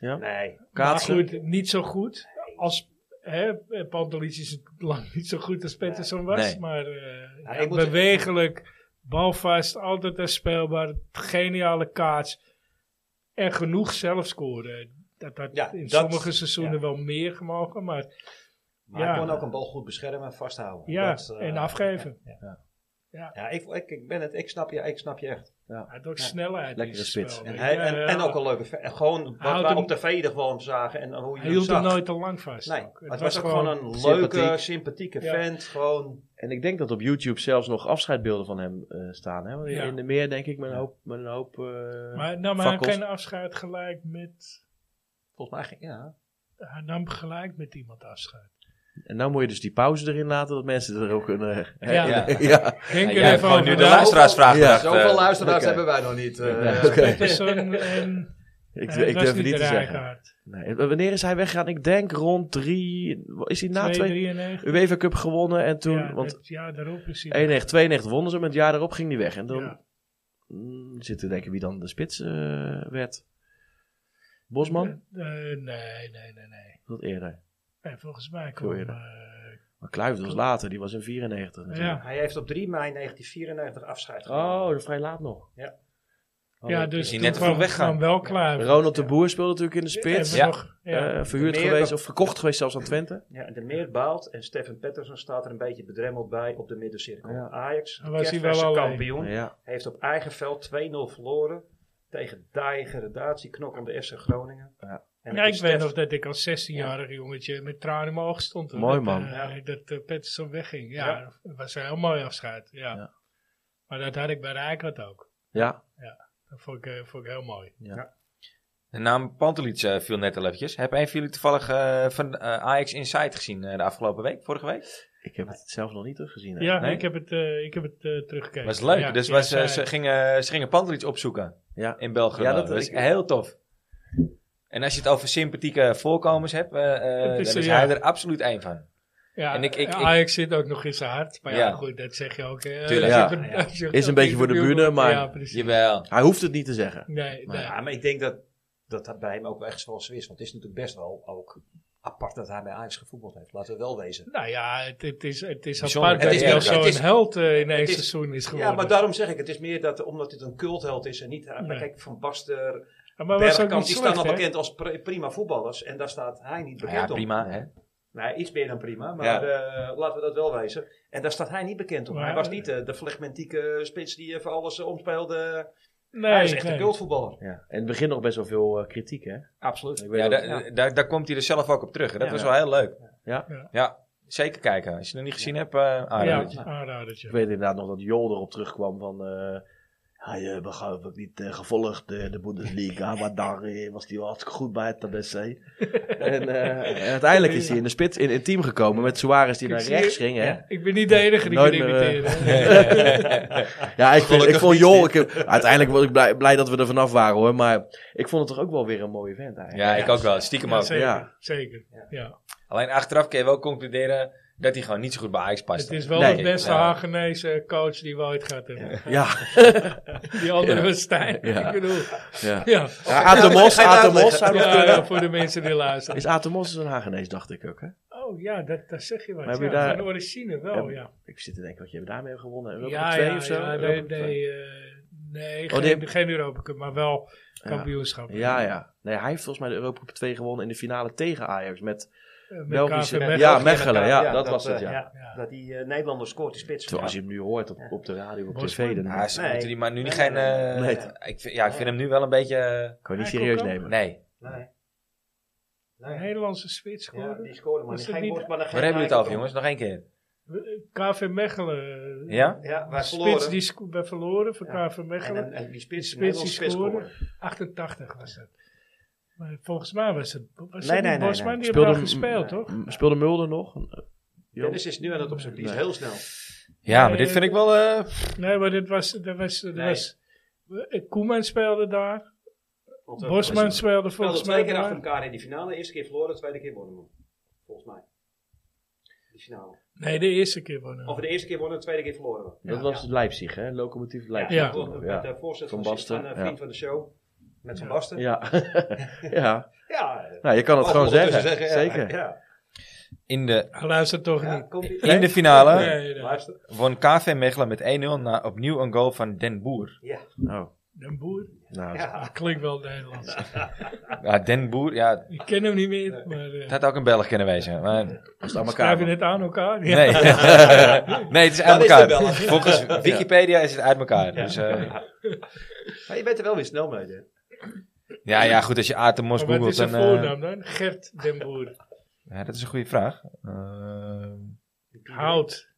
[SPEAKER 3] Nee.
[SPEAKER 2] Maar
[SPEAKER 4] Kaatsen.
[SPEAKER 2] goed, niet zo goed. Als, hè, Pantelic is lang niet zo goed als Pettersson was.
[SPEAKER 1] Nee.
[SPEAKER 2] Maar eh,
[SPEAKER 3] Ja,
[SPEAKER 2] ja,
[SPEAKER 3] ik moet-
[SPEAKER 2] bewegelijk, balvast, altijd herspeelbaar. Geniale kaats. En genoeg zelf scoren. Dat had
[SPEAKER 3] Ja,
[SPEAKER 2] in
[SPEAKER 3] dat-
[SPEAKER 2] sommige seizoenen
[SPEAKER 3] ja.
[SPEAKER 2] wel meer gemogen. Maar
[SPEAKER 3] Maar
[SPEAKER 2] Ja.
[SPEAKER 3] hij kon ook een bal goed beschermen en vasthouden.
[SPEAKER 2] ja,
[SPEAKER 3] Dat, eh,
[SPEAKER 2] en afgeven.
[SPEAKER 3] Ja, ik, ik, ik ben het. Ik snap je, ik snap je echt.
[SPEAKER 2] Hij had ook
[SPEAKER 3] Ja.
[SPEAKER 2] snelheid.
[SPEAKER 4] Lekkere
[SPEAKER 2] in zijn
[SPEAKER 4] spits.
[SPEAKER 2] spel,
[SPEAKER 3] En,
[SPEAKER 2] weet
[SPEAKER 3] hij,
[SPEAKER 2] je.
[SPEAKER 3] en,
[SPEAKER 2] Ja,
[SPEAKER 3] en
[SPEAKER 2] ja.
[SPEAKER 3] ook een leuke... ve- en Gewoon wat
[SPEAKER 2] Houdt
[SPEAKER 3] we
[SPEAKER 2] hem-
[SPEAKER 3] op tv ieder geval hem zagen en hoe je
[SPEAKER 2] Hij
[SPEAKER 3] hem
[SPEAKER 2] hield hem
[SPEAKER 3] zag.
[SPEAKER 2] nooit te lang vast.
[SPEAKER 3] Nee,
[SPEAKER 2] ook.
[SPEAKER 3] het, was, ook gewoon een
[SPEAKER 4] sympathiek.
[SPEAKER 3] leuke, sympathieke
[SPEAKER 2] Ja.
[SPEAKER 3] vent. Gewoon...
[SPEAKER 4] En ik denk dat op YouTube zelfs nog afscheidbeelden van hem eh, staan. Hè? Want
[SPEAKER 2] Ja.
[SPEAKER 4] In de meer denk ik met een hoop. Met een hoop eh,
[SPEAKER 2] Maar nam hij
[SPEAKER 4] fakkels.
[SPEAKER 2] geen afscheid gelijk met...
[SPEAKER 3] Volgens mij ging... Ja.
[SPEAKER 2] Hij nam gelijk met iemand afscheid.
[SPEAKER 4] En nou moet je dus die pauze erin laten dat mensen er ook kunnen.
[SPEAKER 2] Ja.
[SPEAKER 4] ja.
[SPEAKER 1] Ja.
[SPEAKER 4] ja.
[SPEAKER 2] Denk
[SPEAKER 1] ja,
[SPEAKER 2] er
[SPEAKER 1] jij hebt
[SPEAKER 2] even
[SPEAKER 1] gewoon
[SPEAKER 2] over
[SPEAKER 1] nu de
[SPEAKER 2] na.
[SPEAKER 1] luisteraarsvraag
[SPEAKER 4] Ja.
[SPEAKER 1] gedacht, eh.
[SPEAKER 3] Zoveel luisteraars
[SPEAKER 4] oké.
[SPEAKER 3] hebben wij nog niet. eh.
[SPEAKER 4] oké.
[SPEAKER 2] Pettersson en...
[SPEAKER 4] Ik,
[SPEAKER 2] Nee,
[SPEAKER 4] ik
[SPEAKER 2] dat is
[SPEAKER 4] durf het niet te
[SPEAKER 2] de
[SPEAKER 4] zeggen.
[SPEAKER 2] Rijkaard.
[SPEAKER 4] Nee. W- Wanneer is hij weggegaan? Ik denk rond drie. eh, Is hij na twee?
[SPEAKER 2] 293.
[SPEAKER 4] UEFA Cup gewonnen en toen.
[SPEAKER 2] ja,
[SPEAKER 4] want
[SPEAKER 2] dat- ja, daarop is hij.
[SPEAKER 4] 91, 92 wonnen ze, maar het jaar daarop ging hij weg. En dan
[SPEAKER 2] Ja.
[SPEAKER 4] mm, zit te denken wie dan de spits eh, werd. Bosman?
[SPEAKER 2] Eh, eh, nee, nee, nee, nee.
[SPEAKER 4] Dat eerder.
[SPEAKER 2] Nee, volgens mij
[SPEAKER 4] Veel
[SPEAKER 2] kwam...
[SPEAKER 4] eerder.
[SPEAKER 2] eh,
[SPEAKER 4] Maar Kluivert was later, die was in 94 nou. natuurlijk.
[SPEAKER 2] ja.
[SPEAKER 3] Hij heeft op 3 mei 1994 afscheid
[SPEAKER 4] Oh,
[SPEAKER 3] genomen.
[SPEAKER 4] dat is vrij laat nog.
[SPEAKER 3] Ja.
[SPEAKER 4] Oh,
[SPEAKER 2] ja,
[SPEAKER 4] dat-
[SPEAKER 2] dus
[SPEAKER 1] hij
[SPEAKER 2] toen
[SPEAKER 1] net te
[SPEAKER 2] kwam,
[SPEAKER 1] vroeg weggaan.
[SPEAKER 2] kwam wel klaar.
[SPEAKER 4] Ronald de Boer speelde natuurlijk in de spits.
[SPEAKER 1] Ja.
[SPEAKER 2] Ja. Nog, ja.
[SPEAKER 4] Eh, verhuurd
[SPEAKER 3] Meer
[SPEAKER 4] geweest
[SPEAKER 3] dan-
[SPEAKER 4] of verkocht geweest zelfs aan Twente.
[SPEAKER 3] Ja, de meer baalt en Stefan Pettersson staat er een beetje bedremmeld bij op de middencirkel.
[SPEAKER 4] Ja.
[SPEAKER 3] Ajax,
[SPEAKER 2] Dan Nou, was hij wel
[SPEAKER 3] kerstverse
[SPEAKER 2] alleen.
[SPEAKER 3] kampioen,
[SPEAKER 4] Ja.
[SPEAKER 3] heeft op eigen veld 2-0 verloren tegen degradatie, knokkende FC Groningen.
[SPEAKER 4] Ja.
[SPEAKER 3] En
[SPEAKER 2] Ja,
[SPEAKER 3] dan
[SPEAKER 2] ik
[SPEAKER 3] is
[SPEAKER 2] weet
[SPEAKER 3] Stef-
[SPEAKER 2] nog dat ik als 16-jarig jongetje met tranen in mijn ogen stond. hoor.
[SPEAKER 4] Mooi,
[SPEAKER 2] dat,
[SPEAKER 4] man.
[SPEAKER 2] eh,
[SPEAKER 3] Ja.
[SPEAKER 2] dat eh, Pettersson wegging. Ja,
[SPEAKER 3] Ja.
[SPEAKER 2] dat was een heel mooi afscheid. Ja.
[SPEAKER 4] Ja.
[SPEAKER 2] Maar dat had ik bij Rijkaard ook.
[SPEAKER 4] ja.
[SPEAKER 2] Dat vond ik, eh, vond ik heel mooi.
[SPEAKER 1] De naam Pantelic eh, viel net al eventjes. Hebben een van jullie toevallig eh, van eh, Ajax Insight gezien eh, de afgelopen week, vorige week?
[SPEAKER 4] Ik heb het zelf nog niet teruggezien. hè.
[SPEAKER 2] Ja,
[SPEAKER 1] nee?
[SPEAKER 2] ik heb het, eh, ik heb het eh, teruggekeken.
[SPEAKER 1] was leuk.
[SPEAKER 2] Ja,
[SPEAKER 1] dus
[SPEAKER 2] ja,
[SPEAKER 1] was, eh,
[SPEAKER 2] zij-
[SPEAKER 1] ze, gingen, ze gingen Pantelic opzoeken
[SPEAKER 4] Ja.
[SPEAKER 1] in Belgrado.
[SPEAKER 4] Ja, dat-
[SPEAKER 1] dat was
[SPEAKER 4] ik-
[SPEAKER 1] heel tof. En als je het over sympathieke voorkomens hebt, eh, eh,
[SPEAKER 2] Dat is
[SPEAKER 1] dan is
[SPEAKER 2] er, ja.
[SPEAKER 1] hij er absoluut één van.
[SPEAKER 2] ja,
[SPEAKER 1] en ik- ik- ik-
[SPEAKER 2] Ajax zit ook nog in zijn hart. Maar ja,
[SPEAKER 1] Ja.
[SPEAKER 2] goed, dat zeg je ook. eh,
[SPEAKER 1] Tuurlijk.
[SPEAKER 2] als je-
[SPEAKER 3] Ja, ja.
[SPEAKER 2] als je-
[SPEAKER 4] Is een beetje voor de bühne, maar-
[SPEAKER 2] Ja, precies.
[SPEAKER 1] Jawel.
[SPEAKER 4] Hij hoeft het niet te zeggen.
[SPEAKER 2] Nee, nee.
[SPEAKER 3] Ja, maar ik denk dat, dat dat bij hem ook echt zoals is. Want het is natuurlijk best wel ook apart dat hij bij Ajax gevoetbald heeft. Laten we wel wezen.
[SPEAKER 2] Nou ja, het, het is, het is
[SPEAKER 1] Bijzonder.
[SPEAKER 2] apart
[SPEAKER 1] Het
[SPEAKER 2] dat
[SPEAKER 1] is-
[SPEAKER 2] hij
[SPEAKER 1] het
[SPEAKER 2] zo'n
[SPEAKER 3] is-
[SPEAKER 2] held eh, in één
[SPEAKER 3] het is-
[SPEAKER 2] seizoen is geworden.
[SPEAKER 3] Ja, maar daarom zeg ik, het is meer dat, omdat dit een cultheld is en niet... maar
[SPEAKER 2] Nee.
[SPEAKER 3] Kijk, Van Basten,
[SPEAKER 2] Ja, maar was ook
[SPEAKER 3] Bergkamp,
[SPEAKER 2] niet
[SPEAKER 3] die staan
[SPEAKER 2] slecht,
[SPEAKER 3] al
[SPEAKER 2] hè?
[SPEAKER 3] bekend als pri- prima voetballers. En daar staat hij niet
[SPEAKER 1] Ja,
[SPEAKER 3] bekend om.
[SPEAKER 1] prima. Hè?
[SPEAKER 3] Nee, iets meer dan prima, maar
[SPEAKER 1] Ja.
[SPEAKER 3] eh, laten we dat wel wezen. En daar staat hij niet bekend om.
[SPEAKER 2] Maar-
[SPEAKER 3] hij was niet eh, de flegmentieke spits die eh, voor alles eh, omspeelde.
[SPEAKER 2] Nee,
[SPEAKER 3] hij is echt een
[SPEAKER 2] nee.
[SPEAKER 3] cultvoetballer.
[SPEAKER 4] Ja. En het begint nog best wel veel eh, kritiek, hè?
[SPEAKER 3] Absoluut.
[SPEAKER 4] Ik weet
[SPEAKER 1] Ja,
[SPEAKER 4] dat-
[SPEAKER 1] da- Daar, daar komt hij er zelf ook op terug. En dat
[SPEAKER 4] Ja.
[SPEAKER 1] was wel heel leuk.
[SPEAKER 4] Ja.
[SPEAKER 2] Ja.
[SPEAKER 1] Ja, zeker kijken. Als je het nog niet gezien hebt, eh aanrader.
[SPEAKER 2] Ja, aanradertje.
[SPEAKER 4] Ik weet inderdaad nog dat Jol erop terugkwam van... eh hij eh, begrijp ik niet eh, gevolgd eh, de Bundesliga, maar daar eh, was hij wel hartstikke goed bij het ABC. en, eh, en uiteindelijk is hij in de spits in in het team gekomen met Suarez die
[SPEAKER 2] Ik
[SPEAKER 4] naar
[SPEAKER 2] zie
[SPEAKER 4] rechts
[SPEAKER 2] je-
[SPEAKER 4] ging. Hè?
[SPEAKER 2] Ik ben niet de enige die
[SPEAKER 4] Nooit
[SPEAKER 2] kan
[SPEAKER 4] meer, eh,
[SPEAKER 2] irriteren.
[SPEAKER 4] Ja, ik, vind, ik
[SPEAKER 1] Gelukkig
[SPEAKER 4] vond
[SPEAKER 1] niet
[SPEAKER 4] Jol... Ik, uiteindelijk was ik blij, blij dat we er vanaf waren hoor, maar ik vond het toch ook wel weer een mooi event eigenlijk.
[SPEAKER 1] Ja, ik ook wel. Stiekem
[SPEAKER 2] Ja,
[SPEAKER 1] ook.
[SPEAKER 2] zeker.
[SPEAKER 4] Ja.
[SPEAKER 2] Zeker. Ja.
[SPEAKER 1] Alleen achteraf kun je wel concluderen dat hij gewoon niet zo goed bij Ajax past.
[SPEAKER 2] Het is wel
[SPEAKER 4] Nee,
[SPEAKER 2] de beste
[SPEAKER 1] ja.
[SPEAKER 2] Hagenese coach die we ooit gehad hebben.
[SPEAKER 4] Ja,
[SPEAKER 2] Die andere
[SPEAKER 4] Ja.
[SPEAKER 2] was Stijn.
[SPEAKER 4] Ja.
[SPEAKER 2] Ik bedoel,
[SPEAKER 4] ja.
[SPEAKER 2] ja.
[SPEAKER 4] ja Atemos,
[SPEAKER 3] Ga je het
[SPEAKER 4] Atemos.
[SPEAKER 3] uitleggen?
[SPEAKER 4] zou dat
[SPEAKER 2] Ja,
[SPEAKER 4] kunnen?
[SPEAKER 2] ja, voor de mensen die luisteren.
[SPEAKER 4] Is Atemos een Hagenees, dacht ik ook, hè?
[SPEAKER 2] Oh ja, dat, dat zeg je wat.
[SPEAKER 4] Maar
[SPEAKER 2] Ja,
[SPEAKER 4] heb je daar-
[SPEAKER 2] Van origine wel,
[SPEAKER 4] Hebben-
[SPEAKER 2] ja.
[SPEAKER 4] Ik zit te denken, wat je daarmee hebt gewonnen. Europa
[SPEAKER 2] Ja,
[SPEAKER 4] twee
[SPEAKER 2] ja,
[SPEAKER 4] of zo?
[SPEAKER 2] ja,
[SPEAKER 4] Europa
[SPEAKER 2] nee,
[SPEAKER 4] twee. Oh,
[SPEAKER 2] nee, eh, nee
[SPEAKER 4] die
[SPEAKER 2] geen,
[SPEAKER 4] hebben-
[SPEAKER 2] geen Europa Cup, maar wel
[SPEAKER 4] Ja.
[SPEAKER 2] kampioenschap.
[SPEAKER 4] Ja, ja. Nee, hij heeft volgens mij de Europa Cup 2 gewonnen in de finale tegen Ajax. Met
[SPEAKER 2] Eh, Met
[SPEAKER 4] Belgische...
[SPEAKER 2] KV Mechelen.
[SPEAKER 4] ja, Mechelen. Ja,
[SPEAKER 3] Ja,
[SPEAKER 4] dat
[SPEAKER 3] dat,
[SPEAKER 4] was het,
[SPEAKER 3] eh,
[SPEAKER 4] ja.
[SPEAKER 2] Ja, ja.
[SPEAKER 3] Dat die eh, Nederlander scoort, die spits.
[SPEAKER 4] Terwijl als je hem nu hoort op, op de radio, op
[SPEAKER 2] Bosman.
[SPEAKER 4] tv, dan
[SPEAKER 1] Ja, ze
[SPEAKER 3] Nee.
[SPEAKER 1] moeten die maar nu niet
[SPEAKER 3] Nee,
[SPEAKER 1] geen...
[SPEAKER 3] nee,
[SPEAKER 1] eh,
[SPEAKER 4] nee.
[SPEAKER 1] ik, vind- ja, ik vind hem nu wel een beetje... eh,
[SPEAKER 4] kan je niet
[SPEAKER 2] Hij
[SPEAKER 4] serieus
[SPEAKER 2] komt ook.
[SPEAKER 4] nemen.
[SPEAKER 1] nee.
[SPEAKER 3] Nee.
[SPEAKER 2] Een
[SPEAKER 3] Nee.
[SPEAKER 2] Nederlandse spits
[SPEAKER 3] Ja,
[SPEAKER 2] geworden.
[SPEAKER 3] die scoorde, maar
[SPEAKER 2] Was
[SPEAKER 3] geen
[SPEAKER 2] het niet-
[SPEAKER 3] borst, maar dan
[SPEAKER 1] Waar hebben jullie het over, jongens? Nog één keer.
[SPEAKER 2] KV Mechelen. eh,
[SPEAKER 1] Ja?
[SPEAKER 3] Ja, wij
[SPEAKER 2] Spits
[SPEAKER 3] verloren.
[SPEAKER 2] die sco- bij verloren voor
[SPEAKER 3] Ja.
[SPEAKER 2] KV
[SPEAKER 3] en, eh,
[SPEAKER 2] Mechelen.
[SPEAKER 3] dan- en die spits,
[SPEAKER 2] die
[SPEAKER 3] Nederlands
[SPEAKER 2] spits die
[SPEAKER 3] spits scoorde.
[SPEAKER 2] 88 was dat. Maar volgens mij was het. Was nee,
[SPEAKER 3] nee,
[SPEAKER 2] nee, nee,
[SPEAKER 3] nee,
[SPEAKER 2] Bosman,
[SPEAKER 3] nee.
[SPEAKER 2] die hebben
[SPEAKER 4] hem-
[SPEAKER 2] daar gespeeld, toch?
[SPEAKER 4] m- Speelde Mulder nog? Jo.
[SPEAKER 3] Dennis is nu aan het op zijn pies,
[SPEAKER 4] Nee.
[SPEAKER 3] heel snel.
[SPEAKER 1] Ja, maar
[SPEAKER 2] Nee,
[SPEAKER 1] dit vind ik wel... eh,
[SPEAKER 2] Nee, maar dit was. Dat was, dat
[SPEAKER 3] Nee.
[SPEAKER 2] was eh, Koeman speelde daar.
[SPEAKER 3] Want,
[SPEAKER 2] Bosman
[SPEAKER 3] eh, Bosman
[SPEAKER 2] speelde
[SPEAKER 3] speelde
[SPEAKER 2] volgens
[SPEAKER 3] twee
[SPEAKER 2] mij.
[SPEAKER 3] keer achter
[SPEAKER 2] daar.
[SPEAKER 3] elkaar in die finale. Eerste keer verloren, tweede keer wonnen. we. Volgens mij. Die finale.
[SPEAKER 2] Nee, de eerste keer wonnen.
[SPEAKER 3] Of de eerste keer wonnen, de tweede keer verloren. we.
[SPEAKER 4] Dat
[SPEAKER 3] Ja.
[SPEAKER 4] was Leipzig, hè? Locomotief
[SPEAKER 3] Ja,
[SPEAKER 4] Leipzig.
[SPEAKER 2] Ja.
[SPEAKER 4] toch?
[SPEAKER 3] Met
[SPEAKER 4] ja.
[SPEAKER 3] de voorzet
[SPEAKER 4] Van
[SPEAKER 3] van,
[SPEAKER 4] Basten,
[SPEAKER 3] Basten, van eh, vriend
[SPEAKER 4] ja.
[SPEAKER 3] van de show. Met Van Basten. Ja.
[SPEAKER 4] Ja. ja.
[SPEAKER 3] eh,
[SPEAKER 4] Nou, je kan het
[SPEAKER 3] oh,
[SPEAKER 4] gewoon
[SPEAKER 3] ondertussen
[SPEAKER 4] zeggen.
[SPEAKER 3] ja,
[SPEAKER 4] Zeker.
[SPEAKER 3] Ja,
[SPEAKER 1] In de,
[SPEAKER 2] Hij luistert toch
[SPEAKER 3] ja,
[SPEAKER 2] niet.
[SPEAKER 3] komt die-
[SPEAKER 1] in de finale
[SPEAKER 2] Nee, nee, nee.
[SPEAKER 3] Luister.
[SPEAKER 1] won KV Mechelen met 1-0 na opnieuw een goal van Den Boer.
[SPEAKER 3] Ja.
[SPEAKER 4] Oh,
[SPEAKER 2] Den Boer. Ah,
[SPEAKER 4] nou,
[SPEAKER 3] ja.
[SPEAKER 2] Klinkt wel Nederlands.
[SPEAKER 1] Ja, Den Boer, ja,
[SPEAKER 2] Ik ken hem niet meer. Maar, eh
[SPEAKER 1] het had ook een Belg kunnen wezen. Maar,
[SPEAKER 4] als het aan elkaar
[SPEAKER 2] schrijf je het aan elkaar? Ja.
[SPEAKER 1] nee. nee, het is
[SPEAKER 3] Dat
[SPEAKER 1] uit
[SPEAKER 3] is de
[SPEAKER 1] elkaar.
[SPEAKER 3] Belg.
[SPEAKER 1] Volgens Wikipedia is het uit elkaar. Dus, eh,
[SPEAKER 3] Maar je bent er wel weer snel mee. Hè.
[SPEAKER 1] ja, ja, goed, als je Atemos
[SPEAKER 2] Maar wat
[SPEAKER 1] googelt,
[SPEAKER 2] is zijn
[SPEAKER 1] dan... eh,
[SPEAKER 2] voornaam dan? Gert Den Boer.
[SPEAKER 1] ja, dat is een goede vraag. Eh,
[SPEAKER 2] Hout.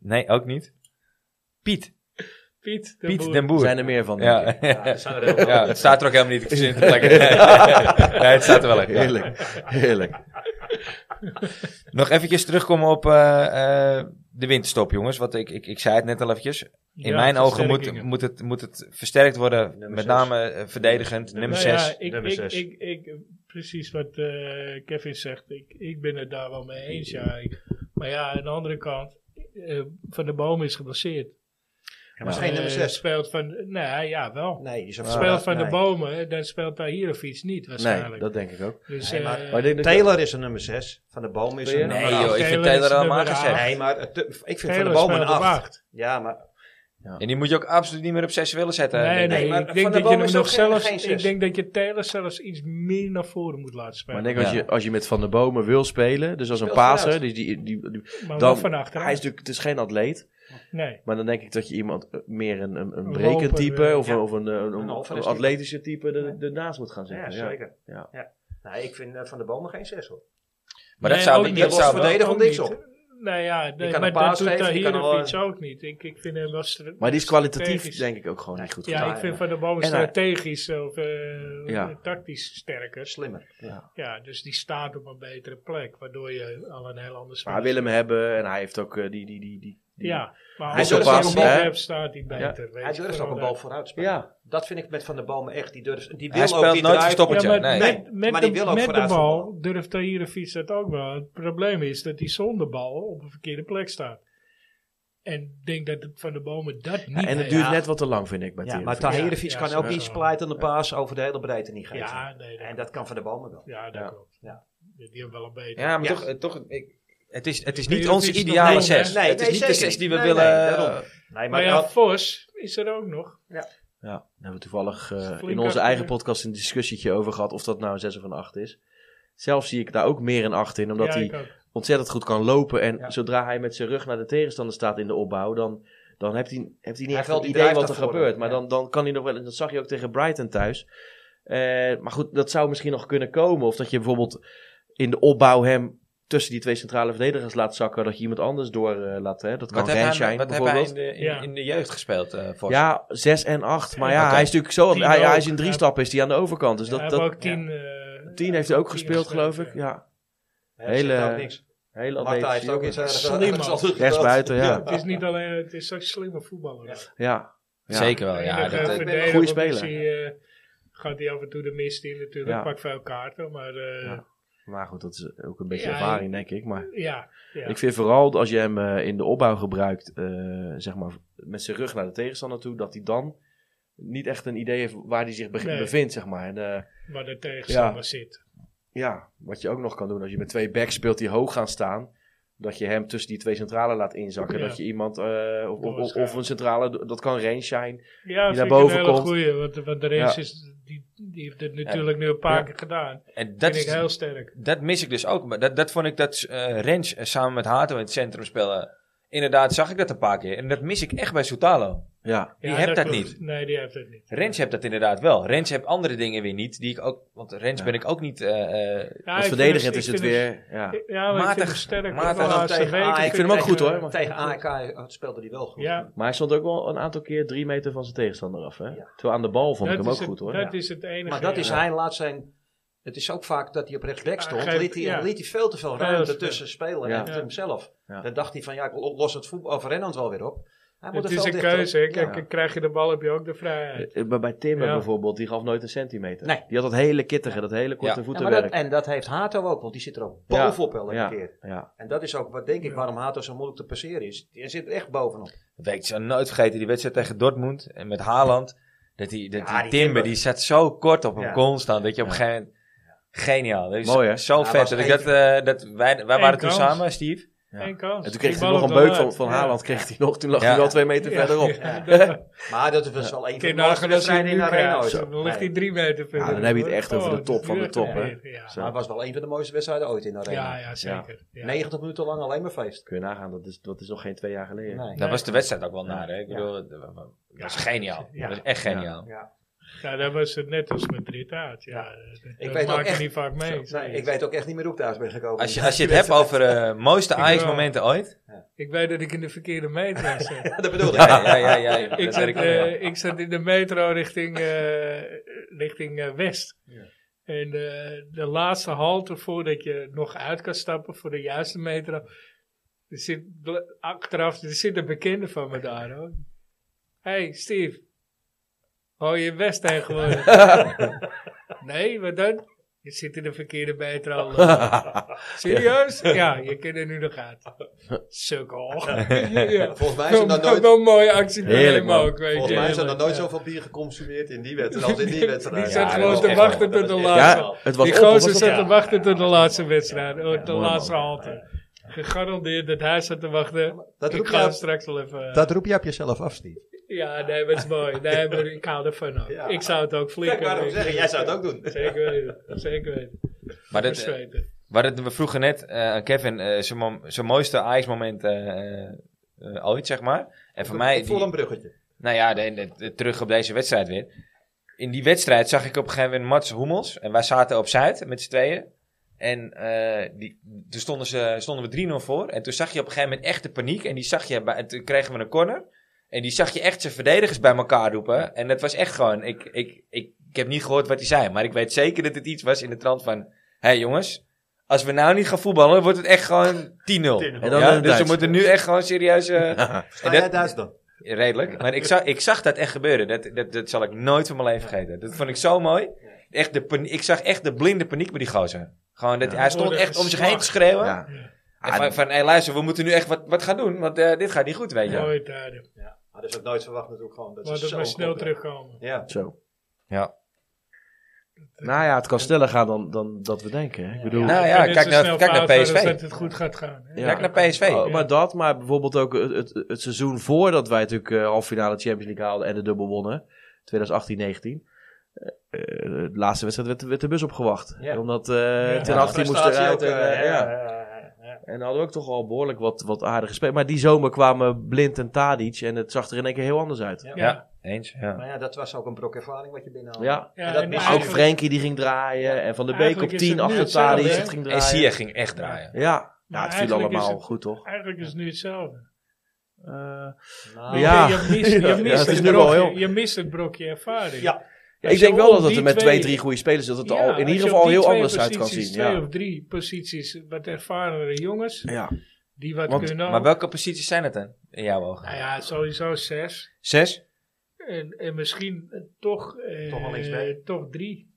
[SPEAKER 1] nee, ook niet. Piet.
[SPEAKER 2] Piet Den
[SPEAKER 1] Piet
[SPEAKER 2] Boer.
[SPEAKER 1] Den Boer.
[SPEAKER 4] zijn er meer van. denk
[SPEAKER 1] Ja.
[SPEAKER 4] ik.
[SPEAKER 3] Ja, dat zijn er heel veel.
[SPEAKER 1] ja, het staat er ook helemaal niet. Ik verzin het ter plekke. nee, het staat er wel echt. ja.
[SPEAKER 4] Heerlijk. Heerlijk.
[SPEAKER 1] Nog eventjes terugkomen op eh, eh, de winterstop, jongens. Want ik, ik, ik zei het net al eventjes. In
[SPEAKER 2] Ja,
[SPEAKER 1] mijn ogen moet,
[SPEAKER 2] versterkingen.
[SPEAKER 1] moet, het, moet het versterkt worden.
[SPEAKER 3] Nummer
[SPEAKER 1] met
[SPEAKER 3] zes.
[SPEAKER 1] name eh, verdedigend, nummer
[SPEAKER 2] Nou
[SPEAKER 1] 6.
[SPEAKER 2] ja, ik,
[SPEAKER 3] nummer
[SPEAKER 2] ik,
[SPEAKER 3] zes.
[SPEAKER 2] Ik, ik, precies wat eh, Kevin zegt. Ik, ik ben het daar wel mee eens. Ja. Ik- maar ja, aan de andere kant. eh, van de Boom is geblesseerd.
[SPEAKER 3] Ja, maar het is geen nummer
[SPEAKER 2] Eh,
[SPEAKER 3] 6.
[SPEAKER 2] Speelt van... Nee, ja, wel.
[SPEAKER 3] Ah, Nee, je zou
[SPEAKER 2] speelt van de
[SPEAKER 3] boom.
[SPEAKER 2] Bomen. Dan speelt daar hier of iets niet waarschijnlijk.
[SPEAKER 4] Nee, dat denk ik ook.
[SPEAKER 2] dus,
[SPEAKER 3] Nee, maar-
[SPEAKER 2] eh,
[SPEAKER 4] Maar ik denk dat-
[SPEAKER 3] Taylor is een nummer 6. Van de boom is
[SPEAKER 4] Nee,
[SPEAKER 3] een nummer
[SPEAKER 1] joh,
[SPEAKER 3] 8.
[SPEAKER 1] ik vind
[SPEAKER 2] Taylor is
[SPEAKER 1] Taylor allemaal
[SPEAKER 2] nummer
[SPEAKER 1] gezegd.
[SPEAKER 2] acht.
[SPEAKER 3] Nee, maar het- ik vind van de
[SPEAKER 2] Taylor
[SPEAKER 3] boom een
[SPEAKER 2] speelt op
[SPEAKER 3] 8.
[SPEAKER 2] acht.
[SPEAKER 3] Ja, maar
[SPEAKER 1] En die moet je ook absoluut niet meer op 6 willen zetten.
[SPEAKER 2] Nee,
[SPEAKER 1] denk ik.
[SPEAKER 2] nee,
[SPEAKER 3] maar
[SPEAKER 2] ik
[SPEAKER 3] Van
[SPEAKER 2] denk
[SPEAKER 3] der
[SPEAKER 2] dat
[SPEAKER 3] Boom
[SPEAKER 2] je hem
[SPEAKER 3] is
[SPEAKER 2] nog
[SPEAKER 3] ook
[SPEAKER 2] zelfs,
[SPEAKER 3] geen
[SPEAKER 2] ik
[SPEAKER 3] zes.
[SPEAKER 2] denk dat je Taylor zelfs iets meer naar voren moet laten
[SPEAKER 4] Maar ik
[SPEAKER 2] spelen.
[SPEAKER 4] denk, als,
[SPEAKER 1] Ja.
[SPEAKER 4] je, als je met Van der Bomen wil spelen, dus als een
[SPEAKER 3] Speelt
[SPEAKER 4] paser,
[SPEAKER 3] vanuit.
[SPEAKER 4] die, die, die, die-
[SPEAKER 2] Maar, wel
[SPEAKER 4] dan,
[SPEAKER 2] van
[SPEAKER 4] hij is
[SPEAKER 2] achter.
[SPEAKER 4] natuurlijk, het is geen atleet,
[SPEAKER 2] nee.
[SPEAKER 4] maar dan denk ik dat je iemand eh, meer een, een, een
[SPEAKER 2] Een
[SPEAKER 4] brekend
[SPEAKER 2] loper,
[SPEAKER 4] type
[SPEAKER 2] eh,
[SPEAKER 4] of,
[SPEAKER 3] ja.
[SPEAKER 4] een- of een, eh, een,
[SPEAKER 3] Een
[SPEAKER 4] een
[SPEAKER 3] offensive
[SPEAKER 4] atletische type er, ernaast moet gaan
[SPEAKER 3] Ja,
[SPEAKER 4] zitten. Ja,
[SPEAKER 3] zeker.
[SPEAKER 4] Ja.
[SPEAKER 3] Ja. Nee, ik vind eh, Van de Bomen geen 6 hoor.
[SPEAKER 1] Maar
[SPEAKER 2] Nee,
[SPEAKER 1] dat zou,
[SPEAKER 2] ook
[SPEAKER 1] dat
[SPEAKER 2] niet.
[SPEAKER 1] zou
[SPEAKER 3] Los verdedigen
[SPEAKER 2] Ook
[SPEAKER 3] om niks
[SPEAKER 2] niet.
[SPEAKER 3] op.
[SPEAKER 2] Nou ja, nee,
[SPEAKER 3] kan
[SPEAKER 2] maar
[SPEAKER 3] een
[SPEAKER 2] dat
[SPEAKER 3] paas
[SPEAKER 2] doet
[SPEAKER 3] geven, die kan
[SPEAKER 2] Tahir
[SPEAKER 3] al,
[SPEAKER 2] of
[SPEAKER 3] eh,
[SPEAKER 2] iets ook niet. Ik, ik vind hem wel stra-
[SPEAKER 4] Maar die is kwalitatief,
[SPEAKER 2] strategisch.
[SPEAKER 4] denk ik, ook gewoon niet goed.
[SPEAKER 2] Ja,
[SPEAKER 4] gedaan.
[SPEAKER 2] ik vind Van der Boom
[SPEAKER 4] En hij-
[SPEAKER 2] strategisch of eh,
[SPEAKER 4] Ja.
[SPEAKER 2] tactisch sterker.
[SPEAKER 3] Slimmer.
[SPEAKER 2] Ja, dus die staat op een betere plek, waardoor je al een heel ander
[SPEAKER 4] Maar hij
[SPEAKER 2] spel
[SPEAKER 4] wil hem hebben en hij heeft ook eh, die... die, die, die, die
[SPEAKER 2] Ja, maar
[SPEAKER 4] Hij
[SPEAKER 2] als
[SPEAKER 4] is
[SPEAKER 2] je
[SPEAKER 4] op
[SPEAKER 2] hem
[SPEAKER 4] basis,
[SPEAKER 2] niet
[SPEAKER 4] hè?
[SPEAKER 2] hebt, staat hij beter. weet
[SPEAKER 3] Hij
[SPEAKER 2] je,
[SPEAKER 3] durft ook
[SPEAKER 2] gewoon eh,
[SPEAKER 3] een bal vooruit te spelen.
[SPEAKER 4] Ja.
[SPEAKER 3] Dat vind ik met Van der Bomen echt. Die, durft, die wil
[SPEAKER 1] Hij
[SPEAKER 3] ook
[SPEAKER 1] speelt
[SPEAKER 3] niet
[SPEAKER 1] nooit
[SPEAKER 3] eruit.
[SPEAKER 1] verstopperd.
[SPEAKER 2] Ja, maar
[SPEAKER 1] Nee.
[SPEAKER 2] met,
[SPEAKER 3] Nee,
[SPEAKER 2] met,
[SPEAKER 3] maar
[SPEAKER 2] de,
[SPEAKER 3] die wil ook
[SPEAKER 2] met de
[SPEAKER 3] vooruit
[SPEAKER 2] bal durft Tahirovic dat ook wel. Het probleem is dat die zonder bal op een verkeerde plek staat. En ik denk dat het Van de Bomen dat niet
[SPEAKER 4] Ja, en het
[SPEAKER 2] heeft.
[SPEAKER 4] duurt
[SPEAKER 3] Ja.
[SPEAKER 4] net wat te lang, vind ik, bij
[SPEAKER 3] Ja,
[SPEAKER 4] Thierry.
[SPEAKER 3] maar
[SPEAKER 2] Tahirovic
[SPEAKER 3] Tahirovic
[SPEAKER 2] Ja,
[SPEAKER 3] kan
[SPEAKER 2] ja,
[SPEAKER 3] ook
[SPEAKER 2] zo.
[SPEAKER 3] niet splijtende paas over de hele breedte niet geven.
[SPEAKER 2] Ja, nee, dat,
[SPEAKER 3] En dat kan Van de Bomen wel.
[SPEAKER 2] ja, dat
[SPEAKER 4] Ja.
[SPEAKER 2] klopt.
[SPEAKER 3] Ja.
[SPEAKER 2] Die hebben wel een beter.
[SPEAKER 1] Ja, maar
[SPEAKER 3] Ja.
[SPEAKER 1] toch... eh, toch ik, het is, het is
[SPEAKER 2] Nee,
[SPEAKER 1] niet
[SPEAKER 2] dat
[SPEAKER 1] onze
[SPEAKER 2] is nog
[SPEAKER 1] ideale
[SPEAKER 2] niet,
[SPEAKER 1] 6.
[SPEAKER 3] hè? Nee,
[SPEAKER 1] het is
[SPEAKER 3] nee,
[SPEAKER 1] niet de
[SPEAKER 3] zeker
[SPEAKER 1] 6 die we
[SPEAKER 3] niet. Nee,
[SPEAKER 1] willen... eh,
[SPEAKER 3] nee, daarom. Nee,
[SPEAKER 2] maar ja, Vos is er ook nog.
[SPEAKER 4] Ja, daar hebben we toevallig eh,
[SPEAKER 2] Flink
[SPEAKER 4] in onze
[SPEAKER 2] achter,
[SPEAKER 4] eigen
[SPEAKER 2] hè?
[SPEAKER 4] podcast een discussietje over gehad of dat nou een 6 of een 8 is. Zelf zie ik daar ook meer een 8 in, omdat
[SPEAKER 2] ja, ik
[SPEAKER 4] hij
[SPEAKER 2] ook.
[SPEAKER 4] ontzettend goed kan lopen. En
[SPEAKER 3] Ja.
[SPEAKER 4] zodra hij met zijn rug naar de tegenstander staat in de opbouw, dan, dan heeft hij, heeft hij niet
[SPEAKER 3] Hij
[SPEAKER 4] echt
[SPEAKER 3] heeft wel
[SPEAKER 4] een
[SPEAKER 3] die
[SPEAKER 4] idee
[SPEAKER 3] drive
[SPEAKER 4] wat er
[SPEAKER 3] daarvoor,
[SPEAKER 4] gebeurt. Maar
[SPEAKER 3] ja.
[SPEAKER 4] dan, dan kan hij nog wel, en dat zag je ook tegen Brighton thuis. Eh, maar goed, dat zou misschien nog kunnen komen. Of dat je bijvoorbeeld in de opbouw hem tussen die twee centrale verdedigers laat zakken. Dat je iemand anders door eh, laat. Hè? Dat kan
[SPEAKER 1] Wat heb
[SPEAKER 4] Renshine
[SPEAKER 1] hij, wat heb hij
[SPEAKER 4] bijvoorbeeld.
[SPEAKER 1] in, de, in,
[SPEAKER 2] Ja.
[SPEAKER 1] in de jeugd gespeeld, eh Vos?
[SPEAKER 4] Ja, 6 en 8. Maar ja,
[SPEAKER 1] Oké.
[SPEAKER 4] hij is natuurlijk zo.
[SPEAKER 2] Tien
[SPEAKER 4] Hij, hij is
[SPEAKER 2] ook.
[SPEAKER 4] in drie
[SPEAKER 2] Ja.
[SPEAKER 4] stappen is hij aan de overkant. Dus
[SPEAKER 2] Hij
[SPEAKER 4] dat,
[SPEAKER 2] heeft
[SPEAKER 4] dat
[SPEAKER 2] ook tien. eh,
[SPEAKER 4] tien heeft hij ook
[SPEAKER 2] tien gespeeld,
[SPEAKER 4] gespeeld, geloof ik.
[SPEAKER 2] ja.
[SPEAKER 4] Ja,
[SPEAKER 3] Hij zegt
[SPEAKER 4] Hele-
[SPEAKER 3] ook niks.
[SPEAKER 4] hele
[SPEAKER 3] Marta heeft ook
[SPEAKER 4] jongen.
[SPEAKER 3] iets ergens
[SPEAKER 2] Slim,
[SPEAKER 3] ergens
[SPEAKER 2] man.
[SPEAKER 3] anders
[SPEAKER 4] Rechtsbuiten, ja.
[SPEAKER 2] Het is niet alleen, het is ook slimme voetballer.
[SPEAKER 3] Ja.
[SPEAKER 4] Ja. ja.
[SPEAKER 1] Zeker wel, ja.
[SPEAKER 2] Enige
[SPEAKER 1] Dat, eh,
[SPEAKER 2] verdediger,
[SPEAKER 4] goeie
[SPEAKER 2] want ik
[SPEAKER 4] speler.
[SPEAKER 2] zie, eh, gaat hij af en toe de mist in natuurlijk.
[SPEAKER 4] Ja.
[SPEAKER 2] Pak veel kaarten, maar eh,
[SPEAKER 4] Ja. Maar goed, dat is ook een beetje
[SPEAKER 2] Ja,
[SPEAKER 4] ervaring, denk ik. Maar
[SPEAKER 2] Ja, ja.
[SPEAKER 4] ik vind vooral als je hem eh, in de opbouw gebruikt, eh, zeg maar met zijn rug naar de tegenstander toe, dat hij dan niet echt een idee heeft waar hij zich be-
[SPEAKER 2] Nee.
[SPEAKER 4] bevindt, zeg maar. En, eh,
[SPEAKER 2] waar de tegenstander
[SPEAKER 4] Ja.
[SPEAKER 2] zit.
[SPEAKER 4] ja, wat je ook nog kan doen als je met twee backs speelt die hoog gaan staan. Dat je hem tussen die twee centralen laat inzakken.
[SPEAKER 2] Ja.
[SPEAKER 4] Dat je iemand, eh, of, of- of,
[SPEAKER 2] Doorschuift.
[SPEAKER 4] een centrale, dat kan range zijn.
[SPEAKER 2] Ja,
[SPEAKER 4] Die
[SPEAKER 2] vind ik
[SPEAKER 4] daarboven
[SPEAKER 2] een hele
[SPEAKER 4] komt.
[SPEAKER 2] goeie. Want, want de rest
[SPEAKER 4] Ja.
[SPEAKER 2] is, die, die heeft het natuurlijk nu een paar
[SPEAKER 4] Ja.
[SPEAKER 2] keer gedaan.
[SPEAKER 1] En
[SPEAKER 2] Dat
[SPEAKER 1] dat,
[SPEAKER 2] vind ik
[SPEAKER 1] is,
[SPEAKER 2] heel sterk.
[SPEAKER 1] dat mis ik dus ook. Maar dat, dat vond ik dat eh Rens eh, samen met Hato in het centrum spelen. Inderdaad, zag ik dat een paar keer. En dat mis ik echt bij Soutalo.
[SPEAKER 4] Ja,
[SPEAKER 1] Die
[SPEAKER 2] Ja,
[SPEAKER 1] hebt dat
[SPEAKER 2] klopt.
[SPEAKER 1] niet.
[SPEAKER 2] Nee, die heeft dat niet.
[SPEAKER 1] Rens hebt dat inderdaad wel. Rens heeft andere dingen weer niet. Die ik ook, want Rens
[SPEAKER 4] Ja.
[SPEAKER 1] ben ik ook niet. eh, eh,
[SPEAKER 2] Ja, ik
[SPEAKER 4] als
[SPEAKER 2] vind
[SPEAKER 4] verdedigend
[SPEAKER 2] het-
[SPEAKER 4] is
[SPEAKER 2] ik
[SPEAKER 4] het
[SPEAKER 2] vind
[SPEAKER 4] weer... ja.
[SPEAKER 2] Ja, maar ik vind
[SPEAKER 1] Matig.
[SPEAKER 2] hem sterk.
[SPEAKER 1] Matig.
[SPEAKER 2] de laatste
[SPEAKER 3] Tegen
[SPEAKER 2] weken
[SPEAKER 3] AEK
[SPEAKER 4] Ik vind hem ook goed,
[SPEAKER 2] ik, eh,
[SPEAKER 4] hoor, maar-
[SPEAKER 3] Tegen AEK speelde hij wel goed.
[SPEAKER 2] Ja,
[SPEAKER 4] Maar hij stond ook wel een aantal keer drie meter van zijn tegenstander af. Hè?
[SPEAKER 3] Ja.
[SPEAKER 4] Terwijl aan de bal vond ik
[SPEAKER 2] dat
[SPEAKER 4] hem ook
[SPEAKER 2] is het-
[SPEAKER 4] goed hoor.
[SPEAKER 2] Dat
[SPEAKER 4] Ja.
[SPEAKER 2] is het enige.
[SPEAKER 3] Maar dat is
[SPEAKER 2] ja.
[SPEAKER 3] hij laat zijn. Het is ook vaak dat hij op rechtsback
[SPEAKER 2] Ah,
[SPEAKER 3] stond.
[SPEAKER 2] geeft-
[SPEAKER 3] liet, hij,
[SPEAKER 2] ja.
[SPEAKER 3] liet hij veel te veel
[SPEAKER 2] Veel
[SPEAKER 3] ruimte
[SPEAKER 2] spelen.
[SPEAKER 3] tussen spelen
[SPEAKER 4] Ja.
[SPEAKER 3] en
[SPEAKER 2] Ja.
[SPEAKER 3] hemzelf.
[SPEAKER 4] Ja.
[SPEAKER 3] Dan dacht hij van ja, ik los het voetbal of Rennand wel weer op. Hij moet
[SPEAKER 2] Het
[SPEAKER 3] er
[SPEAKER 2] is
[SPEAKER 3] veel
[SPEAKER 2] een
[SPEAKER 3] dichter op.
[SPEAKER 2] keuze. hè. Kijk,
[SPEAKER 4] Ja.
[SPEAKER 2] krijg je de bal heb je ook de vrijheid.
[SPEAKER 4] Eh, Maar bij Timmer
[SPEAKER 2] Ja.
[SPEAKER 4] bijvoorbeeld, die gaf nooit een centimeter.
[SPEAKER 3] Nee.
[SPEAKER 4] Die had dat hele kittige, dat hele korte
[SPEAKER 1] Ja,
[SPEAKER 3] Ja, maar dat-
[SPEAKER 4] voetenwerk.
[SPEAKER 3] en dat heeft Hato ook, want die zit er ook
[SPEAKER 4] Ja.
[SPEAKER 3] bovenop elke
[SPEAKER 4] Ja.
[SPEAKER 3] keer.
[SPEAKER 4] Ja.
[SPEAKER 3] En dat is ook wat denk ik waarom Hato zo moeilijk te passeren is. Hij zit er echt bovenop.
[SPEAKER 1] weet ik zal nooit vergeten die wedstrijd tegen Dortmund. En met Haaland. Dat die, dat
[SPEAKER 3] Ja,
[SPEAKER 1] die
[SPEAKER 3] die
[SPEAKER 1] Timber,
[SPEAKER 3] Timber.
[SPEAKER 1] die zat zo kort op hem
[SPEAKER 3] Ja.
[SPEAKER 1] kon staan. Dat je op een
[SPEAKER 4] Ja.
[SPEAKER 1] gegeven moment. Geniaal. Dat is
[SPEAKER 4] Mooi, hè?
[SPEAKER 1] Zo
[SPEAKER 3] Ja,
[SPEAKER 1] vet.
[SPEAKER 3] was
[SPEAKER 1] Dat ik dat,
[SPEAKER 3] even-
[SPEAKER 1] eh, dat wij, wij waren toen
[SPEAKER 2] kans.
[SPEAKER 1] samen, Steve.
[SPEAKER 4] Ja.
[SPEAKER 2] Eén kans.
[SPEAKER 4] En toen kreeg
[SPEAKER 2] Die
[SPEAKER 4] hij
[SPEAKER 2] bal
[SPEAKER 4] nog
[SPEAKER 2] op
[SPEAKER 4] een
[SPEAKER 2] de
[SPEAKER 4] beuk van,
[SPEAKER 2] lat.
[SPEAKER 4] van
[SPEAKER 2] Ja.
[SPEAKER 4] Haaland. Kreeg hij nog, toen lag
[SPEAKER 1] Ja.
[SPEAKER 4] hij wel twee meter
[SPEAKER 2] Ja,
[SPEAKER 4] verderop.
[SPEAKER 2] ja,
[SPEAKER 4] Ja.
[SPEAKER 2] dat-
[SPEAKER 3] Maar dat was wel een van
[SPEAKER 2] Kun je
[SPEAKER 3] de mooiste
[SPEAKER 2] nagaan nou, als hij
[SPEAKER 3] wedstrijden
[SPEAKER 2] nu
[SPEAKER 3] in de arena.
[SPEAKER 2] krijgt.
[SPEAKER 3] ooit.
[SPEAKER 2] Dan ligt
[SPEAKER 3] Nee.
[SPEAKER 2] hij drie meter verder.
[SPEAKER 4] dan heb je het echt over de top van de
[SPEAKER 2] dat is
[SPEAKER 4] top, hè.
[SPEAKER 2] echt weer, Ja,
[SPEAKER 4] Zo.
[SPEAKER 3] Maar het was wel een van de mooiste wedstrijden ooit in de arena.
[SPEAKER 2] ja, ja zeker. Ja.
[SPEAKER 3] 90 minuten lang alleen maar feest.
[SPEAKER 4] Kun je nagaan, dat is, dat is nog geen twee jaar geleden.
[SPEAKER 3] Nee.
[SPEAKER 1] Dat was de wedstrijd ook wel naar. Hè? Ik
[SPEAKER 3] Ja.
[SPEAKER 1] bedoel, dat- dat dat was geniaal.
[SPEAKER 2] Ja.
[SPEAKER 1] Dat was echt geniaal.
[SPEAKER 3] Ja.
[SPEAKER 2] Ja, dat was het net als Madrid uit. Ja, dat- dat
[SPEAKER 3] weet ook
[SPEAKER 2] maak je
[SPEAKER 3] echt-
[SPEAKER 2] niet vaak mee.
[SPEAKER 3] Nee, ik weet ook echt niet meer hoe ik thuis ben gekomen.
[SPEAKER 1] Als je, als je het hebt over eh mooiste
[SPEAKER 2] Ik wel.
[SPEAKER 1] Ajax-momenten ooit.
[SPEAKER 2] Ik weet dat ik in de verkeerde metro zat.
[SPEAKER 3] dat bedoelde ik.
[SPEAKER 1] Ja, ja, ja. ja, ja.
[SPEAKER 2] ik,
[SPEAKER 1] Dat
[SPEAKER 2] zat,
[SPEAKER 1] weet ook wel.
[SPEAKER 2] eh, ik zat in de metro richting, eh, richting eh, West. En eh, de laatste halte voordat je nog uit kan stappen voor de juiste metro. Er zit bl- achteraf, er zit een bekende van me daar hoor. hey, Steve. Hou je in West tegenwoordig? nee, wat dan? Je zit in de verkeerde metro. Serieus? Ja, je kent er nu nog uit. Sukkel. ja.
[SPEAKER 3] Volgens mij zijn er
[SPEAKER 2] Wel-
[SPEAKER 3] nooit,
[SPEAKER 2] wel een mooie actie bij
[SPEAKER 4] Heerlijk,
[SPEAKER 2] hem
[SPEAKER 4] man.
[SPEAKER 2] ook, weet
[SPEAKER 3] volgens
[SPEAKER 2] je.
[SPEAKER 3] mij zijn er nooit
[SPEAKER 2] Ja.
[SPEAKER 3] zoveel bier geconsumeerd in die wedstrijd als in die wedstrijd.
[SPEAKER 2] Die
[SPEAKER 1] Ja,
[SPEAKER 2] zat
[SPEAKER 1] dat
[SPEAKER 2] gewoon
[SPEAKER 1] was
[SPEAKER 2] te
[SPEAKER 1] echt wel.
[SPEAKER 2] wachten tot de
[SPEAKER 3] Dat is echt
[SPEAKER 2] laatste.
[SPEAKER 4] Ja, het was
[SPEAKER 2] die
[SPEAKER 4] op, of was
[SPEAKER 2] gozer
[SPEAKER 4] het
[SPEAKER 2] zat
[SPEAKER 4] op?
[SPEAKER 2] te wachten tot de laatste wedstrijd. oh, de
[SPEAKER 4] mooi,
[SPEAKER 2] laatste
[SPEAKER 4] man.
[SPEAKER 2] halte. Gegarandeerd dat hij zat te wachten.
[SPEAKER 3] Dat
[SPEAKER 2] ik
[SPEAKER 3] roep,
[SPEAKER 2] ga eh, hem
[SPEAKER 3] je,
[SPEAKER 2] straks wel even...
[SPEAKER 3] dat roep je op jezelf af, Steve.
[SPEAKER 2] Ja, nee, maar het is mooi. Nee, maar ik hou ervan ook.
[SPEAKER 3] Ja.
[SPEAKER 2] Ik zou het ook flikken.
[SPEAKER 3] Kijk, waarom
[SPEAKER 2] denk
[SPEAKER 3] zeggen?
[SPEAKER 2] ik.
[SPEAKER 3] Jij zou het ook doen.
[SPEAKER 2] Zeker weten. Zeker weten.
[SPEAKER 1] Maar dat, eh,
[SPEAKER 2] Versleten.
[SPEAKER 1] wat het- we vroegen net eh, aan Kevin, eh, zijn mom- zijn mooiste Ajax-moment eh, eh, eh, ooit, zeg maar. En voor mij,
[SPEAKER 3] Ik voel
[SPEAKER 1] die-
[SPEAKER 3] een bruggetje.
[SPEAKER 1] nou ja, de- de- de- terug op deze wedstrijd weer. In die wedstrijd zag ik op een gegeven moment Mats Hummels. En wij zaten op Zuid met z'n tweeën. En eh, die, toen stonden, ze, stonden we 3-0 voor. En toen zag je op een gegeven moment echt de paniek. En, die zag je bij, en toen kregen we een corner. En die zag je echt zijn verdedigers bij elkaar roepen. En dat was echt gewoon... Ik, ik, ik, ik heb niet gehoord wat hij zei. Maar ik weet zeker dat het iets was in de trant van... Hé hey jongens, als we nou niet gaan voetballen... wordt het echt gewoon 10-0.
[SPEAKER 4] En dan
[SPEAKER 1] Ja?
[SPEAKER 4] in het
[SPEAKER 1] Dus we
[SPEAKER 4] Duits.
[SPEAKER 1] moeten nu echt gewoon serieus... eh,
[SPEAKER 3] Sta
[SPEAKER 1] En dat-
[SPEAKER 3] jij thuis dan?
[SPEAKER 1] Redelijk. Maar ik zag, ik zag dat echt gebeuren. Dat, dat, dat zal ik nooit van mijn leven vergeten. Dat vond ik zo mooi. Echt de pan- ik zag echt de blinde paniek bij die gozer. Gewoon dat, Hij stond
[SPEAKER 2] Worden
[SPEAKER 1] echt om zich
[SPEAKER 2] geslagen.
[SPEAKER 1] heen te schreeuwen.
[SPEAKER 4] Ja.
[SPEAKER 1] En
[SPEAKER 4] Ah,
[SPEAKER 1] van, van hey, luister, we moeten nu echt wat, wat gaan doen. Want eh, dit gaat niet goed, weet je.
[SPEAKER 2] Mooie tijden.
[SPEAKER 3] Ja, maar Ah, dat is ook nooit verwacht natuurlijk gewoon. Dat
[SPEAKER 2] Laat
[SPEAKER 3] is
[SPEAKER 2] het
[SPEAKER 3] zo
[SPEAKER 2] maar snel
[SPEAKER 3] goed, hè.
[SPEAKER 2] terugkomen.
[SPEAKER 3] Ja.
[SPEAKER 4] Zo.
[SPEAKER 1] Ja.
[SPEAKER 4] Nou ja, het kan sneller gaan dan, dan dat we denken. hè. Ik bedoel,
[SPEAKER 1] Nou
[SPEAKER 2] En
[SPEAKER 1] ja,
[SPEAKER 2] dit
[SPEAKER 1] kijk
[SPEAKER 2] zo
[SPEAKER 1] naar,
[SPEAKER 2] snel
[SPEAKER 1] kijk naar
[SPEAKER 2] fout worden, Dat
[SPEAKER 1] PSV.
[SPEAKER 2] het goed gaat gaan. hè.
[SPEAKER 4] Ja.
[SPEAKER 1] Kijk naar PSV.
[SPEAKER 4] Oh,
[SPEAKER 2] Ja.
[SPEAKER 4] maar dat, maar bijvoorbeeld ook het, het, het seizoen voordat wij natuurlijk eh half finale Champions League haalden en de dubbel wonnen, 2018-19. eh, eh, de laatste wedstrijd werd, werd de bus opgewacht.
[SPEAKER 3] Ja.
[SPEAKER 4] Omdat eh ten
[SPEAKER 3] Ja,
[SPEAKER 4] 18 moest
[SPEAKER 3] prestatie
[SPEAKER 4] eruit.
[SPEAKER 3] ook,
[SPEAKER 4] en,
[SPEAKER 3] eh,
[SPEAKER 4] eh, ja.
[SPEAKER 3] ja, ja.
[SPEAKER 4] en hadden we ook toch al behoorlijk wat, wat aardige spelen. Maar die zomer kwamen Blind en Tadic en het zag er in één keer heel anders uit. Ja,
[SPEAKER 3] Ja.
[SPEAKER 1] Ja, eens. Ja.
[SPEAKER 3] Maar ja, dat was ook een brok ervaring wat je binnenhaalde.
[SPEAKER 2] Ja,
[SPEAKER 3] En dat
[SPEAKER 2] en
[SPEAKER 3] mis
[SPEAKER 4] maar
[SPEAKER 3] ik
[SPEAKER 4] ook
[SPEAKER 2] eigenlijk-
[SPEAKER 4] Frenkie die ging draaien en Van de Beek op
[SPEAKER 2] Eigenlijk is
[SPEAKER 4] 10
[SPEAKER 2] het nu
[SPEAKER 4] achter
[SPEAKER 2] hetzelfde,
[SPEAKER 4] Tadic.
[SPEAKER 2] hè?
[SPEAKER 4] Het ging
[SPEAKER 1] En Sia
[SPEAKER 4] draaien.
[SPEAKER 1] ging echt draaien.
[SPEAKER 4] Ja,
[SPEAKER 2] Maar
[SPEAKER 4] nou, het viel
[SPEAKER 2] eigenlijk is
[SPEAKER 4] allemaal
[SPEAKER 2] het-
[SPEAKER 4] goed toch?
[SPEAKER 2] Eigenlijk is het nu hetzelfde.
[SPEAKER 4] Eh,
[SPEAKER 3] Nou,
[SPEAKER 4] Ja.
[SPEAKER 2] Je, je mist, je,
[SPEAKER 4] Ja,
[SPEAKER 2] mist
[SPEAKER 4] het is
[SPEAKER 2] het
[SPEAKER 4] nu wel
[SPEAKER 2] brokje,
[SPEAKER 4] heel-
[SPEAKER 2] je mist het brokje ervaring.
[SPEAKER 3] Ja.
[SPEAKER 4] Ja,
[SPEAKER 2] Als
[SPEAKER 4] ik
[SPEAKER 2] je
[SPEAKER 4] denk wel dat
[SPEAKER 2] om
[SPEAKER 4] het er
[SPEAKER 2] die
[SPEAKER 4] met twee,
[SPEAKER 2] twee-
[SPEAKER 4] drie goede spelers dat het
[SPEAKER 2] Ja,
[SPEAKER 4] al in
[SPEAKER 2] als
[SPEAKER 4] ieder
[SPEAKER 2] je
[SPEAKER 4] geval
[SPEAKER 2] op die
[SPEAKER 4] heel
[SPEAKER 2] twee
[SPEAKER 4] anders uit kan
[SPEAKER 2] posities,
[SPEAKER 4] zien.
[SPEAKER 2] Twee
[SPEAKER 4] Ja.
[SPEAKER 2] of drie posities wat ervarenere jongens
[SPEAKER 4] Ja.
[SPEAKER 2] die wat
[SPEAKER 1] Want,
[SPEAKER 2] kunnen.
[SPEAKER 1] maar welke posities zijn het dan? In jouw ogen?
[SPEAKER 2] Nou ja, sowieso zes.
[SPEAKER 1] Zes?
[SPEAKER 2] En, en misschien eh, toch, eh,
[SPEAKER 3] Toch wel linksback.
[SPEAKER 2] toch drie.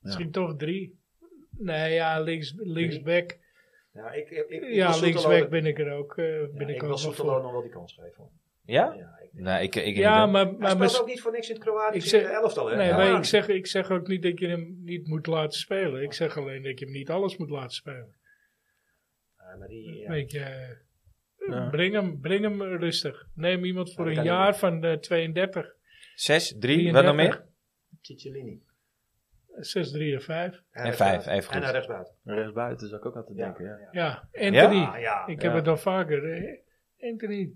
[SPEAKER 2] Misschien toch drie. Nee, ja, links, linksback.
[SPEAKER 3] Ja, ik, ik, ik, ik
[SPEAKER 2] Ja,
[SPEAKER 3] wil
[SPEAKER 2] linksback
[SPEAKER 3] Soetelo-
[SPEAKER 2] ben ik er ook, eh, ben
[SPEAKER 3] Ja,
[SPEAKER 2] ik
[SPEAKER 3] ik
[SPEAKER 2] ook
[SPEAKER 3] wil
[SPEAKER 2] wel
[SPEAKER 3] Soetelo
[SPEAKER 2] voor.
[SPEAKER 3] nog wel die kans geven. hoor.
[SPEAKER 1] Ja?
[SPEAKER 3] Ja, ik,
[SPEAKER 1] Nee, ik, ik
[SPEAKER 2] Ja,
[SPEAKER 1] niet.
[SPEAKER 2] maar,
[SPEAKER 3] hij
[SPEAKER 2] maar,
[SPEAKER 3] speelt
[SPEAKER 2] mis-
[SPEAKER 3] ook niet voor niks in het Kroatisch eh,
[SPEAKER 2] Ik zeg-
[SPEAKER 3] elftal, hè?
[SPEAKER 2] nee,
[SPEAKER 3] Ja.
[SPEAKER 2] maar ik, zeg, ik zeg ook niet dat je hem niet moet laten spelen. Ik zeg alleen dat je hem niet alles moet laten spelen.
[SPEAKER 3] Ja, maar die, ja.
[SPEAKER 2] Weet je, eh,
[SPEAKER 4] Ja.
[SPEAKER 2] breng, hem, breng hem rustig. Neem iemand voor
[SPEAKER 3] Ja, dat
[SPEAKER 2] een
[SPEAKER 3] kan
[SPEAKER 2] jaar van eh, 32.
[SPEAKER 1] 6, 3, wat nog
[SPEAKER 2] 33.
[SPEAKER 1] meer?
[SPEAKER 3] Cicilline.
[SPEAKER 2] 6, 3 en 5.
[SPEAKER 1] En vijf, even goed.
[SPEAKER 3] Eh, En naar rechtsbuiten.
[SPEAKER 4] Rechtsbuiten zou ik ook aan te denken, ja.
[SPEAKER 2] Ja,
[SPEAKER 1] Ja?
[SPEAKER 2] Anthony.
[SPEAKER 3] Ah, ja.
[SPEAKER 2] Ik
[SPEAKER 4] Ja.
[SPEAKER 2] heb het al vaker. eh, Anthony.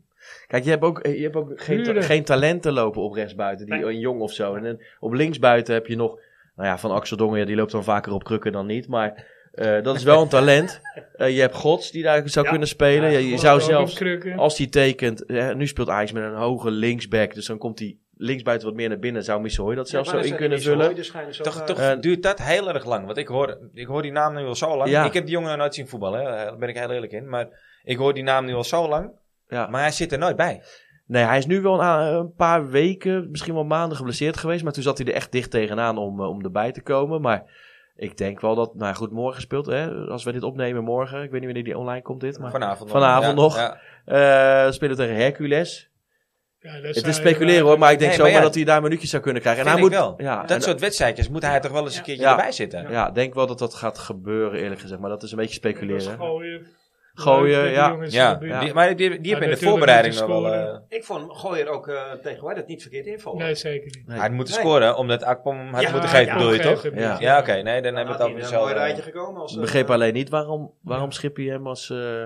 [SPEAKER 4] Kijk, je hebt ook, je hebt ook geen, ta-
[SPEAKER 2] Huren.
[SPEAKER 4] geen talenten lopen op rechtsbuiten, die, een jong of zo. En dan op linksbuiten heb je nog, nou ja, van Axel Dongen, ja, die loopt dan vaker op krukken dan niet. Maar eh, dat is wel een talent. Eh, je hebt Gods die daar zou
[SPEAKER 3] Ja.
[SPEAKER 4] kunnen spelen. Ja,
[SPEAKER 3] Ja,
[SPEAKER 4] je
[SPEAKER 3] Gods
[SPEAKER 4] zou
[SPEAKER 2] Ook op
[SPEAKER 4] zelfs, Oh,
[SPEAKER 2] krukken.
[SPEAKER 4] als die tekent, eh, nu speelt Ajax met een hoge linksback. Dus dan komt die linksbuiten wat meer naar binnen. Zou Missouri dat zelfs zo in
[SPEAKER 3] dus
[SPEAKER 4] kunnen vullen?
[SPEAKER 1] Toch,
[SPEAKER 3] Toch,
[SPEAKER 1] toch
[SPEAKER 4] Eh,
[SPEAKER 1] duurt dat heel erg lang. Want ik hoor, ik hoor die naam nu al zo lang.
[SPEAKER 4] Ja.
[SPEAKER 1] Ik heb die jongen nooit zien voetballen, hè, daar ben ik heel eerlijk in. Maar ik hoor die naam nu al zo lang.
[SPEAKER 4] Ja.
[SPEAKER 1] Maar hij zit er nooit bij.
[SPEAKER 4] Nee, hij is nu wel een, a- een paar weken, misschien wel maanden geblesseerd geweest. Maar toen zat hij er echt dicht tegenaan om, eh, om erbij te komen. Maar ik denk wel dat, nou goed, morgen speelt. Hè, als we dit opnemen morgen. Ik weet niet wanneer die online komt dit. Maar,
[SPEAKER 1] Vanavond nog.
[SPEAKER 4] Vanavond
[SPEAKER 1] Ja,
[SPEAKER 4] nog.
[SPEAKER 1] ja.
[SPEAKER 4] eh spelen tegen Hercules.
[SPEAKER 2] Ja, dat
[SPEAKER 4] Het
[SPEAKER 2] zijn
[SPEAKER 4] is speculeren hoor,
[SPEAKER 2] wij-
[SPEAKER 4] maar ik denk
[SPEAKER 1] Nee, maar
[SPEAKER 4] zomaar
[SPEAKER 1] ja,
[SPEAKER 4] dat hij daar minuutjes zou kunnen krijgen. En hij
[SPEAKER 1] Vind
[SPEAKER 4] moet,
[SPEAKER 1] ik wel.
[SPEAKER 4] Ja,
[SPEAKER 1] Dat
[SPEAKER 4] en-
[SPEAKER 1] soort wedstrijdjes moet hij toch wel eens een keertje
[SPEAKER 4] Ja.
[SPEAKER 1] erbij zitten.
[SPEAKER 4] ja, denk wel dat dat gaat gebeuren eerlijk gezegd. Maar dat is een beetje
[SPEAKER 2] Dat is
[SPEAKER 4] speculeren.
[SPEAKER 2] gooien.
[SPEAKER 4] Gooien,
[SPEAKER 2] Leuk dat die
[SPEAKER 4] ja.
[SPEAKER 2] jongens
[SPEAKER 1] Ja,
[SPEAKER 2] dat doen.
[SPEAKER 1] Die, maar die, die hebben in
[SPEAKER 2] natuurlijk
[SPEAKER 1] de voorbereiding
[SPEAKER 2] moet
[SPEAKER 1] nog
[SPEAKER 2] hij
[SPEAKER 1] wel...
[SPEAKER 2] scoren.
[SPEAKER 1] eh,
[SPEAKER 3] Ik vond Gooier ook eh tegen Wij dat niet verkeerd invallen.
[SPEAKER 2] Nee, zeker niet.
[SPEAKER 4] Nee.
[SPEAKER 1] eh, Hij had moeten
[SPEAKER 3] Nee.
[SPEAKER 1] scoren, omdat Akpom hem had
[SPEAKER 3] Ja,
[SPEAKER 1] moeten geven,
[SPEAKER 3] ja,
[SPEAKER 1] bedoel je toch?
[SPEAKER 2] geven,
[SPEAKER 4] Ja.
[SPEAKER 1] Ja, oké. nee, dan
[SPEAKER 3] Dan
[SPEAKER 1] hebben
[SPEAKER 3] had
[SPEAKER 1] we
[SPEAKER 3] hij
[SPEAKER 1] het over
[SPEAKER 3] een mooi rijtje
[SPEAKER 1] dezelfde...
[SPEAKER 3] gekomen. Als,
[SPEAKER 4] Ik
[SPEAKER 3] eh,
[SPEAKER 4] begreep alleen niet waarom, waarom Schippie hem als, eh,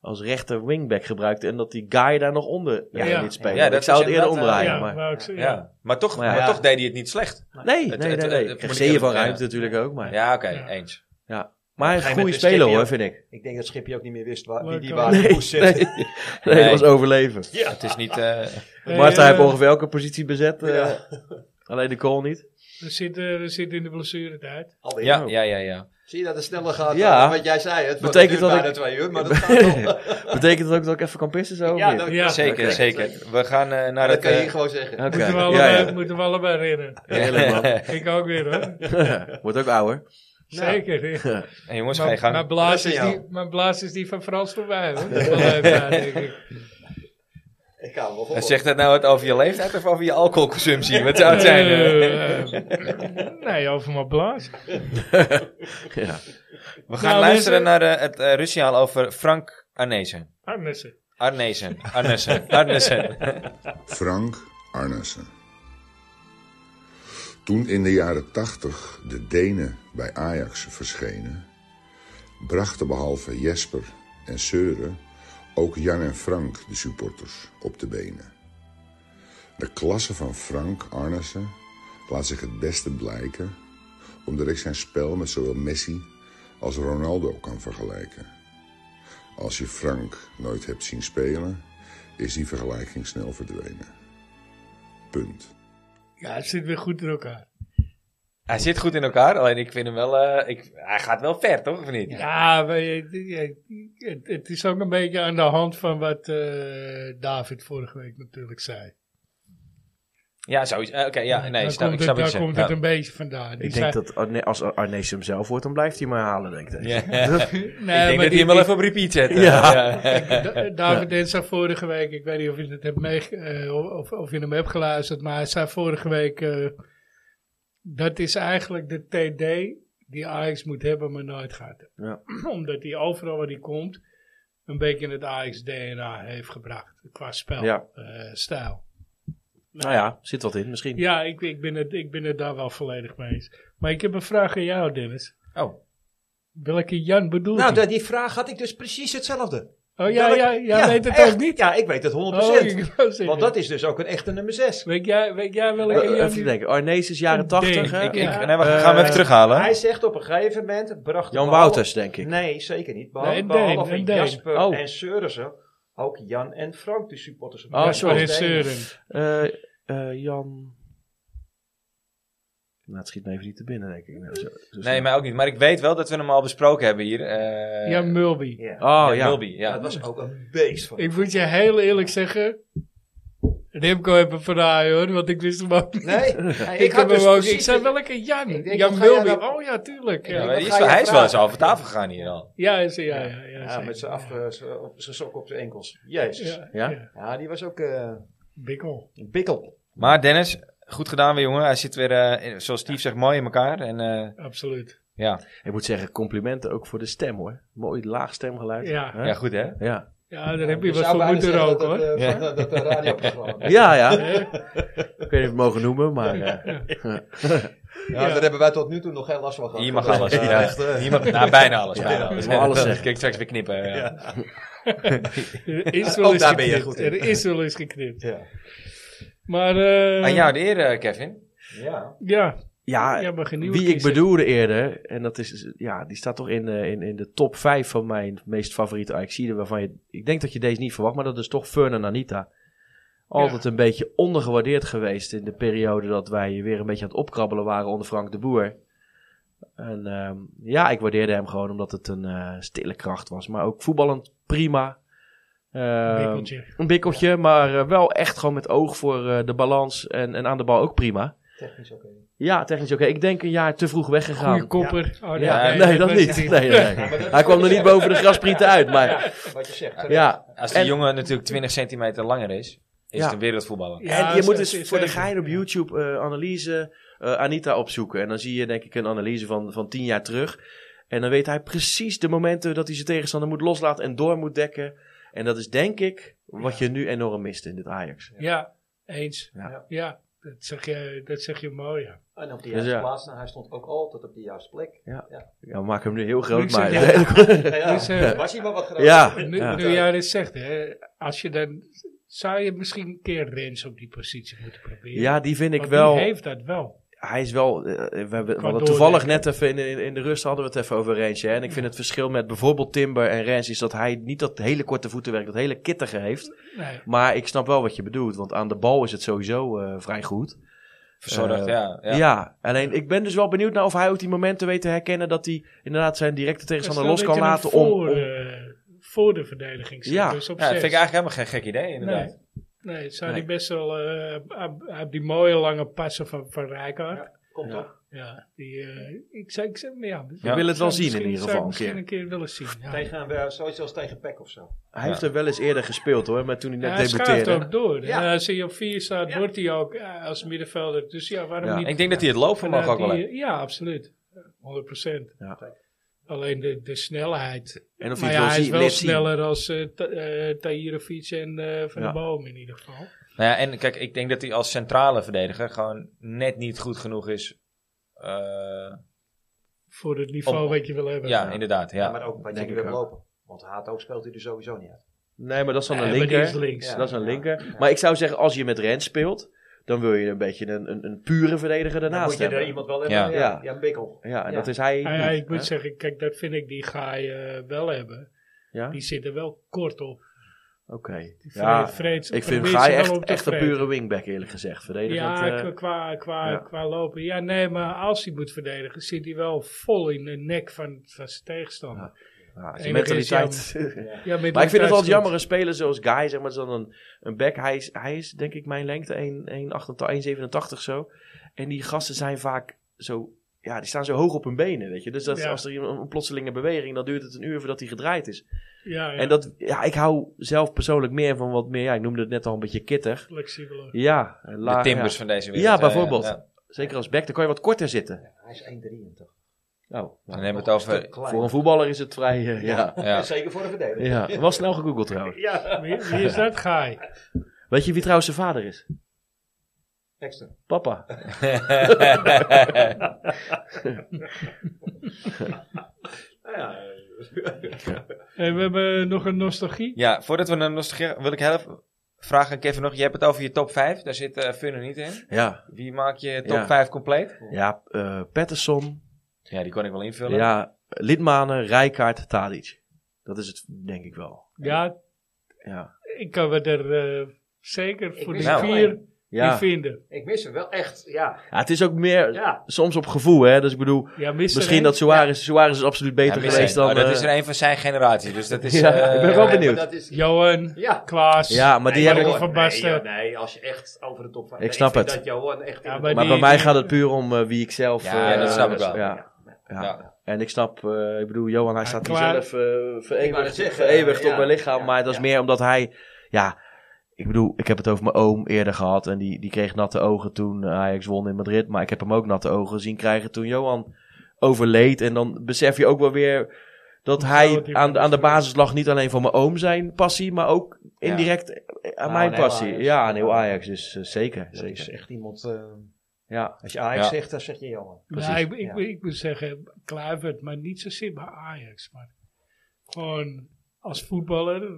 [SPEAKER 4] als rechter wingback gebruikte. En dat die guy daar nog onder
[SPEAKER 2] Ja.
[SPEAKER 4] eh,
[SPEAKER 2] Ja.
[SPEAKER 4] liet spelen.
[SPEAKER 1] Ja, dat
[SPEAKER 4] ik zou
[SPEAKER 1] is
[SPEAKER 4] het eerder
[SPEAKER 1] inderdaad, eh,
[SPEAKER 4] omdraaien.
[SPEAKER 2] ja,
[SPEAKER 4] maar...
[SPEAKER 2] wou ik zeggen, ja.
[SPEAKER 1] Ja. Maar, toch,
[SPEAKER 4] Maar
[SPEAKER 1] maar,
[SPEAKER 4] ja.
[SPEAKER 1] toch deed hij het niet slecht.
[SPEAKER 4] Nee,
[SPEAKER 1] Het-
[SPEAKER 4] nee,
[SPEAKER 1] het-
[SPEAKER 4] nee.
[SPEAKER 1] het-
[SPEAKER 4] nee.
[SPEAKER 1] het- het
[SPEAKER 4] Kreeg
[SPEAKER 1] moet
[SPEAKER 4] zeeën
[SPEAKER 1] ik
[SPEAKER 4] van
[SPEAKER 1] even-
[SPEAKER 4] ruimte
[SPEAKER 1] ja.
[SPEAKER 4] natuurlijk ook, maar...
[SPEAKER 1] Ja, oké,
[SPEAKER 2] Ja.
[SPEAKER 1] eens.
[SPEAKER 4] Maar hij
[SPEAKER 3] Op
[SPEAKER 4] is
[SPEAKER 3] een
[SPEAKER 4] een goede
[SPEAKER 3] gegeven moment
[SPEAKER 4] speler hoor,
[SPEAKER 3] is
[SPEAKER 4] vind ik.
[SPEAKER 3] Ik denk dat Schipje ook niet meer wist waar,
[SPEAKER 2] Maar
[SPEAKER 3] wie die
[SPEAKER 2] kan-
[SPEAKER 3] waar
[SPEAKER 4] Nee,
[SPEAKER 3] moest
[SPEAKER 4] nee,
[SPEAKER 3] zitten.
[SPEAKER 4] nee, dat was overleven.
[SPEAKER 3] Ja.
[SPEAKER 1] Het is niet... eh,
[SPEAKER 2] Hey,
[SPEAKER 4] Marta
[SPEAKER 2] eh,
[SPEAKER 4] heeft ongeveer elke positie bezet. eh,
[SPEAKER 3] Ja.
[SPEAKER 4] Alleen de goal niet.
[SPEAKER 2] We zitten, we zitten in de blessuretijd.
[SPEAKER 3] Alweer.
[SPEAKER 1] ja, ja, ja, ja.
[SPEAKER 3] Zie je dat het sneller gaat
[SPEAKER 4] Ja.
[SPEAKER 3] dan wat jij zei. Het
[SPEAKER 4] Betekent
[SPEAKER 3] duurt
[SPEAKER 4] dat
[SPEAKER 3] bijna
[SPEAKER 4] ik-
[SPEAKER 3] twee uur, maar dat gaat wel.
[SPEAKER 4] Betekent dat ook dat ik even kan pissen zo? of niet?
[SPEAKER 3] dat-
[SPEAKER 2] Ja.
[SPEAKER 1] Zeker,
[SPEAKER 4] Oké.
[SPEAKER 1] zeker. We gaan eh, naar
[SPEAKER 3] dat
[SPEAKER 1] het...
[SPEAKER 3] kan je
[SPEAKER 1] eh,
[SPEAKER 3] hier gewoon zeggen.
[SPEAKER 4] Oké.
[SPEAKER 2] Moeten, we
[SPEAKER 4] Ja,
[SPEAKER 2] allebei,
[SPEAKER 4] ja.
[SPEAKER 2] moeten we allebei rennen.
[SPEAKER 4] Heerlijk, man.
[SPEAKER 2] Ik ook weer hoor.
[SPEAKER 4] Wordt ook ouder.
[SPEAKER 2] Zeker. ja.
[SPEAKER 1] hey, jongens, ga je
[SPEAKER 2] Mijn-
[SPEAKER 1] gang.
[SPEAKER 2] Mijn blaas,
[SPEAKER 3] Dat is
[SPEAKER 2] is
[SPEAKER 3] jou.
[SPEAKER 2] die, mijn blaas is die van Frans voorbij hoor. Dat is wel even aan, denk ik.
[SPEAKER 3] Ik ga hem wel
[SPEAKER 1] En
[SPEAKER 3] volgen.
[SPEAKER 1] Zegt dat nou het over je leeftijd of over je alcoholconsumptie? Wat zou het zijn? eh?
[SPEAKER 2] Eh, eh, nee, over mijn blaas.
[SPEAKER 4] ja.
[SPEAKER 1] We gaan
[SPEAKER 2] Nou,
[SPEAKER 1] luisteren
[SPEAKER 2] mensen-
[SPEAKER 1] naar eh, het eh Russiaal over Frank Arnesen.
[SPEAKER 2] Arnissen.
[SPEAKER 1] Arnesen, Arnesen, Arnesen.
[SPEAKER 5] Frank Arnesen. Toen in de jaren 80 de Denen bij Ajax verschenen, brachten behalve Jesper en Seuren ook Jan en Frank de supporters op de benen. De klasse van Frank Arnesen laat zich het beste blijken omdat ik zijn spel met zowel Messi als Ronaldo kan vergelijken. Als je Frank nooit hebt zien spelen, is die vergelijking snel verdwenen. Punt.
[SPEAKER 2] Ja, het zit weer goed door elkaar.
[SPEAKER 1] Hij zit goed in elkaar, alleen ik vind hem wel... eh, ik, hij gaat wel ver, toch? Of niet?
[SPEAKER 2] Ja, maar je- je- je- het, het is ook een beetje aan de hand van wat eh, David vorige week natuurlijk zei.
[SPEAKER 1] Ja, sowieso. Eh, Oké, ja, nee,
[SPEAKER 2] daar
[SPEAKER 1] snap, ik
[SPEAKER 2] komt
[SPEAKER 1] snap
[SPEAKER 2] het,
[SPEAKER 1] wat je
[SPEAKER 2] daar
[SPEAKER 1] zegt.
[SPEAKER 2] komt
[SPEAKER 1] Ja.
[SPEAKER 2] het een beetje vandaan. Die
[SPEAKER 4] Ik
[SPEAKER 2] zei-
[SPEAKER 4] denk dat Arne- als Arnees hem zelf wordt, dan blijft hij maar halen, denk ik.
[SPEAKER 1] Ja.
[SPEAKER 2] Nee,
[SPEAKER 1] ik denk
[SPEAKER 2] maar
[SPEAKER 1] dat hij
[SPEAKER 2] die-
[SPEAKER 1] hem wel even op repeat zet. eh.
[SPEAKER 4] Ja.
[SPEAKER 3] eh,
[SPEAKER 2] Da- David Dent zei vorige week, ik weet niet of je het hebt mee, eh, of, of je hem hebt geluisterd, maar hij zei vorige week, eh, dat is eigenlijk de TD die Ajax moet hebben, maar nooit gaat hebben. Omdat hij overal waar hij komt, een beetje het Ajax DNA heeft gebracht, qua spel,
[SPEAKER 4] Ja.
[SPEAKER 2] eh, stijl.
[SPEAKER 4] Nou ja, zit wat in misschien.
[SPEAKER 2] Ja, ik, ik, ben het, ik ben het daar wel volledig mee eens. Maar ik heb een vraag aan jou, Dennis.
[SPEAKER 1] Oh.
[SPEAKER 2] Welke Jan bedoelt
[SPEAKER 3] Nou,
[SPEAKER 2] hij?
[SPEAKER 3] dat- die vraag had ik dus precies hetzelfde.
[SPEAKER 2] Oh ja,
[SPEAKER 3] Welk-
[SPEAKER 2] ja, jij weet het
[SPEAKER 3] echt.
[SPEAKER 2] ook niet.
[SPEAKER 3] Ja, ik weet het 100%.
[SPEAKER 2] Oh, ik wou zeggen.
[SPEAKER 3] Want dat is dus ook een echte nummer 6.
[SPEAKER 2] Weet jij, weet jij welke
[SPEAKER 4] Eh,
[SPEAKER 2] Jan
[SPEAKER 4] Even
[SPEAKER 2] die-
[SPEAKER 4] denken. Arnees is jaren
[SPEAKER 2] Ik
[SPEAKER 4] 80,
[SPEAKER 2] denk-
[SPEAKER 4] hè? Eh,
[SPEAKER 1] Ik, ik,
[SPEAKER 2] Ja.
[SPEAKER 1] nee, we gaan
[SPEAKER 2] Eh,
[SPEAKER 1] hem even terughalen.
[SPEAKER 3] Hij zegt op een gegeven moment... Bracht
[SPEAKER 4] Jan
[SPEAKER 3] behalve-
[SPEAKER 4] Wouters, denk ik.
[SPEAKER 3] Nee, zeker niet. Behal-
[SPEAKER 2] Nee, een
[SPEAKER 3] behalve
[SPEAKER 2] Deen, een Deen.
[SPEAKER 3] Jasper
[SPEAKER 4] Oh.
[SPEAKER 3] en Seurensen, ook Jan en Frank, de supporters. van
[SPEAKER 4] Oh,
[SPEAKER 3] Jan
[SPEAKER 4] sorry.
[SPEAKER 3] en
[SPEAKER 2] Arjen
[SPEAKER 3] Deen.
[SPEAKER 2] Seuren.
[SPEAKER 4] Eh, eh, Jan... Nou, het schiet me even niet te binnen, denk ik. Nou, zo- zo
[SPEAKER 1] Nee,
[SPEAKER 4] snel.
[SPEAKER 1] mij ook niet. Maar ik weet wel dat we hem al besproken hebben hier. eh,
[SPEAKER 2] Jan Mulby.
[SPEAKER 3] Ja.
[SPEAKER 4] Oh,
[SPEAKER 1] Jan
[SPEAKER 4] ja.
[SPEAKER 1] Mulby, ja.
[SPEAKER 3] Dat was ook een beest van.
[SPEAKER 2] Ik moet je heel eerlijk zeggen. eh, Remco heeft me verraaien hoor, want ik wist hem ook niet.
[SPEAKER 3] Nee,
[SPEAKER 2] Ik,
[SPEAKER 3] ik had
[SPEAKER 2] heb
[SPEAKER 3] dus
[SPEAKER 2] hem ook, ik
[SPEAKER 3] precies-
[SPEAKER 2] zei welke Jan?
[SPEAKER 3] Ik denk,
[SPEAKER 2] Jan
[SPEAKER 3] wat ga jij
[SPEAKER 2] Wilby.
[SPEAKER 3] nou-
[SPEAKER 2] Oh ja, tuurlijk.
[SPEAKER 1] Ja,
[SPEAKER 2] Ja,
[SPEAKER 1] maar
[SPEAKER 2] ja,
[SPEAKER 3] wat
[SPEAKER 1] die
[SPEAKER 3] ga
[SPEAKER 1] is wel,
[SPEAKER 3] je
[SPEAKER 1] hij is wel eens
[SPEAKER 3] vragen?
[SPEAKER 1] over tafel gegaan hier al.
[SPEAKER 2] hij is- ja, ja, ja,
[SPEAKER 3] Ja,
[SPEAKER 2] zeker.
[SPEAKER 3] met zijn afge- z- op zijn sok op zijn enkels. Jezus. Ja,
[SPEAKER 2] Ja,
[SPEAKER 4] Ja?
[SPEAKER 2] ja.
[SPEAKER 3] die was ook eh,
[SPEAKER 2] Bikkel.
[SPEAKER 3] een bikkel.
[SPEAKER 1] Maar Dennis, goed gedaan weer jongen. Hij zit weer, eh, in- zoals Steve zegt, mooi in elkaar. En eh,
[SPEAKER 2] Absoluut.
[SPEAKER 1] ja.
[SPEAKER 4] Ik moet zeggen, complimenten ook voor de stem hoor. Mooi laag stemgeluid.
[SPEAKER 2] Ja.
[SPEAKER 4] Hè?
[SPEAKER 1] ja, goed hè?
[SPEAKER 4] Ja.
[SPEAKER 2] Ja, daar heb je
[SPEAKER 3] Dus
[SPEAKER 2] wat
[SPEAKER 3] zou
[SPEAKER 2] voor
[SPEAKER 3] bijna
[SPEAKER 2] moeten
[SPEAKER 3] zeggen
[SPEAKER 2] roken
[SPEAKER 3] dat,
[SPEAKER 2] hoor.
[SPEAKER 3] het, eh, van- Dat, dat de radioprogramma.
[SPEAKER 4] Ja,
[SPEAKER 3] ja.
[SPEAKER 4] ja.
[SPEAKER 2] Hè?
[SPEAKER 4] Ik weet niet of we het mogen noemen, maar... eh,
[SPEAKER 2] Ja.
[SPEAKER 3] Daar hebben wij tot nu toe nog geen last van gehad.
[SPEAKER 1] Hier mag
[SPEAKER 3] Dat
[SPEAKER 1] alles.
[SPEAKER 3] is, eh,
[SPEAKER 1] Ja.
[SPEAKER 3] echt, eh,
[SPEAKER 1] Hier mag, nou, bijna alles.
[SPEAKER 4] Ja,
[SPEAKER 1] bijna
[SPEAKER 4] dat
[SPEAKER 1] alles.
[SPEAKER 4] is wel alles, zeg.
[SPEAKER 1] Kijk, straks weer knippen. Ja.
[SPEAKER 2] Er is
[SPEAKER 3] Ook
[SPEAKER 2] wel eens
[SPEAKER 3] daar ben je
[SPEAKER 2] geknipt.
[SPEAKER 3] goed in.
[SPEAKER 2] Er is wel eens geknipt.
[SPEAKER 3] ja.
[SPEAKER 2] Maar eh,
[SPEAKER 4] Ah,
[SPEAKER 1] Aan jou de eer, eh, Kevin.
[SPEAKER 3] Ja.
[SPEAKER 2] ja,
[SPEAKER 4] ja,
[SPEAKER 2] ja, maar geen nieuwe
[SPEAKER 4] Ah, Wie ik
[SPEAKER 2] kiezen.
[SPEAKER 4] bedoelde eerder, en dat is, ja, die staat toch in, eh, in, in de top 5 van mijn meest favoriete Ajaxiden, waarvan je, ik denk dat je deze niet verwacht, maar dat is toch Fern en Anita. Altijd een beetje ondergewaardeerd geweest in de periode dat wij weer een beetje aan het opkrabbelen waren onder Frank de Boer. En ehm, ja, ik waardeerde hem gewoon omdat het een eh, stille kracht was, maar ook voetballend prima. Ehm,
[SPEAKER 2] Bikkeltje.
[SPEAKER 4] een bikkeltje, maar eh, wel echt gewoon met oog voor eh, de balans en, en aan de bal ook prima.
[SPEAKER 3] Technisch oké.
[SPEAKER 4] Ja, technisch oké. Ik denk een jaar te vroeg weggegaan.
[SPEAKER 2] Goeie kopper. Oh,
[SPEAKER 4] nou, Ja,
[SPEAKER 1] Ja,
[SPEAKER 4] nee, dat
[SPEAKER 2] was
[SPEAKER 4] niet. Nee, nee, nee. Hij kwam er niet boven de grasprieten uit, maar...
[SPEAKER 3] Wat je zegt. hè.
[SPEAKER 4] Ja,
[SPEAKER 1] Als die
[SPEAKER 4] En-
[SPEAKER 1] jongen natuurlijk 20 centimeter langer is, is
[SPEAKER 4] Ja.
[SPEAKER 1] het een wereldvoetballer.
[SPEAKER 2] Ja,
[SPEAKER 4] en je
[SPEAKER 2] ze-
[SPEAKER 4] moet
[SPEAKER 2] ze-
[SPEAKER 4] dus voor de
[SPEAKER 2] zeker.
[SPEAKER 4] gein op YouTube eh, analyse eh, Anita opzoeken. En dan zie je denk ik een analyse van, van tien jaar terug. En dan weet hij precies de momenten dat hij zijn tegenstander moet loslaten en door moet dekken. En dat is denk ik wat je nu enorm mist in dit Ajax.
[SPEAKER 2] Ja, eens.
[SPEAKER 4] Ja.
[SPEAKER 2] Ja. Dat zeg, je, dat zeg je mooi, ja.
[SPEAKER 3] En op de
[SPEAKER 4] Dus
[SPEAKER 3] juiste
[SPEAKER 4] ja.
[SPEAKER 3] plaats. En hij stond ook altijd op de juiste plek.
[SPEAKER 4] Ja, we maken hem nu heel groot,
[SPEAKER 2] Ik
[SPEAKER 4] maar...
[SPEAKER 2] zeg,
[SPEAKER 3] Ja, ja.
[SPEAKER 2] Dus, eh,
[SPEAKER 3] Was hij maar wat groter.
[SPEAKER 4] Ja.
[SPEAKER 2] Nu,
[SPEAKER 4] Ja.
[SPEAKER 2] nu jij dit zegt, hè, als je dan, zou je misschien een keer Rens op die positie moeten proberen.
[SPEAKER 4] Ja, die vind ik
[SPEAKER 2] Want
[SPEAKER 4] wel...
[SPEAKER 2] die heeft dat wel.
[SPEAKER 4] hij is wel. eh, we hebben, we hadden
[SPEAKER 2] doordenken.
[SPEAKER 4] toevallig net even in, in, in de rust hadden we het even over Rens. hè. En ik vind het verschil met bijvoorbeeld Timber en Rens is dat hij niet dat hele korte voetenwerk, dat hele kittige heeft.
[SPEAKER 2] Nee.
[SPEAKER 4] Maar ik snap wel wat je bedoelt, want aan de bal is het sowieso eh, vrij goed.
[SPEAKER 1] Verzorgd,
[SPEAKER 4] Eh,
[SPEAKER 1] ja.
[SPEAKER 4] Ja.
[SPEAKER 1] ja.
[SPEAKER 4] alleen ik ben dus wel benieuwd naar of hij ook die momenten weet te herkennen dat hij inderdaad zijn directe tegenstander los kan laten om.
[SPEAKER 2] Voor,
[SPEAKER 4] om-
[SPEAKER 2] eh, voor de verdediging zit.
[SPEAKER 4] Ja.
[SPEAKER 2] dus op
[SPEAKER 1] Ja, dat
[SPEAKER 2] zes.
[SPEAKER 1] vind ik eigenlijk helemaal geen gek idee, inderdaad.
[SPEAKER 2] Nee. Nee, zou
[SPEAKER 4] Nee.
[SPEAKER 2] die best wel eh, op- op die mooie lange passen van, van Rijkaard. Ja.
[SPEAKER 3] Komt
[SPEAKER 4] Ja.
[SPEAKER 3] op.
[SPEAKER 2] die, eh, ik zei, ik zei, maar ja,
[SPEAKER 1] wil het
[SPEAKER 4] wel
[SPEAKER 2] zou
[SPEAKER 4] zien in
[SPEAKER 2] misschien-
[SPEAKER 4] ieder
[SPEAKER 2] zou
[SPEAKER 4] geval
[SPEAKER 2] ik
[SPEAKER 4] een
[SPEAKER 2] misschien
[SPEAKER 4] keer.
[SPEAKER 2] een keer willen zien. Ja.
[SPEAKER 3] Tegen, een, eh, zoiets als tegen Peck of zo.
[SPEAKER 4] Hij heeft er wel eens eerder gespeeld hoor, maar toen hij
[SPEAKER 2] Ja,
[SPEAKER 4] net
[SPEAKER 2] hij schuift
[SPEAKER 4] debuteerde.
[SPEAKER 2] ook door. hè.
[SPEAKER 3] Ja.
[SPEAKER 2] En als hij op 4 staat,
[SPEAKER 3] Ja.
[SPEAKER 2] wordt hij ook eh, als middenvelder. Dus ja, waarom
[SPEAKER 4] Ja.
[SPEAKER 2] niet?
[SPEAKER 1] Ik denk dat hij het loopvermogen ook wel
[SPEAKER 2] Vanuit
[SPEAKER 1] heeft.
[SPEAKER 2] die- Ja, absoluut. 100%.
[SPEAKER 4] Ja.
[SPEAKER 2] Alleen de, de snelheid.
[SPEAKER 4] En of
[SPEAKER 2] Maar
[SPEAKER 4] hij
[SPEAKER 2] ja,
[SPEAKER 4] het
[SPEAKER 2] hij
[SPEAKER 4] wil
[SPEAKER 2] is
[SPEAKER 4] zien,
[SPEAKER 2] wel
[SPEAKER 4] laat zien.
[SPEAKER 2] sneller als eh Ta- eh, Tahirovic en eh, Van
[SPEAKER 4] Ja.
[SPEAKER 2] der Boom in ieder geval.
[SPEAKER 1] Nou ja, en kijk, ik denk dat hij als centrale verdediger gewoon net niet goed genoeg is. Eh,
[SPEAKER 2] Voor het niveau
[SPEAKER 1] Om-
[SPEAKER 2] wat je wil hebben.
[SPEAKER 1] ja, inderdaad.
[SPEAKER 3] Ja,
[SPEAKER 1] Ja.
[SPEAKER 3] maar ook wat je
[SPEAKER 4] Denk
[SPEAKER 3] nu
[SPEAKER 4] ik
[SPEAKER 3] hebt
[SPEAKER 4] ook.
[SPEAKER 3] lopen. Want Hato speelt hij er sowieso niet uit.
[SPEAKER 4] Nee, maar dat is dan
[SPEAKER 2] Eh,
[SPEAKER 4] een
[SPEAKER 2] maar die
[SPEAKER 4] linker.
[SPEAKER 2] is links.
[SPEAKER 4] Dat is een
[SPEAKER 3] Ja.
[SPEAKER 4] linker. Maar ik zou zeggen, als je met Rens speelt, dan wil je een beetje een, een, een pure verdediger
[SPEAKER 3] Dan
[SPEAKER 4] daarnaast
[SPEAKER 3] moet je er
[SPEAKER 4] hebben.
[SPEAKER 3] iemand wel in.
[SPEAKER 1] Ja.
[SPEAKER 3] Ja,
[SPEAKER 4] Ja.
[SPEAKER 3] ja, een bikkel.
[SPEAKER 4] Ja, en
[SPEAKER 3] Ja.
[SPEAKER 4] dat is hij.
[SPEAKER 2] Ah, ja,
[SPEAKER 4] niet,
[SPEAKER 2] ik moet
[SPEAKER 4] hè?
[SPEAKER 2] zeggen, kijk, dat vind ik die ga je wel hebben.
[SPEAKER 4] Ja,
[SPEAKER 2] Die zit er wel kort op.
[SPEAKER 4] oké.
[SPEAKER 2] Die
[SPEAKER 4] Ja,
[SPEAKER 2] vreet- vreet-
[SPEAKER 4] ik vind
[SPEAKER 2] probeert
[SPEAKER 4] Gaai
[SPEAKER 2] ze wel
[SPEAKER 4] echt,
[SPEAKER 2] op te
[SPEAKER 4] echt een
[SPEAKER 2] vreten.
[SPEAKER 4] pure wingback, eerlijk gezegd. Verdedigend.
[SPEAKER 2] Ja,
[SPEAKER 4] eh, Ja,
[SPEAKER 2] qua- qua, qua,
[SPEAKER 4] ja.
[SPEAKER 2] qua lopen. Ja, nee, maar als hij moet verdedigen, zit hij wel vol in de nek van, van zijn tegenstander. enige
[SPEAKER 4] ja, zijn
[SPEAKER 2] is
[SPEAKER 4] ah, mentaliteit.
[SPEAKER 3] Ja.
[SPEAKER 2] Ja, met
[SPEAKER 4] maar ik vind het
[SPEAKER 2] Lukaku
[SPEAKER 4] altijd jammer, een speler zoals Guy, zeg maar, is dan een, een back. Hij is, hij is, denk ik, mijn lengte, 1 1,88, 1,87 zo. En die gasten zijn vaak zo, ja, die staan zo hoog op hun benen, weet je. Dus dat,
[SPEAKER 2] Ja.
[SPEAKER 4] als er een, een plotselinge beweging, dan duurt het een uur voordat hij gedraaid is.
[SPEAKER 2] Ja, ja.
[SPEAKER 4] En dat, ja, ik hou zelf persoonlijk meer van wat meer, ja, ik noemde het net al een beetje kittig.
[SPEAKER 2] flexibeler.
[SPEAKER 4] Ja, eh, laag,
[SPEAKER 1] de timbers
[SPEAKER 4] ja.
[SPEAKER 1] van deze wereld. eh,
[SPEAKER 4] Ja, bijvoorbeeld.
[SPEAKER 1] Ja, ja.
[SPEAKER 4] Zeker als back, dan kan je wat korter zitten.
[SPEAKER 3] Hij is 1,83.
[SPEAKER 4] Oh,
[SPEAKER 1] Dan
[SPEAKER 4] nou,
[SPEAKER 1] hebben we het over...
[SPEAKER 4] voor een voetballer is het vrij, eh, ja.
[SPEAKER 1] Ja.
[SPEAKER 3] Zeker voor een verdediger.
[SPEAKER 4] Ja, was snel gegoogeld trouwens.
[SPEAKER 3] Ja.
[SPEAKER 2] Wie, wie is dat, Gaai?
[SPEAKER 4] Weet je wie trouwens zijn vader is?
[SPEAKER 3] Paxton.
[SPEAKER 4] Papa.
[SPEAKER 3] Nou ja, eh,
[SPEAKER 2] Hey, we hebben nog een nostalgie.
[SPEAKER 1] ja, voordat we naar nostalgie... Wil ik helpen? Vraag aan Kevin nog. Je hebt het over je top 5. Daar zit eh Fun er niet in.
[SPEAKER 4] Ja,
[SPEAKER 1] Wie maakt je top
[SPEAKER 4] Ja.
[SPEAKER 1] 5 compleet?
[SPEAKER 4] ja eh Patterson,
[SPEAKER 1] Ja, die kon ik wel invullen.
[SPEAKER 4] ja, Lidmanen, Rijkaard, Tadic. Dat is het, denk ik wel.
[SPEAKER 2] Ja,
[SPEAKER 4] Ja,
[SPEAKER 2] ik kan me er eh, zeker
[SPEAKER 3] Ik
[SPEAKER 2] voor
[SPEAKER 3] wist
[SPEAKER 2] die
[SPEAKER 1] het
[SPEAKER 2] vier
[SPEAKER 4] Ja.
[SPEAKER 2] die vinden.
[SPEAKER 6] Ik mis hem wel echt. Ja,
[SPEAKER 4] Ja, het is ook meer
[SPEAKER 6] ja.
[SPEAKER 4] soms op gevoel, hè. Dus ik bedoel,
[SPEAKER 2] Ja, mis er
[SPEAKER 4] misschien
[SPEAKER 2] één.
[SPEAKER 4] dat Suarez... Suarez is absoluut beter
[SPEAKER 1] Ja,
[SPEAKER 4] geweest
[SPEAKER 1] Missing.
[SPEAKER 4] dan...
[SPEAKER 1] Maar Oh, dat
[SPEAKER 4] eh,
[SPEAKER 1] is er een van zijn generatie. Dus dat is.
[SPEAKER 4] Ja,
[SPEAKER 1] eh,
[SPEAKER 4] ik ben wel
[SPEAKER 6] Ja,
[SPEAKER 4] benieuwd.
[SPEAKER 6] maar Dat is,
[SPEAKER 2] Johan,
[SPEAKER 6] ja.
[SPEAKER 2] Klaas.
[SPEAKER 4] ja, maar die
[SPEAKER 2] Nee,
[SPEAKER 4] hebben...
[SPEAKER 2] maar-
[SPEAKER 6] Johan,
[SPEAKER 2] Van Basten.
[SPEAKER 6] Nee, joh, nee, als je echt over de top van.
[SPEAKER 4] Ik snap
[SPEAKER 6] vind
[SPEAKER 4] het.
[SPEAKER 6] Dat Johan echt.
[SPEAKER 2] Ja,
[SPEAKER 6] in de
[SPEAKER 2] maar
[SPEAKER 6] top-
[SPEAKER 4] Maar
[SPEAKER 2] die-
[SPEAKER 4] bij mij gaat het puur om eh, wie ik zelf...
[SPEAKER 1] Ja,
[SPEAKER 4] eh,
[SPEAKER 1] dat snap ik wel.
[SPEAKER 4] Ja. Ja.
[SPEAKER 1] Ja.
[SPEAKER 4] En ik snap, eh, ik bedoel, Johan, hij staat hier
[SPEAKER 2] klaar-
[SPEAKER 4] zelf eh,
[SPEAKER 6] Ik wou net
[SPEAKER 4] vereeuwigd,
[SPEAKER 6] zeggen,
[SPEAKER 4] vereeuwigd
[SPEAKER 6] ja,
[SPEAKER 4] op mijn lichaam.
[SPEAKER 6] ja,
[SPEAKER 4] maar dat is
[SPEAKER 6] ja.
[SPEAKER 4] meer omdat hij, ja, ik bedoel, ik heb het over mijn oom eerder gehad. En die, die kreeg natte ogen toen Ajax won in Madrid. Maar ik heb hem ook natte ogen zien krijgen toen Johan overleed. En dan besef je ook wel weer dat hij
[SPEAKER 2] die
[SPEAKER 4] aan, de- aan de
[SPEAKER 2] mensen-
[SPEAKER 4] basis lag niet alleen van mijn oom zijn passie, maar ook
[SPEAKER 1] Ja.
[SPEAKER 4] indirect eh, aan
[SPEAKER 3] Aan
[SPEAKER 4] mijn
[SPEAKER 3] heel
[SPEAKER 4] passie.
[SPEAKER 3] Ajax.
[SPEAKER 4] Ja, aan heel Ajax. Dus eh, zeker.
[SPEAKER 3] Dat is
[SPEAKER 4] zeker.
[SPEAKER 3] echt iemand... eh,
[SPEAKER 4] Ja,
[SPEAKER 3] als je Ajax
[SPEAKER 1] Ja.
[SPEAKER 3] zegt, dan zeg je Johan.
[SPEAKER 4] precies.
[SPEAKER 2] Ja, ik, ik,
[SPEAKER 3] Ja.
[SPEAKER 2] ik moet zeggen, Kluivert, maar niet zozeer bij Ajax. Maar gewoon als voetballer,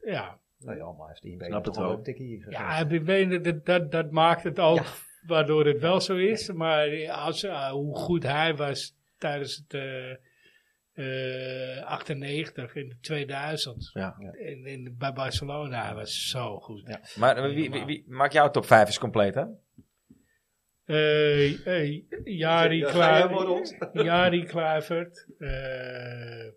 [SPEAKER 2] ja.
[SPEAKER 3] Nou ja, maar heeft hij
[SPEAKER 4] Snap
[SPEAKER 3] een beetje
[SPEAKER 4] het
[SPEAKER 3] toch wel
[SPEAKER 4] wel.
[SPEAKER 3] een tikkie hier gezet.
[SPEAKER 2] Ja, ik weet, dat, dat, dat maakt het ook, waardoor het wel zo is. Maar als, eh, hoe goed hij was tijdens het eh, eh, 98 en 2000.
[SPEAKER 4] Ja.
[SPEAKER 2] En, en bij Barcelona, hij was zo goed.
[SPEAKER 3] Ja.
[SPEAKER 1] Maar wie, wie, wie, maakt jouw top 5 eens compleet, hè?
[SPEAKER 2] Eh, eh, Jari
[SPEAKER 6] Ja, ga jij maar
[SPEAKER 2] Kluivert.
[SPEAKER 6] rond.
[SPEAKER 2] Jari Kluivert. eh,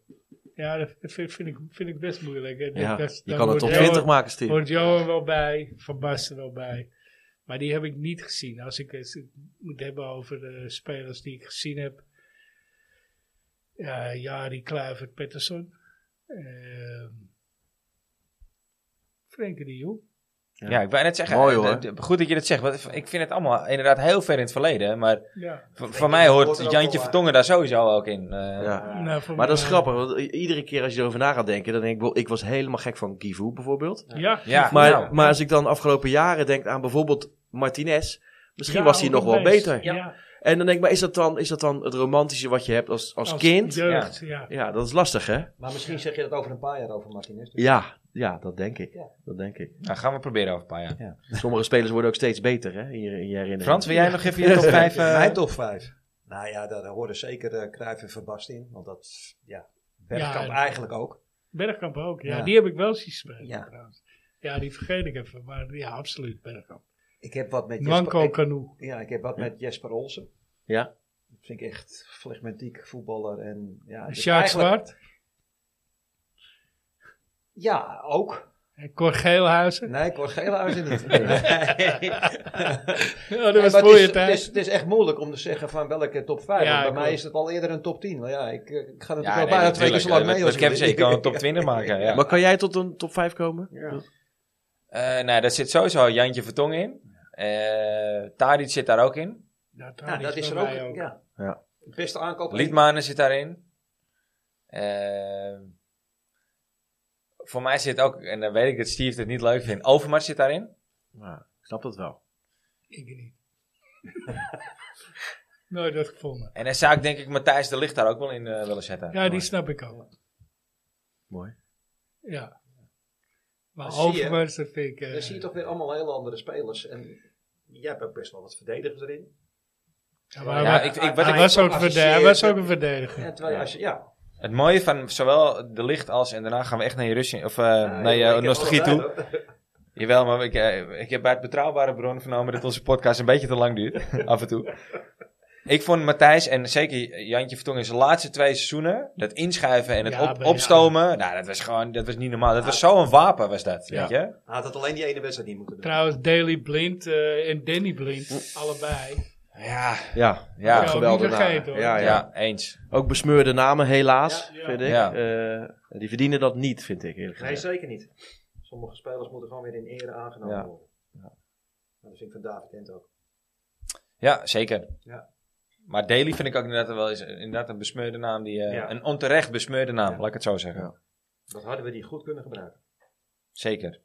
[SPEAKER 2] ja, dat vind, vind ik, vind ik best moeilijk. hè.
[SPEAKER 4] ja.
[SPEAKER 2] Dat- dat-
[SPEAKER 4] je
[SPEAKER 2] daar
[SPEAKER 4] kan het
[SPEAKER 2] hoort
[SPEAKER 4] top
[SPEAKER 2] Johan-
[SPEAKER 4] 20 maken, Steve.
[SPEAKER 2] Hoort Johan wel bij, Van Basten wel bij. Maar die heb ik niet gezien. Als ik het moet hebben over de spelers die ik gezien heb. Ja, Jari Kluivert, Pettersson. ehm Frenkie de Jong.
[SPEAKER 1] Ja, ik wou net zeggen.
[SPEAKER 4] Mooi,
[SPEAKER 1] eh,
[SPEAKER 4] hoor.
[SPEAKER 1] d- Goed dat je dat zegt. Want ik vind het allemaal inderdaad heel ver in het verleden. hè, Maar
[SPEAKER 2] Ja.
[SPEAKER 1] v- voor mij hoort
[SPEAKER 6] hoort er ook wel
[SPEAKER 1] Jantje
[SPEAKER 6] bij.
[SPEAKER 1] Vertongen daar sowieso ook in. eh.
[SPEAKER 4] Ja.
[SPEAKER 2] Nou, voor
[SPEAKER 4] Maar dat is
[SPEAKER 2] mij-
[SPEAKER 4] grappig, want i- iedere keer als je erover na gaat denken, dan denk ik, wel, ik was helemaal gek van Givu bijvoorbeeld.
[SPEAKER 2] Ja,
[SPEAKER 1] Ja,
[SPEAKER 4] Maar,
[SPEAKER 1] nou,
[SPEAKER 4] maar als ik dan afgelopen jaren denk aan bijvoorbeeld Martinez, misschien
[SPEAKER 2] Ja,
[SPEAKER 4] was hij
[SPEAKER 2] ook
[SPEAKER 4] nog wel
[SPEAKER 2] een beest.
[SPEAKER 4] beter.
[SPEAKER 2] ja.
[SPEAKER 4] En dan denk ik, maar is dat dan, is dat dan het romantische wat je hebt als, als, kind?
[SPEAKER 2] Jeugd, ja.
[SPEAKER 4] Ja, dat is lastig hè?
[SPEAKER 3] Maar misschien zeg je dat over een paar jaar over Martinez.
[SPEAKER 4] Ja, ja dat denk ik.
[SPEAKER 3] Ja.
[SPEAKER 4] Dat denk ik.
[SPEAKER 1] nou, gaan we proberen over een paar jaar.
[SPEAKER 4] Sommige spelers worden ook steeds beter hè, in je, in je herinnering.
[SPEAKER 1] Frans, wil jij nog even je top eh, 5?
[SPEAKER 2] eh,
[SPEAKER 3] Mijn top 5. Nou ja, daar horen zeker eh Cruijff en Van Basten in. Want dat, ja, Bergkamp
[SPEAKER 2] Ja, en-
[SPEAKER 3] eigenlijk ook.
[SPEAKER 2] Bergkamp ook. Ja,
[SPEAKER 3] Ja.
[SPEAKER 2] die heb ik wel zien spelen
[SPEAKER 3] Ja.
[SPEAKER 2] trouwens. Ja, die vergeet ik even. Maar ja, absoluut Bergkamp.
[SPEAKER 3] Ik heb wat met
[SPEAKER 2] Blanco
[SPEAKER 3] Jesper, ik-
[SPEAKER 2] Canoe.
[SPEAKER 3] ja, ik heb wat met Jesper Olsen.
[SPEAKER 4] Ja.
[SPEAKER 3] Dat vind ik echt flegmatiek voetballer. En, ja, dus
[SPEAKER 2] Sjaak
[SPEAKER 3] eigenlijk-
[SPEAKER 2] Zwart.
[SPEAKER 3] Ja, ook.
[SPEAKER 2] En Cor Geelhuizen.
[SPEAKER 3] Nee, ik hoor Geelhuizen niet. Nee.
[SPEAKER 2] Oh, dat was
[SPEAKER 3] Nee,
[SPEAKER 2] voor
[SPEAKER 3] maar het,
[SPEAKER 2] je
[SPEAKER 3] is, het,
[SPEAKER 2] tijd.
[SPEAKER 3] is, het is echt moeilijk om te zeggen van welke top 5.
[SPEAKER 2] Ja,
[SPEAKER 3] bij
[SPEAKER 2] klopt.
[SPEAKER 3] mij is het al eerder een top 10. Maar ja, ik, eh, ik ga natuurlijk
[SPEAKER 1] Ja,
[SPEAKER 3] wel
[SPEAKER 1] nee,
[SPEAKER 3] bijna twee keer
[SPEAKER 1] natuurlijk.
[SPEAKER 3] zo lang mee.
[SPEAKER 1] Dat-
[SPEAKER 3] als
[SPEAKER 1] Dat kan
[SPEAKER 3] ik-
[SPEAKER 1] ze, ik kan een top 20 maken. Ja.
[SPEAKER 4] Maar kan jij tot een top 5 komen?
[SPEAKER 3] Ja.
[SPEAKER 1] Eh, nou, daar zit sowieso Jantje Vertongen in. Eh Tadic zit daar ook in.
[SPEAKER 2] Ja,
[SPEAKER 3] Ja, nou, dat is er
[SPEAKER 2] bij mij
[SPEAKER 3] ook. Ja.
[SPEAKER 4] Ja.
[SPEAKER 3] Het Beste aankoop.
[SPEAKER 1] Liedmanen zit daarin. Eh, voor mij zit ook, en dan weet ik dat Steve het niet leuk vindt, Overmars zit daarin.
[SPEAKER 4] Ja, ik snap dat wel.
[SPEAKER 2] Ik niet. Nooit dat gevonden.
[SPEAKER 1] En dan zou ik denk ik Matthijs de Licht daar ook wel in eh, willen zetten.
[SPEAKER 2] Ja, die snap ik ook.
[SPEAKER 4] Mooi.
[SPEAKER 2] Ja. Maar
[SPEAKER 3] Dan zie je-
[SPEAKER 2] overigens dat vind ik... eh,
[SPEAKER 3] Dan zie je toch weer allemaal hele andere spelers. En jij hebt ook best wel wat verdedigers erin.
[SPEAKER 2] ja, maar-
[SPEAKER 1] Ja,
[SPEAKER 2] maar-
[SPEAKER 1] ik- ik- wat
[SPEAKER 2] Hij
[SPEAKER 1] ik-
[SPEAKER 2] was ook een verde-
[SPEAKER 3] associeer-
[SPEAKER 2] hij was ook een verdediger.
[SPEAKER 3] En terwijl je als je, ja.
[SPEAKER 1] Het mooie van zowel de Licht als, en daarna gaan we echt naar je Russisch, of eh, naar je nostalgie toe. Jawel, maar ik, eh, ik heb bij het betrouwbare bron vernomen dat onze podcast een beetje te lang duurt, af en toe. Ik vond Matthijs en zeker Jantje Vertongen in zijn laatste twee seizoenen, dat inschuiven en het
[SPEAKER 2] Ja,
[SPEAKER 1] op-
[SPEAKER 2] maar ja.
[SPEAKER 1] opstomen, nou, dat was gewoon, dat was niet normaal. Dat was zo'n wapen, was dat,
[SPEAKER 2] Ja.
[SPEAKER 1] weet je?
[SPEAKER 3] Hij had het alleen die ene wedstrijd niet moeten doen.
[SPEAKER 2] Trouwens, Daily Blind eh, en Danny Blind, allebei.
[SPEAKER 1] Ja,
[SPEAKER 4] Ja,
[SPEAKER 1] ja,
[SPEAKER 2] Ja,
[SPEAKER 1] ja,
[SPEAKER 4] geweldig.
[SPEAKER 2] niet vergeten, hoor.
[SPEAKER 4] ja, ja.
[SPEAKER 1] eens.
[SPEAKER 4] Ook besmeurde namen, helaas,
[SPEAKER 3] Ja, ja.
[SPEAKER 4] vind ik.
[SPEAKER 1] Ja.
[SPEAKER 4] Eh, die verdienen dat niet, vind ik eerlijk
[SPEAKER 3] Nee,
[SPEAKER 4] gezegd.
[SPEAKER 3] zeker niet. Sommige spelers moeten gewoon weer in ere aangenomen
[SPEAKER 4] Ja.
[SPEAKER 3] worden. Ja. Dat vind ik van David Kent ook.
[SPEAKER 1] Ja, zeker.
[SPEAKER 3] Ja.
[SPEAKER 1] Maar Daly vind ik ook inderdaad wel eens, inderdaad een besmeurde naam, die, eh,
[SPEAKER 3] Ja.
[SPEAKER 1] een onterecht besmeurde naam,
[SPEAKER 3] Ja.
[SPEAKER 1] laat ik het zo zeggen.
[SPEAKER 4] Ja.
[SPEAKER 3] Dat hadden we die goed kunnen gebruiken.
[SPEAKER 1] Zeker.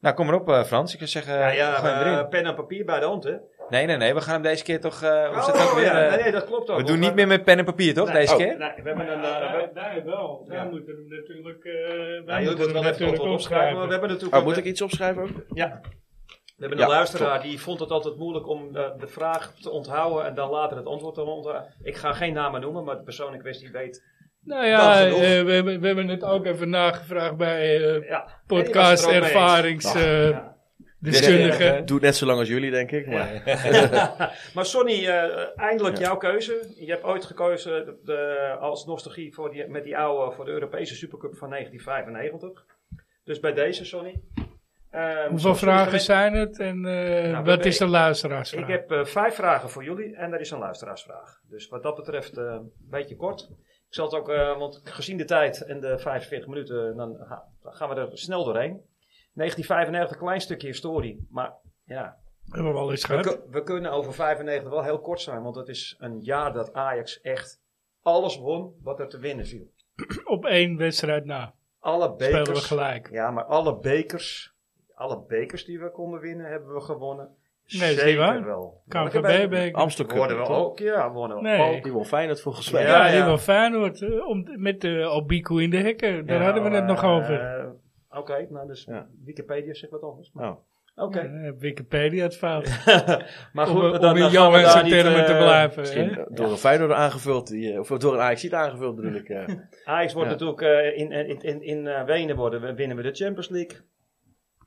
[SPEAKER 1] Nou, kom maar op eh, Frans, ik zou zeggen,
[SPEAKER 3] Ja,
[SPEAKER 1] we
[SPEAKER 3] ja
[SPEAKER 1] gaan erin.
[SPEAKER 3] eh, pen en papier bij de hand, hè?
[SPEAKER 1] Nee, nee, nee, we gaan hem deze keer toch. eh, hoe is dat
[SPEAKER 3] Oh,
[SPEAKER 1] ook weer,
[SPEAKER 3] ja,
[SPEAKER 1] eh,
[SPEAKER 3] nee, nee, dat klopt ook.
[SPEAKER 1] we
[SPEAKER 3] Want
[SPEAKER 1] doen niet meer met pen en papier, toch? deze
[SPEAKER 3] Oh,
[SPEAKER 1] keer?
[SPEAKER 3] nee, we hebben een... eh, we-
[SPEAKER 2] Wij wel. Wij
[SPEAKER 3] Ja.
[SPEAKER 2] moeten hem natuurlijk, eh,
[SPEAKER 3] Nou,
[SPEAKER 2] wij
[SPEAKER 3] jullie
[SPEAKER 2] moeten
[SPEAKER 3] moeten
[SPEAKER 2] hem
[SPEAKER 3] wel even
[SPEAKER 2] natuurlijk
[SPEAKER 3] antwoord opschrijven. maar
[SPEAKER 2] opschrijven.
[SPEAKER 3] We hebben natuurlijk
[SPEAKER 4] Oh,
[SPEAKER 3] een-
[SPEAKER 4] moet ik iets opschrijven ook?
[SPEAKER 3] Ja. We hebben
[SPEAKER 4] Ja,
[SPEAKER 3] een luisteraar die vond het altijd moeilijk om eh, de vraag te onthouden en dan later het antwoord te onthouden. Ik ga geen namen noemen, maar de persoon in kwestie weet.
[SPEAKER 2] Nou ja,
[SPEAKER 3] Dan genoeg.
[SPEAKER 2] eh, we, hebben, we hebben het ook even nagevraagd bij eh
[SPEAKER 3] Ja,
[SPEAKER 2] podcast
[SPEAKER 3] ervaring.
[SPEAKER 2] ervarings. eh,
[SPEAKER 3] Ja.
[SPEAKER 2] Deskundige.
[SPEAKER 4] Doe het net zo lang als jullie, denk ik. Maar
[SPEAKER 3] Maar Sonny, eh, eindelijk jouw keuze. Je hebt ooit gekozen de, de- als nostalgie voor die, met die oude, voor de Europese Supercup van 1995. Dus bij deze, Sonny. Eh,
[SPEAKER 2] Hoeveel
[SPEAKER 3] zoals
[SPEAKER 2] vragen
[SPEAKER 3] jullie
[SPEAKER 2] zijn het en eh,
[SPEAKER 3] Nou,
[SPEAKER 2] wat
[SPEAKER 3] we-
[SPEAKER 2] is de luisteraarsvraag?
[SPEAKER 3] Ik heb eh, vijf vragen voor jullie en er is een luisteraarsvraag. Dus wat dat betreft eh, een beetje kort. Ik zal het ook, eh, want gezien de tijd en de 45 minuten, eh, dan ha- dan gaan we er snel doorheen. 1995, klein stukje historie. Maar ja,
[SPEAKER 2] Hebben we al eens
[SPEAKER 3] we,
[SPEAKER 2] gehad.
[SPEAKER 3] ku- we kunnen over 95 wel heel kort zijn. Want het is een jaar dat Ajax echt alles won wat er te winnen viel.
[SPEAKER 2] Op één wedstrijd na
[SPEAKER 3] Alle
[SPEAKER 2] spelen we
[SPEAKER 3] bekers.
[SPEAKER 2] gelijk.
[SPEAKER 3] Ja, maar alle bekers, alle bekers die we konden winnen, hebben we gewonnen.
[SPEAKER 2] Nee, dat is niet
[SPEAKER 3] Zeker
[SPEAKER 2] waar.
[SPEAKER 3] wel. Welke
[SPEAKER 2] KNVB
[SPEAKER 3] beker?
[SPEAKER 2] beker.
[SPEAKER 4] Amstel
[SPEAKER 3] Worden we
[SPEAKER 4] Cup, toch?
[SPEAKER 3] ook, ja, wonnen we
[SPEAKER 2] Nee.
[SPEAKER 3] ook.
[SPEAKER 4] Die won Feyenoord volgens mij.
[SPEAKER 3] Ja,
[SPEAKER 2] Ja,
[SPEAKER 3] ja.
[SPEAKER 2] helemaal Feyenoord. eh, Om, met de Obiku in de hekken. Daar
[SPEAKER 3] Ja,
[SPEAKER 2] hadden we het
[SPEAKER 3] eh,
[SPEAKER 2] nog over.
[SPEAKER 3] eh, Oké, nou dus
[SPEAKER 4] Ja.
[SPEAKER 3] Wikipedia zegt wat anders. maar-
[SPEAKER 4] Nou.
[SPEAKER 3] Oké.
[SPEAKER 2] Eh, Wikipedia het fout.
[SPEAKER 3] maar
[SPEAKER 2] om,
[SPEAKER 3] dan-
[SPEAKER 2] om in
[SPEAKER 3] dan
[SPEAKER 2] jouw
[SPEAKER 3] gaan we daar
[SPEAKER 2] mensen
[SPEAKER 3] niet,
[SPEAKER 2] termen te
[SPEAKER 3] eh,
[SPEAKER 2] blijven.
[SPEAKER 4] Misschien
[SPEAKER 2] hè?
[SPEAKER 4] door een Feyenoord aangevuld, die, eh, of door een AXC aangevuld bedoel ik. eh.
[SPEAKER 3] Ajax wordt
[SPEAKER 4] Ja.
[SPEAKER 3] natuurlijk eh, in, in, in, in eh, Wenen worden, we- winnen we de Champions League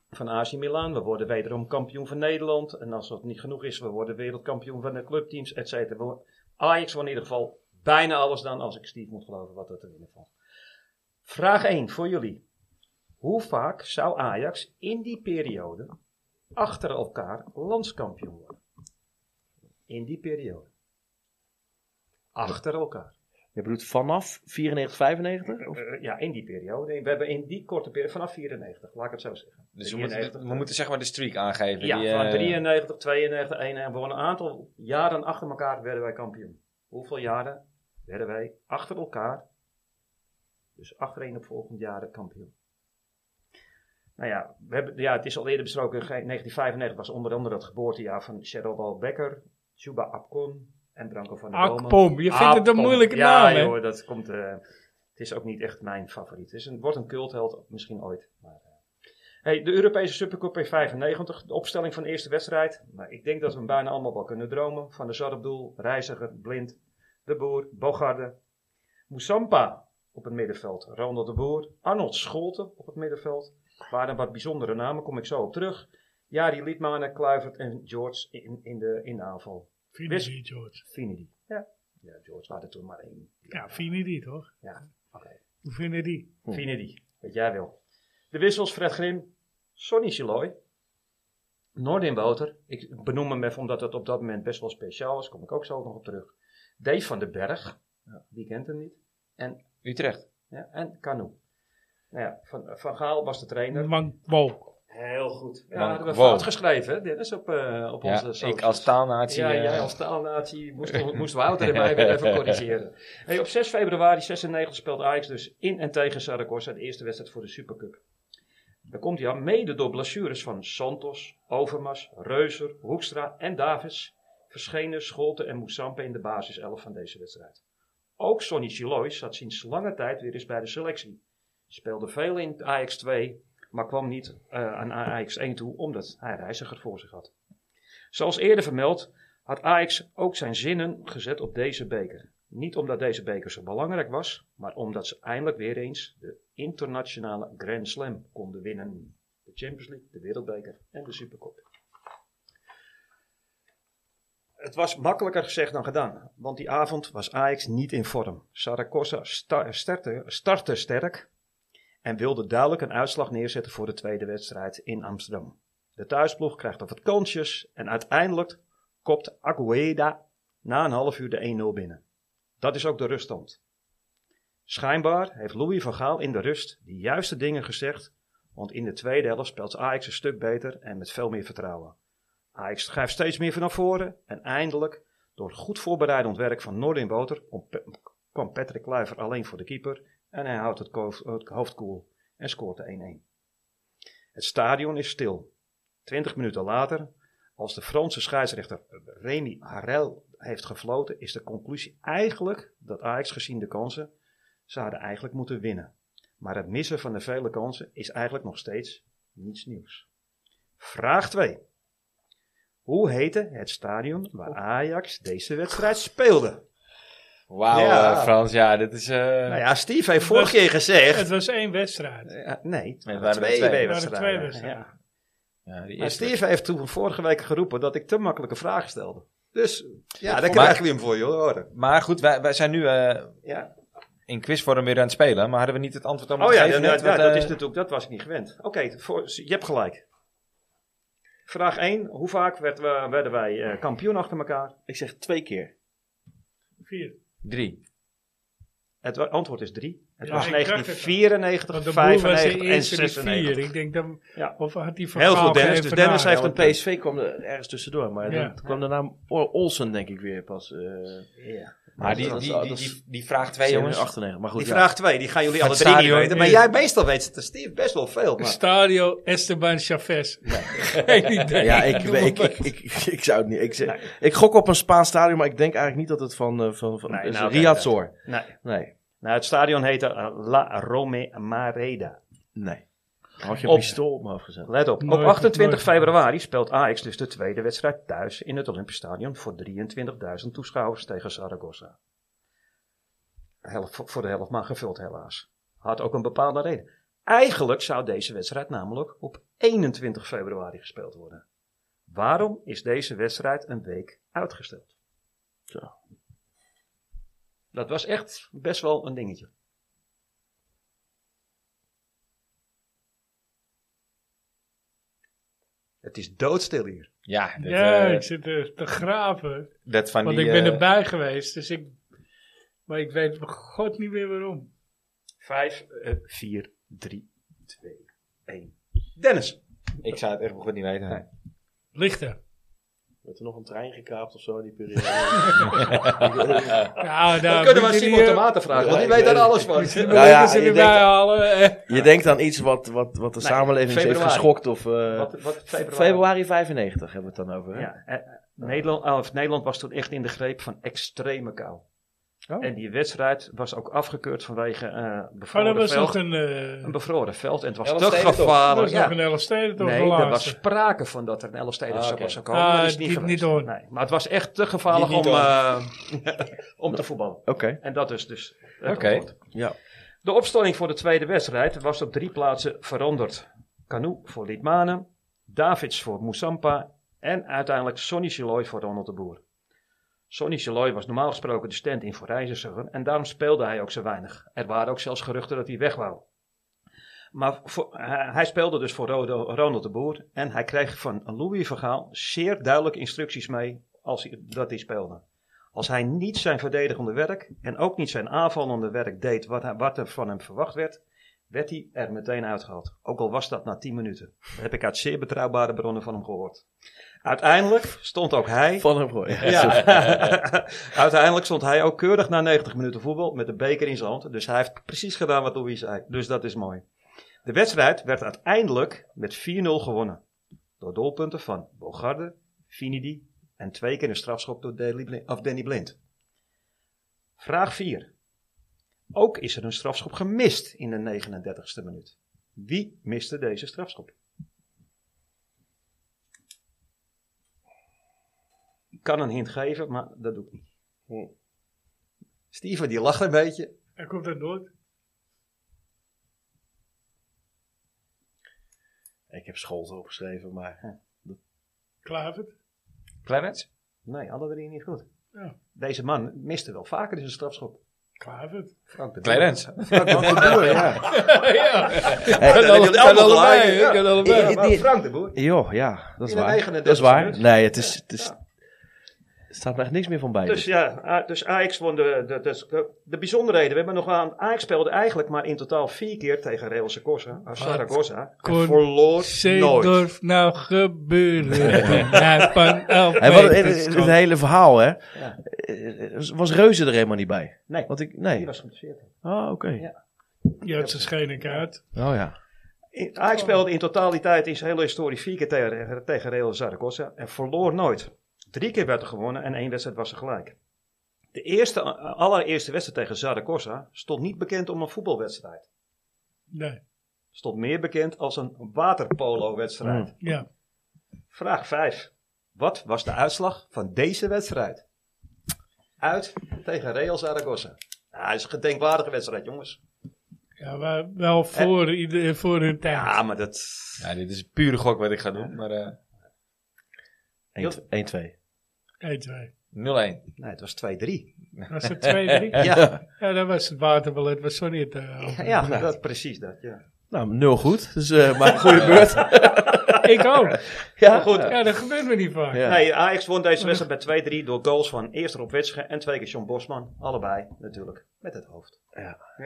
[SPEAKER 3] van AC Milan. We worden wederom kampioen van Nederland. En als dat niet genoeg is, we worden wereldkampioen van de clubteams, et cetera. We- Ajax won in ieder geval bijna alles dan, als ik Steve moet geloven wat er te winnen valt. Vraag 1 voor jullie. Hoe vaak zou Ajax in die periode achter elkaar landskampioen worden? In die periode. Achter elkaar.
[SPEAKER 4] Je bedoelt vanaf 94, 95? Of?
[SPEAKER 3] Eh, ja, in die periode. We hebben in die korte periode, vanaf 94, laat ik het zo zeggen.
[SPEAKER 1] Dus we moeten,
[SPEAKER 3] 93.
[SPEAKER 1] we moeten zeg maar de streak aangeven.
[SPEAKER 3] ja,
[SPEAKER 1] die, eh,
[SPEAKER 3] van 93, 92, 91. We wonen een aantal jaren achter elkaar werden wij kampioen. Hoeveel jaren werden wij achter elkaar, dus achtereen op volgend jaren kampioen? Nou ja, we hebben, ja, het is al eerder besproken. ge- 1995 was onder andere het geboortejaar van Sherobal Becker, Chuba Akpom en Branko van der Bomen.
[SPEAKER 2] Akpom. Je vindt het een
[SPEAKER 3] Apom.
[SPEAKER 2] moeilijke
[SPEAKER 3] ja,
[SPEAKER 2] naam, hè?
[SPEAKER 3] joh, dat komt... eh, het is ook niet echt mijn favoriet. Het is een, wordt een cultheld misschien ooit. Maar, eh. hey, de Europese Supercup in 95. De opstelling van de eerste wedstrijd. Nou, ik denk dat we hem bijna allemaal wel kunnen dromen. Van de Sar op doel, Reiziger, Blind, De Boer, Bogarde. Moussampa op het middenveld. Ronald De Boer, Arnold Scholten op het middenveld. Waren wat bijzondere namen, kom ik zo op terug. Jari Liedmanen, Kluivert en George in, in, de, in de aanval.
[SPEAKER 2] Vind
[SPEAKER 3] Wist-
[SPEAKER 2] je niet, George?
[SPEAKER 3] Finidi. Ja. Ja, George, we hadden toen maar één.
[SPEAKER 2] Ja, vind je die, toch?
[SPEAKER 3] Ja, oké.
[SPEAKER 2] Hoe vind je die?
[SPEAKER 3] Finidi, wat Hm. jij wil. De wissels Fred Grim, Sonny Siloy, Noordin Boter. Ik benoem hem even omdat het op dat moment best wel speciaal was. Kom ik ook zo nog op terug. Dave van den Berg, die kent hem niet.
[SPEAKER 1] Utrecht.
[SPEAKER 3] Ja, en Canoe. Nou ja, van, van Gaal was de trainer.
[SPEAKER 2] Mankbo.
[SPEAKER 3] Heel goed. Ja,
[SPEAKER 1] Man-
[SPEAKER 3] hadden we
[SPEAKER 1] wow.
[SPEAKER 3] fout geschreven, hè? Dennis, op, eh, op
[SPEAKER 1] Ja,
[SPEAKER 3] onze socials.
[SPEAKER 1] ik als taalnatie.
[SPEAKER 3] Ja,
[SPEAKER 1] eh,
[SPEAKER 3] jij als taalnatie moest, moest Wouter en mij weer even corrigeren. Hey, op 6 februari 96 speelt Ajax dus in en tegen Saragossa de eerste wedstrijd voor de Supercup. Daar komt hij aan, mede door blessures van Santos, Overmars, Reuser, Hoekstra en Davids verschenen Scholten en Moussampe in de basiself van deze wedstrijd. Ook Sonny Siloy zat sinds lange tijd weer eens bij de selectie. Speelde veel in Ajax 2, maar kwam niet eh, aan Ajax 1 toe omdat hij reiziger voor zich had. Zoals eerder vermeld, had Ajax ook zijn zinnen gezet op deze beker. Niet omdat deze beker zo belangrijk was, maar omdat ze eindelijk weer eens de internationale Grand Slam konden winnen. De Champions League, de Wereldbeker en de Supercup. Het was makkelijker gezegd dan gedaan, want die avond was Ajax niet in vorm. Saracossa sta- startte, startte sterk en wilde duidelijk een uitslag neerzetten voor de tweede wedstrijd in Amsterdam. De thuisploeg krijgt op het kansjes en uiteindelijk kopt Agueda na een half uur de 1-0 binnen. Dat is ook de ruststand. Schijnbaar heeft Louis van Gaal in de rust de juiste dingen gezegd, want in de tweede helft speelt Ajax een stuk beter en met veel meer vertrouwen. Ajax schuift steeds meer van naar voren en eindelijk, door goed voorbereidend werk van Noordinboter, kwam Patrick Kluiver alleen voor de keeper en hij houdt het koof- het hoofd koel en scoort de 1-1. Het stadion is stil. Twintig minuten later als de Franse scheidsrechter Remy Harel heeft gefloten, is de conclusie eigenlijk dat Ajax gezien de kansen, ze hadden eigenlijk moeten winnen. Maar het missen van de vele kansen is eigenlijk nog steeds niets nieuws. Vraag 2. Hoe heette het stadion
[SPEAKER 2] Oh.
[SPEAKER 3] waar Ajax deze wedstrijd speelde?
[SPEAKER 1] Wauw,
[SPEAKER 3] Ja.
[SPEAKER 1] eh, Frans, ja, dit is. eh,
[SPEAKER 3] Nou ja, Steve heeft vorige keer gezegd...
[SPEAKER 2] Het was één wedstrijd.
[SPEAKER 3] Ja, nee, het
[SPEAKER 1] waren
[SPEAKER 3] waren
[SPEAKER 1] er
[SPEAKER 3] twee
[SPEAKER 1] twee.
[SPEAKER 2] Het waren er twee
[SPEAKER 3] B-wedstrijden.
[SPEAKER 2] wedstrijden.
[SPEAKER 3] Ja.
[SPEAKER 1] Ja, die
[SPEAKER 3] Maar
[SPEAKER 1] eerste
[SPEAKER 3] Steve heeft toen vorige week geroepen dat ik te makkelijke vragen stelde. Dus ja, daar
[SPEAKER 1] Maar-
[SPEAKER 3] krijgen we hem voor, joh. hoor.
[SPEAKER 1] wedstrijd. Maar goed, wij, wij zijn nu eh,
[SPEAKER 3] Ja.
[SPEAKER 1] in quizvorm weer aan het spelen. Maar hadden we niet het antwoord allemaal
[SPEAKER 3] Oh ja,
[SPEAKER 1] gegeven
[SPEAKER 3] ja,
[SPEAKER 1] net,
[SPEAKER 3] ja,
[SPEAKER 1] wat,
[SPEAKER 3] dat,
[SPEAKER 1] eh,
[SPEAKER 3] is natuurlijk, dat was ik niet gewend. Oké, voor- je hebt gelijk. Vraag 1. Hoe vaak werd, we- werden wij eh, kampioen achter elkaar?
[SPEAKER 4] Ik zeg twee keer.
[SPEAKER 2] Vier.
[SPEAKER 1] Drie.
[SPEAKER 3] Het wa- antwoord is 3. Het
[SPEAKER 2] Ja,
[SPEAKER 3] was
[SPEAKER 2] ik dacht het al. Want
[SPEAKER 3] 1994,
[SPEAKER 2] de boer was de
[SPEAKER 3] 95 en
[SPEAKER 2] eerste die vier.
[SPEAKER 3] 96.
[SPEAKER 2] Ik denk dat...
[SPEAKER 3] Ja.
[SPEAKER 2] Of had hij van
[SPEAKER 3] Heel
[SPEAKER 2] Gaal
[SPEAKER 3] goed, Dennis.
[SPEAKER 2] geëvenaard?
[SPEAKER 3] Dus Dennis
[SPEAKER 4] Ja,
[SPEAKER 3] heeft
[SPEAKER 4] want
[SPEAKER 3] een punt.
[SPEAKER 4] PSV kwam er ergens tussendoor. Maar
[SPEAKER 2] Ja.
[SPEAKER 4] dan kwam de naam Ol- Olsen denk ik weer pas. eh,
[SPEAKER 1] Maar die,
[SPEAKER 4] dat is-
[SPEAKER 1] die, die,
[SPEAKER 4] dat is-
[SPEAKER 1] die, die vraag twee, jongens.
[SPEAKER 4] 98. Maar goed,
[SPEAKER 3] Die
[SPEAKER 4] ja.
[SPEAKER 3] vraag 2, die gaan jullie
[SPEAKER 1] Van
[SPEAKER 3] alle
[SPEAKER 1] het
[SPEAKER 3] drie niet
[SPEAKER 1] stadion.
[SPEAKER 3] weten. Maar
[SPEAKER 1] Ja.
[SPEAKER 3] jij meestal weet het, Steve, best wel veel. Maar.
[SPEAKER 2] Stadio Esteban Chavez. Geen idee.
[SPEAKER 4] Ja, ik,
[SPEAKER 2] Doe maar
[SPEAKER 4] ik, ik,
[SPEAKER 2] best.
[SPEAKER 4] ik, ik, zou het niet. Ik, zeg- ik gok op een Spaans stadion, maar ik denk eigenlijk niet dat het van, eh, van, van
[SPEAKER 3] Nee,
[SPEAKER 4] is
[SPEAKER 3] nou, oké,
[SPEAKER 4] Riyadh
[SPEAKER 3] dat-
[SPEAKER 4] Zohr.
[SPEAKER 3] Nee.
[SPEAKER 4] Nee,
[SPEAKER 3] Nou, het stadion heette eh, La Rome Mareda.
[SPEAKER 4] nee. Had je een
[SPEAKER 3] Op-
[SPEAKER 4] pistool op me afgezet.
[SPEAKER 3] Let op,
[SPEAKER 2] Nooit,
[SPEAKER 3] op 28
[SPEAKER 2] nooit.
[SPEAKER 3] februari speelt Ajax dus de tweede wedstrijd thuis in het Olympisch Stadion voor 23.000 toeschouwers tegen Zaragoza. Helft, voor- voor de helft maar gevuld helaas. Had ook een bepaalde reden. Eigenlijk zou deze wedstrijd namelijk op 21 februari gespeeld worden. Waarom is deze wedstrijd een week uitgesteld?
[SPEAKER 4] Zo.
[SPEAKER 3] Dat was echt best wel een dingetje. Het is doodstil hier.
[SPEAKER 1] Ja, dat,
[SPEAKER 2] Ja,
[SPEAKER 1] eh,
[SPEAKER 2] ik zit eh, te graven.
[SPEAKER 1] dat van
[SPEAKER 2] Want
[SPEAKER 1] die...
[SPEAKER 2] ik ben
[SPEAKER 1] eh,
[SPEAKER 2] erbij geweest. Dus ik... Maar ik weet bij god niet meer waarom.
[SPEAKER 3] 5, 4, 3, 2, 1. Dennis.
[SPEAKER 1] ik zou het echt nog goed niet weten.
[SPEAKER 3] Nee.
[SPEAKER 2] Lichter.
[SPEAKER 4] Werd er nog een trein gekaapt of zo in die periode?
[SPEAKER 2] Ja,
[SPEAKER 3] Dan
[SPEAKER 2] nou,
[SPEAKER 3] kunnen we aan
[SPEAKER 2] moeten
[SPEAKER 3] Simon
[SPEAKER 2] die,
[SPEAKER 3] de
[SPEAKER 2] eh,
[SPEAKER 3] Water vragen, want die
[SPEAKER 4] Ja,
[SPEAKER 3] weet daar
[SPEAKER 4] ik-
[SPEAKER 3] alles van.
[SPEAKER 2] Misschien
[SPEAKER 4] Nou ja,
[SPEAKER 2] moeten ze
[SPEAKER 4] je
[SPEAKER 2] erbij
[SPEAKER 4] denkt-
[SPEAKER 2] halen. eh.
[SPEAKER 4] je denkt aan iets wat, wat, wat de
[SPEAKER 3] Nee,
[SPEAKER 4] samenleving eens heeft
[SPEAKER 3] februari.
[SPEAKER 4] geschokt. Of, eh,
[SPEAKER 3] Wat, wat, februari.
[SPEAKER 4] februari 95 hebben we het dan over. Hè?
[SPEAKER 3] Ja, eh, eh, Nederland, ah, of Nederland was toen echt in de greep van extreme kou.
[SPEAKER 4] Oh.
[SPEAKER 3] En die wedstrijd was ook afgekeurd vanwege eh
[SPEAKER 2] Oh,
[SPEAKER 3] bevroren
[SPEAKER 2] dat was
[SPEAKER 3] veld.
[SPEAKER 2] nog een... eh,
[SPEAKER 3] Een bevroren veld en het was
[SPEAKER 1] Ja,
[SPEAKER 3] te
[SPEAKER 1] was Stedendorp.
[SPEAKER 2] dat
[SPEAKER 3] gevaarlijk.
[SPEAKER 2] was
[SPEAKER 3] Ja.
[SPEAKER 2] nog een LST toch
[SPEAKER 3] Nee,
[SPEAKER 2] de
[SPEAKER 3] er was
[SPEAKER 2] laatste.
[SPEAKER 3] sprake van dat er een LSD
[SPEAKER 1] Ah,
[SPEAKER 3] zou
[SPEAKER 1] oké.
[SPEAKER 3] zou komen.
[SPEAKER 2] Ah,
[SPEAKER 3] maar dat is niet
[SPEAKER 2] die-
[SPEAKER 3] geweest.
[SPEAKER 2] niet door.
[SPEAKER 3] Nee, maar het was echt te gevaarlijk
[SPEAKER 1] Die
[SPEAKER 3] om,
[SPEAKER 1] niet door.
[SPEAKER 3] eh, om te voetballen.
[SPEAKER 4] Oké.
[SPEAKER 3] En dat is dus het
[SPEAKER 1] Oké.
[SPEAKER 3] antwoord.
[SPEAKER 4] Ja.
[SPEAKER 3] De opstelling voor de tweede wedstrijd was op drie plaatsen veranderd. Canoe voor Litmanen, Davids voor Moussampa en uiteindelijk Sonny Siloy voor Ronald de Boer. Sonny Siloy was normaal gesproken de stand-in voor Reiziger en daarom speelde hij ook zo weinig. Er waren ook zelfs geruchten dat hij weg wou. Maar voor- hij hij speelde dus voor Rodo- Ronald de Boer en hij kreeg van Louis Vergaal zeer duidelijk instructies mee als hij, dat hij speelde. Als hij niet zijn verdedigende werk en ook niet zijn aanvallende werk deed wat, hij- wat er van hem verwacht werd, werd hij er meteen uitgehaald. Ook al was dat na 10 minuten. Dat heb ik uit zeer betrouwbare bronnen van hem gehoord. Uiteindelijk stond ook hij.
[SPEAKER 4] Van hem gooien.
[SPEAKER 3] Ja. Uiteindelijk stond hij ook keurig na 90 minuten voetbal met de beker in zijn hand. Dus hij heeft precies gedaan wat Louis zei. Dus dat is mooi. De wedstrijd werd uiteindelijk met 4-0 gewonnen. Door doelpunten van Bogarde, Finidi en twee keer een strafschop door Daley Blin- of Danny Blind. Vraag 4. Ook is er een strafschop gemist in de 39ste minuut. Wie miste deze strafschop? Ik kan een hint geven, maar dat doe ik niet. Steven die lacht een beetje.
[SPEAKER 2] Hij komt uit Noord.
[SPEAKER 4] Ik heb school opgeschreven, maar...
[SPEAKER 2] Klavert.
[SPEAKER 1] Clarence?
[SPEAKER 3] Nee, alle drie niet goed.
[SPEAKER 2] Ja.
[SPEAKER 3] Deze man miste wel vaker dus een strafschop.
[SPEAKER 2] Klavert.
[SPEAKER 3] Frank de Boer.
[SPEAKER 1] Clarence.
[SPEAKER 3] Frank de Boer, ja.
[SPEAKER 2] ja.
[SPEAKER 4] Hey,
[SPEAKER 3] dan heb je het allemaal gelijk.
[SPEAKER 2] hè?
[SPEAKER 3] Ja.
[SPEAKER 2] Kan allebei.
[SPEAKER 3] Ja, maar
[SPEAKER 4] Die-
[SPEAKER 3] Frank de Boer.
[SPEAKER 4] Joh, ja, dat is
[SPEAKER 3] In de
[SPEAKER 4] waar.
[SPEAKER 3] 39e
[SPEAKER 4] Dat is waar.
[SPEAKER 3] minuut.
[SPEAKER 4] Nee, het is... Het is er staat me echt niks meer van bij.
[SPEAKER 3] Dus ja, A- dus Ajax won de, de, de, de bijzonderheden. We hebben nog aan. Ajax speelde eigenlijk maar in totaal vier keer tegen Real Sargosa. eh, Zaragoza.
[SPEAKER 2] kon
[SPEAKER 3] En Verloor nooit.
[SPEAKER 2] Zeedorf nou gebeuren. Toen hij van elf
[SPEAKER 4] Hey, wat, het,
[SPEAKER 2] meters
[SPEAKER 4] het- het
[SPEAKER 2] kwam.
[SPEAKER 4] hele verhaal, hè?
[SPEAKER 3] Ja.
[SPEAKER 4] Eh, eh, Was Reuze er helemaal niet bij?
[SPEAKER 3] Nee,
[SPEAKER 4] Want ik,
[SPEAKER 3] die
[SPEAKER 4] nee.
[SPEAKER 3] was geblesseerd.
[SPEAKER 4] Oh, oké.
[SPEAKER 3] Ja.
[SPEAKER 2] Je had zijn schenen kaart.
[SPEAKER 4] Oh ja.
[SPEAKER 3] In- Ajax speelde in totaliteit in zijn hele historie vier keer tegen, tegen Real Zaragoza en verloor nooit. Drie keer werd er gewonnen en één wedstrijd was er gelijk. De eerste, eh, allereerste wedstrijd tegen Zaragoza stond niet bekend om een voetbalwedstrijd.
[SPEAKER 2] Nee.
[SPEAKER 3] Stond meer bekend als een waterpolo-wedstrijd.
[SPEAKER 4] Mm.
[SPEAKER 2] Ja.
[SPEAKER 3] Vraag 5. Wat was de uitslag van deze wedstrijd? Uit tegen Real Zaragoza. Ja, het is een gedenkwaardige wedstrijd, jongens.
[SPEAKER 2] Ja, maar wel voor, ieder, voor hun tijd.
[SPEAKER 3] Eh. Ja, maar dat...
[SPEAKER 1] Ja, Nou, dit is een pure gok wat ik ga doen, maar eh 0-1.
[SPEAKER 2] 1-2.
[SPEAKER 4] 1-2.
[SPEAKER 3] Nee, het was 2-3.
[SPEAKER 2] Was het 2-3?
[SPEAKER 3] Ja, ja,
[SPEAKER 2] ja, dat was het waterballet. Was sorry het eh, over.
[SPEAKER 3] dat, precies dat, ja.
[SPEAKER 4] Nou, 0 goed. Dus eh maar een goede beurt.
[SPEAKER 2] Ik ook.
[SPEAKER 4] ja,
[SPEAKER 3] goed.
[SPEAKER 2] Ja, dat gebeurt me niet vaak.
[SPEAKER 4] Ja.
[SPEAKER 3] Nee, Ajax won deze wedstrijd bij 2-3 door goals van eerst Rob Witsche en twee keer John Bosman. Allebei natuurlijk, met het hoofd.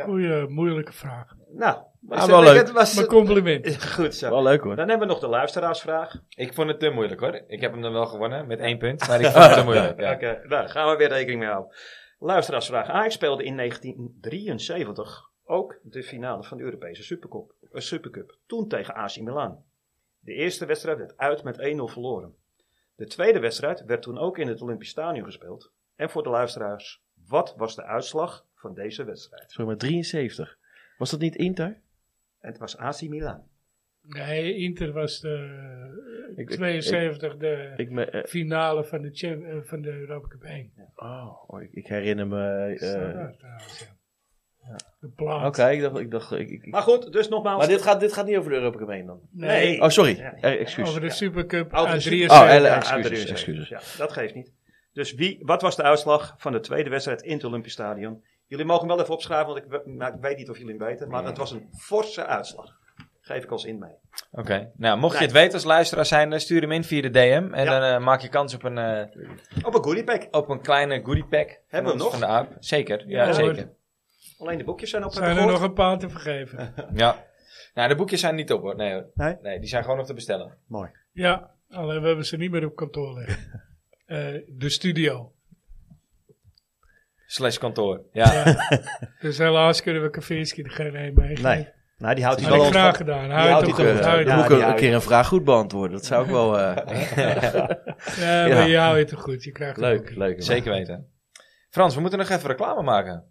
[SPEAKER 2] Goeie, moeilijke vraag.
[SPEAKER 3] Nou,
[SPEAKER 4] Ah, wel leuk.
[SPEAKER 3] het was...
[SPEAKER 2] Mijn compliment.
[SPEAKER 3] Goed zo.
[SPEAKER 4] Wel leuk hoor.
[SPEAKER 3] Dan hebben we nog de luisteraarsvraag.
[SPEAKER 1] Ik vond het te moeilijk hoor. Ik heb hem dan wel gewonnen met één punt, maar ik vond het te moeilijk.
[SPEAKER 3] Oké,
[SPEAKER 1] Ja.
[SPEAKER 3] daar gaan we weer rekening mee houden. Luisteraarsvraag. Ajax speelde in 1973 ook de finale van de Europese Supercup. eh, Supercup toen tegen AC Milan. De eerste wedstrijd werd uit met 1-0 verloren. De tweede wedstrijd werd toen ook in het Olympisch Stadion gespeeld. En voor de luisteraars, wat was de uitslag van deze wedstrijd?
[SPEAKER 4] Sorry, maar 73. Was dat niet Inter?
[SPEAKER 3] Het was AC Milan.
[SPEAKER 2] Nee, Inter was de eh,
[SPEAKER 4] Ik- ik-
[SPEAKER 2] 72 de
[SPEAKER 4] Ik me, eh,
[SPEAKER 2] finale van de, Cham- eh, van de Europa Cup 1.
[SPEAKER 4] oh, oh, ik, ik herinner me. eh,
[SPEAKER 2] Staat daar trouwens, ja. De
[SPEAKER 4] Oké,
[SPEAKER 2] plaat.
[SPEAKER 4] ik dacht. Ik dacht ik, ik-
[SPEAKER 3] Maar goed, dus nogmaals.
[SPEAKER 4] maar dit gaat, dit gaat niet over de Europa Cup heen dan.
[SPEAKER 2] Nee,
[SPEAKER 4] Oh, sorry.
[SPEAKER 3] Ja.
[SPEAKER 4] Eh, excuus.
[SPEAKER 2] over de Supercup
[SPEAKER 3] Over de
[SPEAKER 2] aan
[SPEAKER 3] Super-
[SPEAKER 2] 73.
[SPEAKER 4] Oh, Ellen.
[SPEAKER 3] Ja,
[SPEAKER 4] excuses,
[SPEAKER 3] André Urzee.
[SPEAKER 4] excuses.
[SPEAKER 3] Ja, dat geeft niet. Dus wie, wat was de uitslag van de tweede wedstrijd in het Olympisch Stadion? Jullie mogen hem wel even opschrijven, want ik, we- maar ik weet niet of jullie hem weten. Maar dat was een forse uitslag. Geef ik als in mee.
[SPEAKER 1] Oké, nou mocht je het weten als luisteraar zijn, eh, stuur hem in via de DM. En
[SPEAKER 3] Ja.
[SPEAKER 1] dan eh, maak je kans op een, eh,
[SPEAKER 3] Op een goodiepack.
[SPEAKER 1] op een kleine goodie pack.
[SPEAKER 3] Hebben we
[SPEAKER 1] van ons,
[SPEAKER 3] nog?
[SPEAKER 1] Van de aap. Zeker, ja,
[SPEAKER 2] Ja, hoor.
[SPEAKER 1] zeker.
[SPEAKER 3] Alleen de boekjes zijn op.
[SPEAKER 2] Zijn er nog een paar te vergeven?
[SPEAKER 1] Ja. Nou, de boekjes zijn niet op hoor. Nee hoor.
[SPEAKER 3] Nee?
[SPEAKER 1] die zijn gewoon nog te bestellen.
[SPEAKER 3] Mooi.
[SPEAKER 2] Ja, alleen we hebben ze niet meer op kantoor liggen. Eh, de studio.
[SPEAKER 1] Slash kantoor. Ja.
[SPEAKER 2] Dus helaas kunnen we Kavinsky er geen een mee geven.
[SPEAKER 3] Nee. Nou, die houdt hij
[SPEAKER 2] Had
[SPEAKER 3] wel
[SPEAKER 2] ik graag
[SPEAKER 3] ontvangen.
[SPEAKER 2] gedaan.
[SPEAKER 3] Die
[SPEAKER 2] Hij
[SPEAKER 3] houdt
[SPEAKER 2] toch goed
[SPEAKER 3] hij terug.
[SPEAKER 2] uit.
[SPEAKER 3] Ja,
[SPEAKER 4] moet ik
[SPEAKER 3] die
[SPEAKER 4] ook een
[SPEAKER 3] hou ik.
[SPEAKER 4] keer een vraag goed beantwoorden. Dat zou ik wel. eh,
[SPEAKER 2] Ja,
[SPEAKER 4] Ja.
[SPEAKER 2] maar je houdt het toch goed. Je krijgt het ook.
[SPEAKER 4] leuk, leuk.
[SPEAKER 1] Zeker weten. Frans, we moeten nog even reclame maken.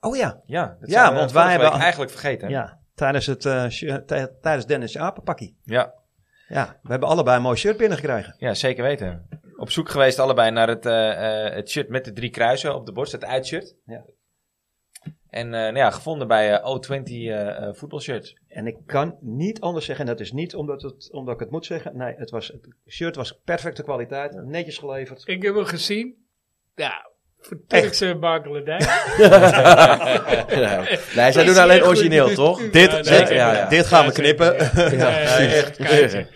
[SPEAKER 3] Oh ja.
[SPEAKER 1] Ja, dat
[SPEAKER 3] Ja,
[SPEAKER 1] zijn we
[SPEAKER 3] want
[SPEAKER 1] vorige
[SPEAKER 3] wij hebben-
[SPEAKER 1] week eigenlijk vergeten.
[SPEAKER 3] ja. Tijdens, het, eh, sh- eh, tij- tijdens Dennis' apenpakkie.
[SPEAKER 1] Ja.
[SPEAKER 3] Ja, we hebben allebei een mooi shirt binnengekregen.
[SPEAKER 1] Ja, zeker weten. Op zoek geweest allebei naar het, eh, eh, het shirt met de drie kruisen op de borst, het uitshirt.
[SPEAKER 3] Ja.
[SPEAKER 1] En eh, nou ja, gevonden bij eh O20 eh, eh, voetbalshirt.
[SPEAKER 3] En ik kan niet anders zeggen, en dat is niet omdat, het, omdat ik het moet zeggen. Nee, het, was, het shirt was perfecte kwaliteit, netjes geleverd.
[SPEAKER 2] Ik heb hem gezien. Ja, eh, vertrekt ze Bakeledijk.
[SPEAKER 4] Ja. Nee, zij doen alleen origineel, toch?
[SPEAKER 3] Dit,
[SPEAKER 2] Ja, nee,
[SPEAKER 3] zeker,
[SPEAKER 4] ja,
[SPEAKER 3] ja,
[SPEAKER 4] ja.
[SPEAKER 3] dit gaan we knippen.
[SPEAKER 2] echt. Geintje. Geintje.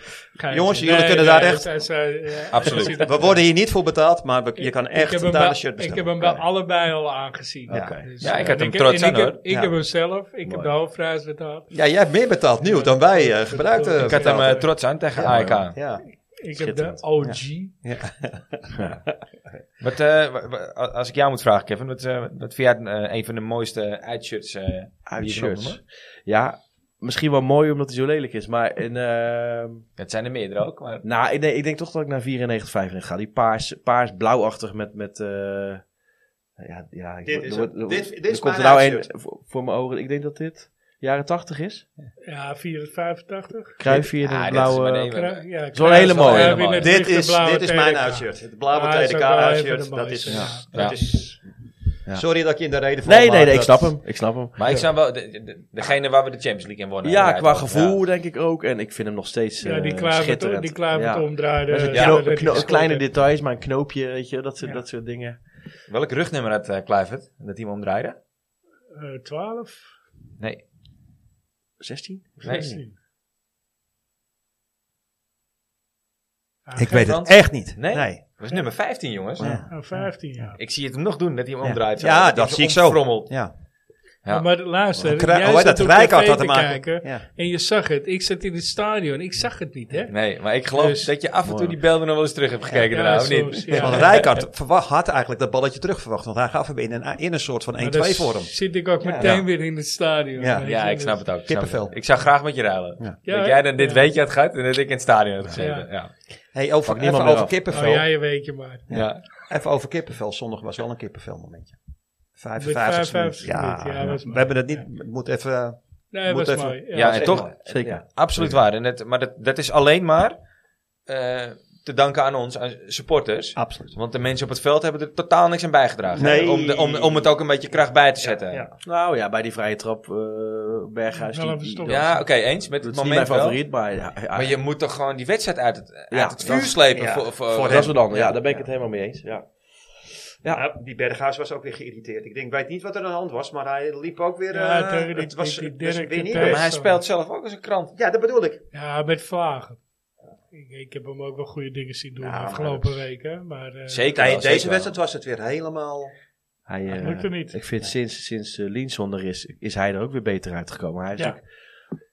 [SPEAKER 3] Jongens, jullie kunnen daar echt-
[SPEAKER 2] zij- zij- eh, ja,
[SPEAKER 1] Absoluut.
[SPEAKER 2] zij-
[SPEAKER 3] We worden hier niet voor betaald, maar we- je kan
[SPEAKER 2] Ik
[SPEAKER 3] echt
[SPEAKER 2] heb
[SPEAKER 3] daar
[SPEAKER 2] hem wel-
[SPEAKER 3] een shirt
[SPEAKER 2] Ik
[SPEAKER 3] bestellen.
[SPEAKER 2] heb hem wel allebei al aangezien.
[SPEAKER 3] Ja.
[SPEAKER 4] Oké.
[SPEAKER 2] Dus,
[SPEAKER 1] Ja, ik
[SPEAKER 2] eh,
[SPEAKER 1] had hem
[SPEAKER 2] en
[SPEAKER 1] trots
[SPEAKER 2] en
[SPEAKER 1] aan,
[SPEAKER 2] ik heb-
[SPEAKER 1] hoor.
[SPEAKER 2] Ik
[SPEAKER 3] Ja.
[SPEAKER 2] heb hem zelf. Ik heb
[SPEAKER 4] Mooi.
[SPEAKER 2] de hoofdprijs betaald.
[SPEAKER 3] Ja, jij hebt meer betaald nieuw dan wij eh, gebruikt. eh,
[SPEAKER 1] Ik had hem eh,
[SPEAKER 3] betaald.
[SPEAKER 1] trots aan tegen
[SPEAKER 3] Ja,
[SPEAKER 1] AEK.
[SPEAKER 3] ja.
[SPEAKER 2] Ik heb de
[SPEAKER 4] Schitterend.
[SPEAKER 2] OG.
[SPEAKER 1] Wat, eh, wa- wa- als ik jou moet vragen, Kevin, wat, eh, wat vind jij eh, een van de mooiste uitshirts? eh,
[SPEAKER 4] Uit
[SPEAKER 1] Die je kan
[SPEAKER 4] shirts.
[SPEAKER 1] noemen.
[SPEAKER 4] Ja, misschien wel mooi omdat hij zo lelijk is. Maar in, ehm,
[SPEAKER 1] dat zijn er meerdere ook, maar
[SPEAKER 4] nou, ik, denk, ik denk toch dat ik naar 94, 95 ga. Die paars, paars blauwachtig met... met eh, ja, ja, ik-
[SPEAKER 3] Dit is
[SPEAKER 4] er wordt-
[SPEAKER 3] hem.
[SPEAKER 4] er
[SPEAKER 3] Dit-
[SPEAKER 4] wordt-
[SPEAKER 3] dit
[SPEAKER 4] er
[SPEAKER 3] is
[SPEAKER 4] komt er
[SPEAKER 3] mijn
[SPEAKER 4] nou
[SPEAKER 3] uitshirt.
[SPEAKER 4] een voor, voor mijn ogen. Ik denk dat dit jaren 80 is.
[SPEAKER 2] Ja, 485.
[SPEAKER 4] Kruif hier in
[SPEAKER 1] Ah, dat
[SPEAKER 4] het blauwe...
[SPEAKER 1] is maar nee, maar-
[SPEAKER 2] Kra- Ja, eh,
[SPEAKER 4] is wel een hele
[SPEAKER 2] Kruis-
[SPEAKER 4] mooie.
[SPEAKER 2] Ja, weer net
[SPEAKER 3] Dit
[SPEAKER 2] lichte
[SPEAKER 3] is,
[SPEAKER 2] blauwe
[SPEAKER 3] dit is mijn
[SPEAKER 2] TDK.
[SPEAKER 3] uitshirt. Het blauwe
[SPEAKER 2] Ah, is ook
[SPEAKER 3] TDK
[SPEAKER 2] wel even
[SPEAKER 3] uitshirt.
[SPEAKER 2] de
[SPEAKER 3] Dat is,
[SPEAKER 2] mooiste.
[SPEAKER 3] ja.
[SPEAKER 1] Ja.
[SPEAKER 3] dat is...
[SPEAKER 4] Ja.
[SPEAKER 3] Sorry dat ik je in de reden val,
[SPEAKER 4] nee,
[SPEAKER 3] maar
[SPEAKER 4] nee, nee, ik
[SPEAKER 3] dat-
[SPEAKER 4] snap hem. Ik snap hem.
[SPEAKER 1] Maar ik zou wel, de- de- degene waar we de Champions League in wonnen.
[SPEAKER 4] Ja,
[SPEAKER 1] inderdaad
[SPEAKER 4] qua
[SPEAKER 1] ook.
[SPEAKER 4] gevoel denk ik ook. En ik vind hem nog steeds
[SPEAKER 2] Ja, die
[SPEAKER 4] eh,
[SPEAKER 2] klaver,
[SPEAKER 4] schitterend.
[SPEAKER 2] die klaver
[SPEAKER 4] Ja.
[SPEAKER 2] omdraaien.
[SPEAKER 4] Met zo'n
[SPEAKER 2] eh,
[SPEAKER 1] Ja,
[SPEAKER 4] kno-
[SPEAKER 2] dat hij
[SPEAKER 4] kno-
[SPEAKER 2] gescoord
[SPEAKER 4] kleine
[SPEAKER 2] heeft.
[SPEAKER 4] details, maar een knoopje, weet je, dat soort,
[SPEAKER 2] Ja.
[SPEAKER 4] dat soort dingen.
[SPEAKER 1] Ja. Welk rugnummer had eh Kluivert? Dat hij hem omdraaide?
[SPEAKER 2] Eh, 12?
[SPEAKER 1] Nee.
[SPEAKER 4] 16?
[SPEAKER 1] Nee.
[SPEAKER 2] 16.
[SPEAKER 3] Ik weet het
[SPEAKER 1] Frans?
[SPEAKER 3] echt niet.
[SPEAKER 1] Nee?
[SPEAKER 3] Nee.
[SPEAKER 1] Dat was nummer 15, jongens.
[SPEAKER 3] Ja.
[SPEAKER 2] Nou, 15 jaar.
[SPEAKER 1] Ik zie het hem nog doen, dat hij hem
[SPEAKER 3] Ja.
[SPEAKER 1] omdraait.
[SPEAKER 3] Ja,
[SPEAKER 1] hij
[SPEAKER 3] dat
[SPEAKER 1] hem
[SPEAKER 3] zie ik zo.
[SPEAKER 1] omfrommelt.
[SPEAKER 3] Ja.
[SPEAKER 1] Ja.
[SPEAKER 2] Maar, maar luister,
[SPEAKER 3] Kra-
[SPEAKER 2] jij
[SPEAKER 3] oh, hè,
[SPEAKER 2] zat
[SPEAKER 3] dat
[SPEAKER 2] op
[SPEAKER 3] Rijkaard
[SPEAKER 2] tv
[SPEAKER 3] had
[SPEAKER 2] te
[SPEAKER 3] hem aan-
[SPEAKER 2] kijken
[SPEAKER 3] Ja.
[SPEAKER 2] en je zag het. Ik zat in het stadion, ik zag het niet, hè?
[SPEAKER 1] Nee, maar ik geloof
[SPEAKER 2] Dus-
[SPEAKER 1] dat je af en toe die beelden nog wel eens terug hebt gekeken
[SPEAKER 2] Ja,
[SPEAKER 1] daarna, of
[SPEAKER 2] soms,
[SPEAKER 1] nou niet?
[SPEAKER 2] ja.
[SPEAKER 3] Want Rijkaard verwacht, had eigenlijk dat balletje terug verwacht. Want hij gaf hem in een, in een soort van 1-2
[SPEAKER 2] Maar dan
[SPEAKER 3] voor hem.
[SPEAKER 2] zit ik ook
[SPEAKER 3] Ja.
[SPEAKER 2] meteen
[SPEAKER 3] Ja.
[SPEAKER 2] weer in het stadion.
[SPEAKER 3] Ja.
[SPEAKER 2] weet
[SPEAKER 1] Ja,
[SPEAKER 2] je,
[SPEAKER 1] ik
[SPEAKER 2] dus-
[SPEAKER 1] snap het ook. ik snap het.
[SPEAKER 3] Kippenvel.
[SPEAKER 1] Ik zou graag met je ruilen.
[SPEAKER 3] Ja.
[SPEAKER 2] Ja,
[SPEAKER 1] dat jij dan dit
[SPEAKER 2] ja.
[SPEAKER 1] weetje had gehad en dat ik in het stadion had gezeten.
[SPEAKER 2] Ja.
[SPEAKER 1] Ja. Ja.
[SPEAKER 3] Hey, over,
[SPEAKER 4] niemand
[SPEAKER 3] even
[SPEAKER 4] meer
[SPEAKER 3] over
[SPEAKER 4] af.
[SPEAKER 3] kippenvel.
[SPEAKER 2] Oh, ja, je weet je maar.
[SPEAKER 3] Even over kippenvel. Zondag was wel een kippenvel momentje. 55
[SPEAKER 2] 55
[SPEAKER 3] minuten.
[SPEAKER 2] minuut, ja, was
[SPEAKER 3] we
[SPEAKER 2] mooi.
[SPEAKER 3] hebben het niet... Het moet even... eh,
[SPEAKER 2] Nee, het
[SPEAKER 3] Moet
[SPEAKER 2] was
[SPEAKER 3] even-
[SPEAKER 2] mooi. Ja,
[SPEAKER 1] Ja,
[SPEAKER 2] was
[SPEAKER 1] en toch,
[SPEAKER 3] mooi.
[SPEAKER 4] Zeker.
[SPEAKER 1] absoluut waar. En het, maar dat, dat is alleen maar eh, te danken aan ons, aan supporters.
[SPEAKER 3] Absoluut.
[SPEAKER 1] Want de mensen op het veld hebben er totaal niks aan bijgedragen. hè,
[SPEAKER 3] Ah. Nee.
[SPEAKER 1] Om, de- om, om het ook een beetje kracht bij te zetten. Ja,
[SPEAKER 3] Ja.
[SPEAKER 4] Nou ja, bij die vrije trap, eh Berghuis.
[SPEAKER 2] Wel
[SPEAKER 4] die-
[SPEAKER 2] even
[SPEAKER 4] die-
[SPEAKER 2] stoppen.
[SPEAKER 4] dat
[SPEAKER 1] oké, eens. Met
[SPEAKER 4] is
[SPEAKER 1] het
[SPEAKER 4] niet
[SPEAKER 1] moment
[SPEAKER 4] mijn
[SPEAKER 1] wel.
[SPEAKER 4] favoriet, maar... Ja, ja,
[SPEAKER 1] Maar je moet toch gewoon die wedstrijd uit het, uit
[SPEAKER 4] Ja,
[SPEAKER 1] het
[SPEAKER 4] dat
[SPEAKER 1] vuur
[SPEAKER 4] is-
[SPEAKER 1] slepen
[SPEAKER 3] ja,
[SPEAKER 1] voor, voor,
[SPEAKER 3] voor
[SPEAKER 4] eh, dat is wat anders. Ja,
[SPEAKER 3] Ja.
[SPEAKER 4] daar ben ik het helemaal mee eens. Ja. Ja.
[SPEAKER 3] Nou, die Berghuis was ook weer geïrriteerd. Ik denk, weet niet wat er aan de hand was, maar hij liep ook weer...
[SPEAKER 2] Ja,
[SPEAKER 3] eh,
[SPEAKER 2] tegen die-
[SPEAKER 3] het was,
[SPEAKER 2] die- die
[SPEAKER 3] het was
[SPEAKER 2] Dirk
[SPEAKER 3] weer
[SPEAKER 2] de
[SPEAKER 3] niet
[SPEAKER 2] Ter-
[SPEAKER 1] Maar
[SPEAKER 3] best.
[SPEAKER 1] hij speelt zelf ook als een krant.
[SPEAKER 3] Ja, dat bedoel ik.
[SPEAKER 2] Ja, met vlagen. Ik, ik heb hem ook wel goede dingen zien doen
[SPEAKER 3] Ja, maar
[SPEAKER 2] de afgelopen
[SPEAKER 3] dat is-
[SPEAKER 2] weken. Maar eh,
[SPEAKER 1] Zeker.
[SPEAKER 3] Nee,
[SPEAKER 1] wel, zeker
[SPEAKER 3] deze
[SPEAKER 1] wel.
[SPEAKER 3] wedstrijd was het weer helemaal...
[SPEAKER 4] Hij, eh,
[SPEAKER 2] lukt er niet.
[SPEAKER 4] Ik vind sinds, sinds eh, Linson er is, is hij er ook weer beter uitgekomen. Hij heeft
[SPEAKER 2] Ja.
[SPEAKER 4] ook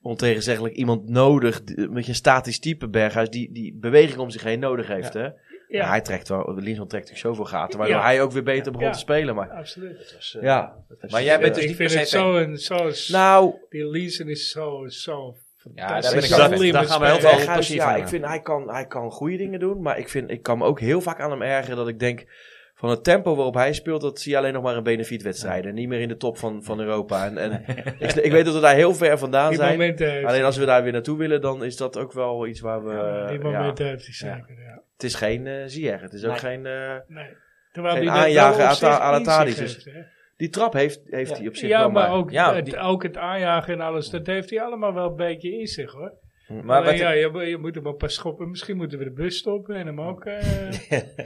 [SPEAKER 4] ontegenzeggelijk iemand nodig, d- een beetje een statisch type Berghuis, die, die beweging om zich heen nodig heeft. Hè? Maar
[SPEAKER 2] ja,
[SPEAKER 4] Hij trekt wel, Linson trekt natuurlijk zoveel gaten, waardoor
[SPEAKER 2] Ja.
[SPEAKER 4] hij ook weer beter begon
[SPEAKER 2] Ja.
[SPEAKER 4] te spelen. Maar,
[SPEAKER 2] absoluut.
[SPEAKER 4] Dus, ja.
[SPEAKER 1] Maar
[SPEAKER 4] eh,
[SPEAKER 1] jij bent dus
[SPEAKER 2] Ik
[SPEAKER 1] niet
[SPEAKER 2] vind
[SPEAKER 1] per
[SPEAKER 2] het
[SPEAKER 1] se fan.
[SPEAKER 2] zo, een, zo
[SPEAKER 4] Nou,
[SPEAKER 2] die Leeson is zo, zo
[SPEAKER 1] Ja, daar ben
[SPEAKER 2] fantastisch.
[SPEAKER 1] ik ook
[SPEAKER 2] Zo
[SPEAKER 1] fan.
[SPEAKER 2] slim
[SPEAKER 3] Daar
[SPEAKER 2] in
[SPEAKER 3] gaan we heel
[SPEAKER 2] spelen.
[SPEAKER 3] veel-
[SPEAKER 4] Berghuis,
[SPEAKER 3] passief
[SPEAKER 4] ja,
[SPEAKER 3] aan
[SPEAKER 4] ik
[SPEAKER 3] hem.
[SPEAKER 4] vind, hij, kan, hij kan goede dingen doen, maar ik, vind, ik kan me ook heel vaak aan hem ergeren dat ik denk... Van het tempo waarop hij speelt, dat zie je alleen nog maar in benefietwedstrijden. Niet meer in de top van, van Europa. En, en ik, ik weet dat we daar heel ver vandaan
[SPEAKER 2] Die
[SPEAKER 4] zijn.
[SPEAKER 2] momenten heeft
[SPEAKER 4] Alleen als we daar weer naartoe willen, dan is dat ook wel iets waar we.
[SPEAKER 2] Ja, die
[SPEAKER 4] eh,
[SPEAKER 2] momenten
[SPEAKER 4] ja.
[SPEAKER 2] heeft hij zeker, ja.
[SPEAKER 4] Het is geen eh Ziyech, het is ook
[SPEAKER 1] Nee.
[SPEAKER 4] geen. eh,
[SPEAKER 2] Nee. Terwijl
[SPEAKER 4] Geen
[SPEAKER 2] die dat wel
[SPEAKER 4] aanjager
[SPEAKER 2] op
[SPEAKER 4] aan
[SPEAKER 2] zich
[SPEAKER 4] ta- aan
[SPEAKER 2] in zich
[SPEAKER 4] Atadis,
[SPEAKER 2] heeft,
[SPEAKER 4] dus-
[SPEAKER 2] hè.
[SPEAKER 4] die trap heeft, heeft
[SPEAKER 1] Ja.
[SPEAKER 4] hij op zich
[SPEAKER 2] Ja,
[SPEAKER 4] wel.
[SPEAKER 2] maar ook,
[SPEAKER 1] Ja,
[SPEAKER 2] het,
[SPEAKER 1] die-
[SPEAKER 2] ook het aanjagen en alles, dat heeft hij allemaal wel een beetje in zich hoor.
[SPEAKER 1] Maar
[SPEAKER 2] Alleen,
[SPEAKER 1] wat
[SPEAKER 2] ja, je, je moet hem een paar schoppen, misschien moeten we de bus stoppen en hem ook... eh,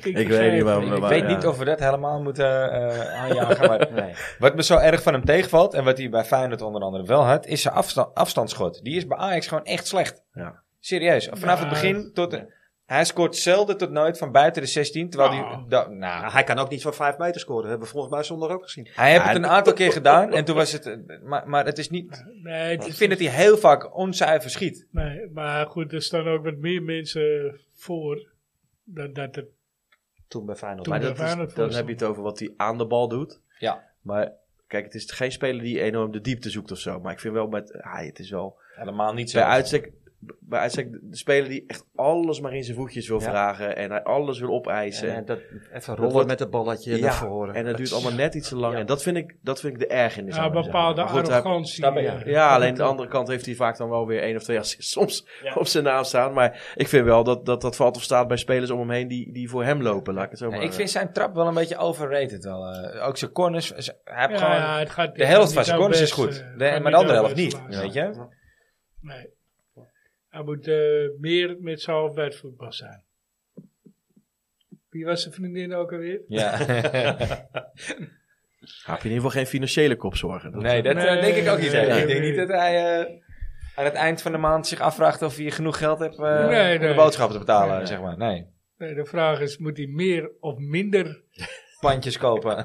[SPEAKER 2] kick
[SPEAKER 4] Ik weet niet waarom-
[SPEAKER 2] geven.
[SPEAKER 1] Ik
[SPEAKER 4] Maar,
[SPEAKER 1] weet
[SPEAKER 4] ja.
[SPEAKER 1] niet of we dat helemaal moeten eh aanjagen. Maar Wat me zo erg van hem tegenvalt, en wat hij bij Feyenoord onder andere wel had, is zijn afsta- afstandsschot. Die is bij Ajax gewoon echt slecht.
[SPEAKER 4] Ja.
[SPEAKER 1] Serieus. Vanaf het
[SPEAKER 2] Ja.
[SPEAKER 1] begin tot... Hij scoort zelden tot nooit van buiten de 16. Terwijl hij...
[SPEAKER 2] Nou.
[SPEAKER 1] da- nou,
[SPEAKER 3] Nou, hij kan ook niet van vijf meter scoren. hebben we volgens mij zondag ook gezien.
[SPEAKER 1] hij heeft
[SPEAKER 4] Ja,
[SPEAKER 1] het een aantal keer gedaan. En toen was het... eh, Maar, maar het is niet...
[SPEAKER 2] Nee, het
[SPEAKER 1] Ik
[SPEAKER 2] is-
[SPEAKER 1] vind dat hij heel vaak onzuiver schiet.
[SPEAKER 2] nee, maar goed, er staan ook wat meer mensen voor dat, dat het
[SPEAKER 3] Toen bij Feyenoord.
[SPEAKER 2] Toen
[SPEAKER 4] maar
[SPEAKER 2] bij
[SPEAKER 4] dat is,
[SPEAKER 2] Feyenoord
[SPEAKER 4] dan
[SPEAKER 2] voorstond.
[SPEAKER 4] heb je het over wat hij aan de bal doet.
[SPEAKER 1] Ja.
[SPEAKER 4] Maar kijk, het is geen speler die enorm de diepte zoekt of zo. Maar ik vind wel met. Hij, het is wel.
[SPEAKER 1] Helemaal niet zo.
[SPEAKER 4] Bij uitstek, bij uitstek de speler die echt alles maar in zijn voetjes wil
[SPEAKER 3] Ja.
[SPEAKER 4] vragen. En hij alles wil opeisen.
[SPEAKER 3] En, eh, dat, even rollen
[SPEAKER 4] Dat wordt-
[SPEAKER 3] met het balletje
[SPEAKER 4] Ja,
[SPEAKER 3] naar voren.
[SPEAKER 4] en dat duurt allemaal net iets te lang. En dat vind ik, dat vind ik de ergernis.
[SPEAKER 2] ja,
[SPEAKER 4] aan hem, zeg maar.
[SPEAKER 2] bepaalde
[SPEAKER 4] Maar goed, hij-
[SPEAKER 2] arrogantie. eh.
[SPEAKER 1] daar ben je.
[SPEAKER 2] ja.
[SPEAKER 4] Ja, alleen aan de andere kant heeft hij vaak dan wel weer één of twee assists soms op zijn naam staan. Maar ik vind wel dat dat, dat valt of staat bij spelers om hem heen die, die voor hem lopen. Laat ik het zo maar.
[SPEAKER 1] Nee, ik vind zijn trap wel een beetje overrated. Wel. eh. ook zijn corners. z- Hij heeft
[SPEAKER 2] Ja,
[SPEAKER 1] gewoon...
[SPEAKER 2] ja, het gaat, eh,
[SPEAKER 1] De helft van zijn corners is goed. De- maar de andere helft niet. Weet je?
[SPEAKER 2] Nee. Hij moet eh, meer met zijn hoofd bij het voetbal zijn. Wie was zijn vriendin ook alweer?
[SPEAKER 1] Ja.
[SPEAKER 4] Heb je in ieder geval geen financiële kopzorgen. Dat-
[SPEAKER 1] Nee, dat eh,
[SPEAKER 2] Nee,
[SPEAKER 1] denk ik ook niet.
[SPEAKER 2] nee,
[SPEAKER 1] hè.
[SPEAKER 2] nee,
[SPEAKER 1] ik denk
[SPEAKER 2] nee.
[SPEAKER 1] niet dat hij eh, aan het eind van de maand zich afvraagt of hij genoeg geld heeft eh,
[SPEAKER 2] Nee,
[SPEAKER 1] om de
[SPEAKER 2] nee.
[SPEAKER 1] boodschappen te betalen,
[SPEAKER 2] Nee.
[SPEAKER 1] zeg maar. Nee.
[SPEAKER 2] Nee, de vraag is, moet hij meer of minder?
[SPEAKER 1] Plantjes kopen.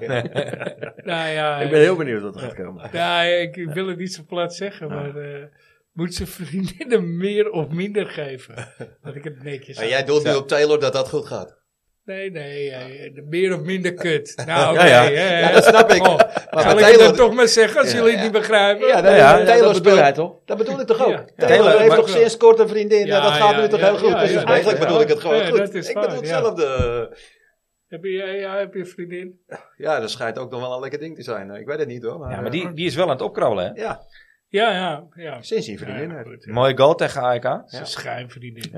[SPEAKER 2] Nou ja,
[SPEAKER 4] Ik ben heel benieuwd wat er gaat komen.
[SPEAKER 2] nou, ja, ik wil het niet zo plat zeggen, maar eh, moet zijn vriendin hem meer of minder geven? Dat ik het netjes
[SPEAKER 7] En jij doelt nu op Taylor dat dat goed gaat.
[SPEAKER 2] Nee, nee, eh, de meer of minder kut. Nou, oké.
[SPEAKER 4] ja.
[SPEAKER 2] hè,
[SPEAKER 7] Ja, dat snap ik.
[SPEAKER 2] Oh,
[SPEAKER 7] Maar
[SPEAKER 2] zal
[SPEAKER 7] bij
[SPEAKER 2] ik
[SPEAKER 7] Taylor-
[SPEAKER 2] dat toch maar zeggen als jullie het niet begrijpen? Eh,
[SPEAKER 7] Ja,
[SPEAKER 4] Nou
[SPEAKER 7] dat,
[SPEAKER 4] ja,
[SPEAKER 7] Taylor
[SPEAKER 4] dat bedoel
[SPEAKER 7] speelt.
[SPEAKER 4] jij toch?
[SPEAKER 7] Dat bedoel ik toch ook?
[SPEAKER 2] Ja.
[SPEAKER 7] Taylor,
[SPEAKER 1] Taylor,
[SPEAKER 7] heeft
[SPEAKER 1] maar-
[SPEAKER 7] toch sinds kort een vriendin.
[SPEAKER 2] Ja,
[SPEAKER 7] nou, dat gaat
[SPEAKER 2] ja,
[SPEAKER 7] nu toch
[SPEAKER 2] ja,
[SPEAKER 7] heel goed.
[SPEAKER 2] ja,
[SPEAKER 7] dus
[SPEAKER 2] ja,
[SPEAKER 7] eigenlijk
[SPEAKER 2] ja.
[SPEAKER 7] bedoel ik het gewoon
[SPEAKER 2] Ja,
[SPEAKER 7] goed.
[SPEAKER 2] dat is
[SPEAKER 7] ik
[SPEAKER 2] waar,
[SPEAKER 7] bedoel
[SPEAKER 2] ja.
[SPEAKER 7] hetzelfde.
[SPEAKER 2] Heb je, ja, heb je vriendin?
[SPEAKER 7] Ja, dat schijnt ook nog wel een lekker ding te zijn. Ik weet het niet hoor. Maar,
[SPEAKER 1] ja, maar
[SPEAKER 7] eh,
[SPEAKER 1] die, die is wel aan het opkrabbelen, hè?
[SPEAKER 7] ja,
[SPEAKER 2] Ja, ja, ja.
[SPEAKER 7] sinds die vriendin.
[SPEAKER 2] ja,
[SPEAKER 7] heeft.
[SPEAKER 2] goed.
[SPEAKER 1] Mooie goal tegen E AEK.
[SPEAKER 2] Zijn schijnvriendin.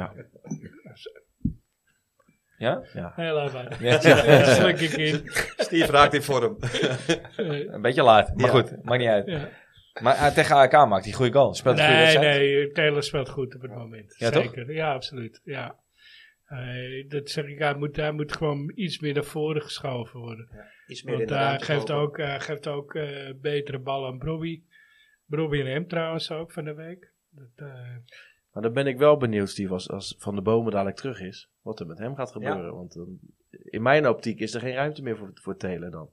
[SPEAKER 4] Ja.
[SPEAKER 1] Ja?
[SPEAKER 2] Nee, laat maar.
[SPEAKER 1] Ja.
[SPEAKER 2] Daar Slik ik in.
[SPEAKER 7] Steve raakt in vorm.
[SPEAKER 2] Eh,
[SPEAKER 1] Een beetje laat, maar
[SPEAKER 7] Ja.
[SPEAKER 1] goed, maakt niet uit.
[SPEAKER 2] ja.
[SPEAKER 1] Maar eh, tegen AEK maakt hij een goede goal. Speelt een goede
[SPEAKER 2] Nee,
[SPEAKER 1] wedstrijd.
[SPEAKER 2] nee, Taylor speelt goed op het moment.
[SPEAKER 1] Ja, toch?
[SPEAKER 2] Zeker. Ja, absoluut. Ja. Eh, dat zeg ik, hij moet, hij moet gewoon iets meer naar voren geschoven worden.
[SPEAKER 3] Iets meer in
[SPEAKER 2] Want
[SPEAKER 3] de
[SPEAKER 2] hij
[SPEAKER 3] ruimte
[SPEAKER 2] geeft
[SPEAKER 3] lopen.
[SPEAKER 2] ook, hij geeft ook eh, betere ballen aan Broby. Broby en hem trouwens ook van de week. Dat, eh,
[SPEAKER 4] Maar dan ben ik wel benieuwd, Steve, als, als Van de Bomen dadelijk terug is. Wat er met hem gaat gebeuren. Want dan- in mijn optiek is er geen ruimte meer voor, voor Telen dan.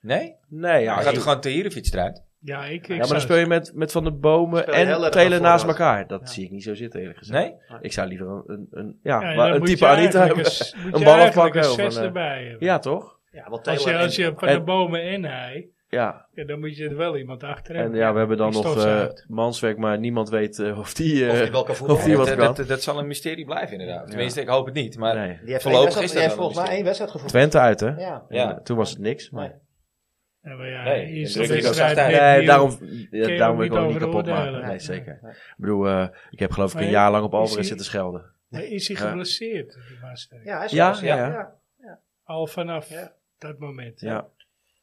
[SPEAKER 1] Nee?
[SPEAKER 4] Nee, ja,
[SPEAKER 1] Ja, hij
[SPEAKER 4] als je-
[SPEAKER 1] gaat er gewoon Teherovic eruit.
[SPEAKER 2] ja, ik, ik
[SPEAKER 4] ja, maar
[SPEAKER 2] zou
[SPEAKER 4] dan speel je met, met Van de Bomen
[SPEAKER 3] Speel je heel erg
[SPEAKER 4] en
[SPEAKER 3] naar
[SPEAKER 4] Telen naast
[SPEAKER 3] voren.
[SPEAKER 4] elkaar. Dat zie ik niet zo zitten, eerlijk gezegd.
[SPEAKER 1] Nee?
[SPEAKER 4] Ik zou liever een, een, een, ja,
[SPEAKER 2] Ja,
[SPEAKER 4] maar
[SPEAKER 2] dan
[SPEAKER 4] een
[SPEAKER 2] moet
[SPEAKER 4] type
[SPEAKER 2] je
[SPEAKER 4] Anita
[SPEAKER 2] eigenlijk
[SPEAKER 4] hebben.
[SPEAKER 2] Een, moet
[SPEAKER 4] Een
[SPEAKER 2] je
[SPEAKER 4] bal
[SPEAKER 2] eigenlijk
[SPEAKER 4] afpakken
[SPEAKER 2] een
[SPEAKER 4] of
[SPEAKER 2] zes
[SPEAKER 4] een, eh,
[SPEAKER 2] erbij hebben.
[SPEAKER 4] Ja, toch?
[SPEAKER 3] Ja, want
[SPEAKER 2] als, je,
[SPEAKER 3] Taylor
[SPEAKER 2] als je van de
[SPEAKER 4] en-
[SPEAKER 2] bomen en hij,
[SPEAKER 4] Ja.
[SPEAKER 2] ja, dan moet je er wel iemand achter
[SPEAKER 4] En
[SPEAKER 2] hebben.
[SPEAKER 4] ja, we hebben dan
[SPEAKER 2] Die
[SPEAKER 4] nog
[SPEAKER 2] stof ze
[SPEAKER 4] eh,
[SPEAKER 2] uit.
[SPEAKER 4] manswerk, maar niemand weet eh, of die... eh,
[SPEAKER 7] Of die welke voetbal.
[SPEAKER 4] Of die
[SPEAKER 7] Die,
[SPEAKER 4] wat
[SPEAKER 1] dat,
[SPEAKER 4] kan.
[SPEAKER 1] dat, dat zal een mysterie blijven, inderdaad. Tenminste, ik hoop het niet. Maar
[SPEAKER 4] nee.
[SPEAKER 7] heeft, één
[SPEAKER 1] Voorlopig
[SPEAKER 7] wedstrijd-
[SPEAKER 1] is
[SPEAKER 7] die
[SPEAKER 1] dat
[SPEAKER 7] heeft
[SPEAKER 1] wel
[SPEAKER 7] volgens mij
[SPEAKER 1] een
[SPEAKER 7] één wedstrijd gevoerd.
[SPEAKER 4] Twente uit, hè?
[SPEAKER 7] Ja.
[SPEAKER 1] Ja.
[SPEAKER 4] En eh, toen was het niks. Maar...
[SPEAKER 7] Nee.
[SPEAKER 2] Ja, maar ja,
[SPEAKER 1] Nee,
[SPEAKER 2] hier
[SPEAKER 1] dat
[SPEAKER 2] is
[SPEAKER 1] druk
[SPEAKER 2] toch
[SPEAKER 1] ik
[SPEAKER 2] iets
[SPEAKER 1] ook zacht
[SPEAKER 2] uit.
[SPEAKER 1] uit.
[SPEAKER 2] Net
[SPEAKER 4] Nee,
[SPEAKER 2] nieuw.
[SPEAKER 4] daarom,
[SPEAKER 2] je
[SPEAKER 4] ja,
[SPEAKER 2] ook
[SPEAKER 4] daarom wil
[SPEAKER 2] niet
[SPEAKER 4] ik ook niet
[SPEAKER 2] over
[SPEAKER 4] kapot maken.
[SPEAKER 2] oordelen.
[SPEAKER 4] Nee,
[SPEAKER 2] Nee.
[SPEAKER 4] zeker. Ik bedoel, eh, ik heb geloof ik
[SPEAKER 2] Maar
[SPEAKER 4] een
[SPEAKER 2] je-
[SPEAKER 4] jaar lang op
[SPEAKER 2] je
[SPEAKER 4] Alvarez
[SPEAKER 2] ziet-
[SPEAKER 4] zitten schelden.
[SPEAKER 2] Maar is hij
[SPEAKER 4] Ja.
[SPEAKER 2] geblesseerd? die Maastricht?
[SPEAKER 8] Ja, hij is
[SPEAKER 4] Ja,
[SPEAKER 8] wel- ja,
[SPEAKER 4] ja, ja.
[SPEAKER 8] ja.
[SPEAKER 2] Al vanaf
[SPEAKER 8] Ja.
[SPEAKER 2] dat moment.
[SPEAKER 4] Ja.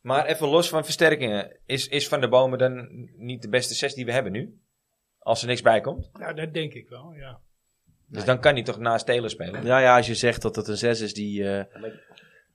[SPEAKER 1] Maar even los van versterkingen. Is, is Van der Bomen dan niet de beste zes die we hebben nu? Als er niks bij komt.
[SPEAKER 2] Nou, dat denk ik wel, ja.
[SPEAKER 1] Dus dan kan hij toch naast Taylor spelen?
[SPEAKER 4] Nou ja, als je zegt dat het een 6 is die... eh,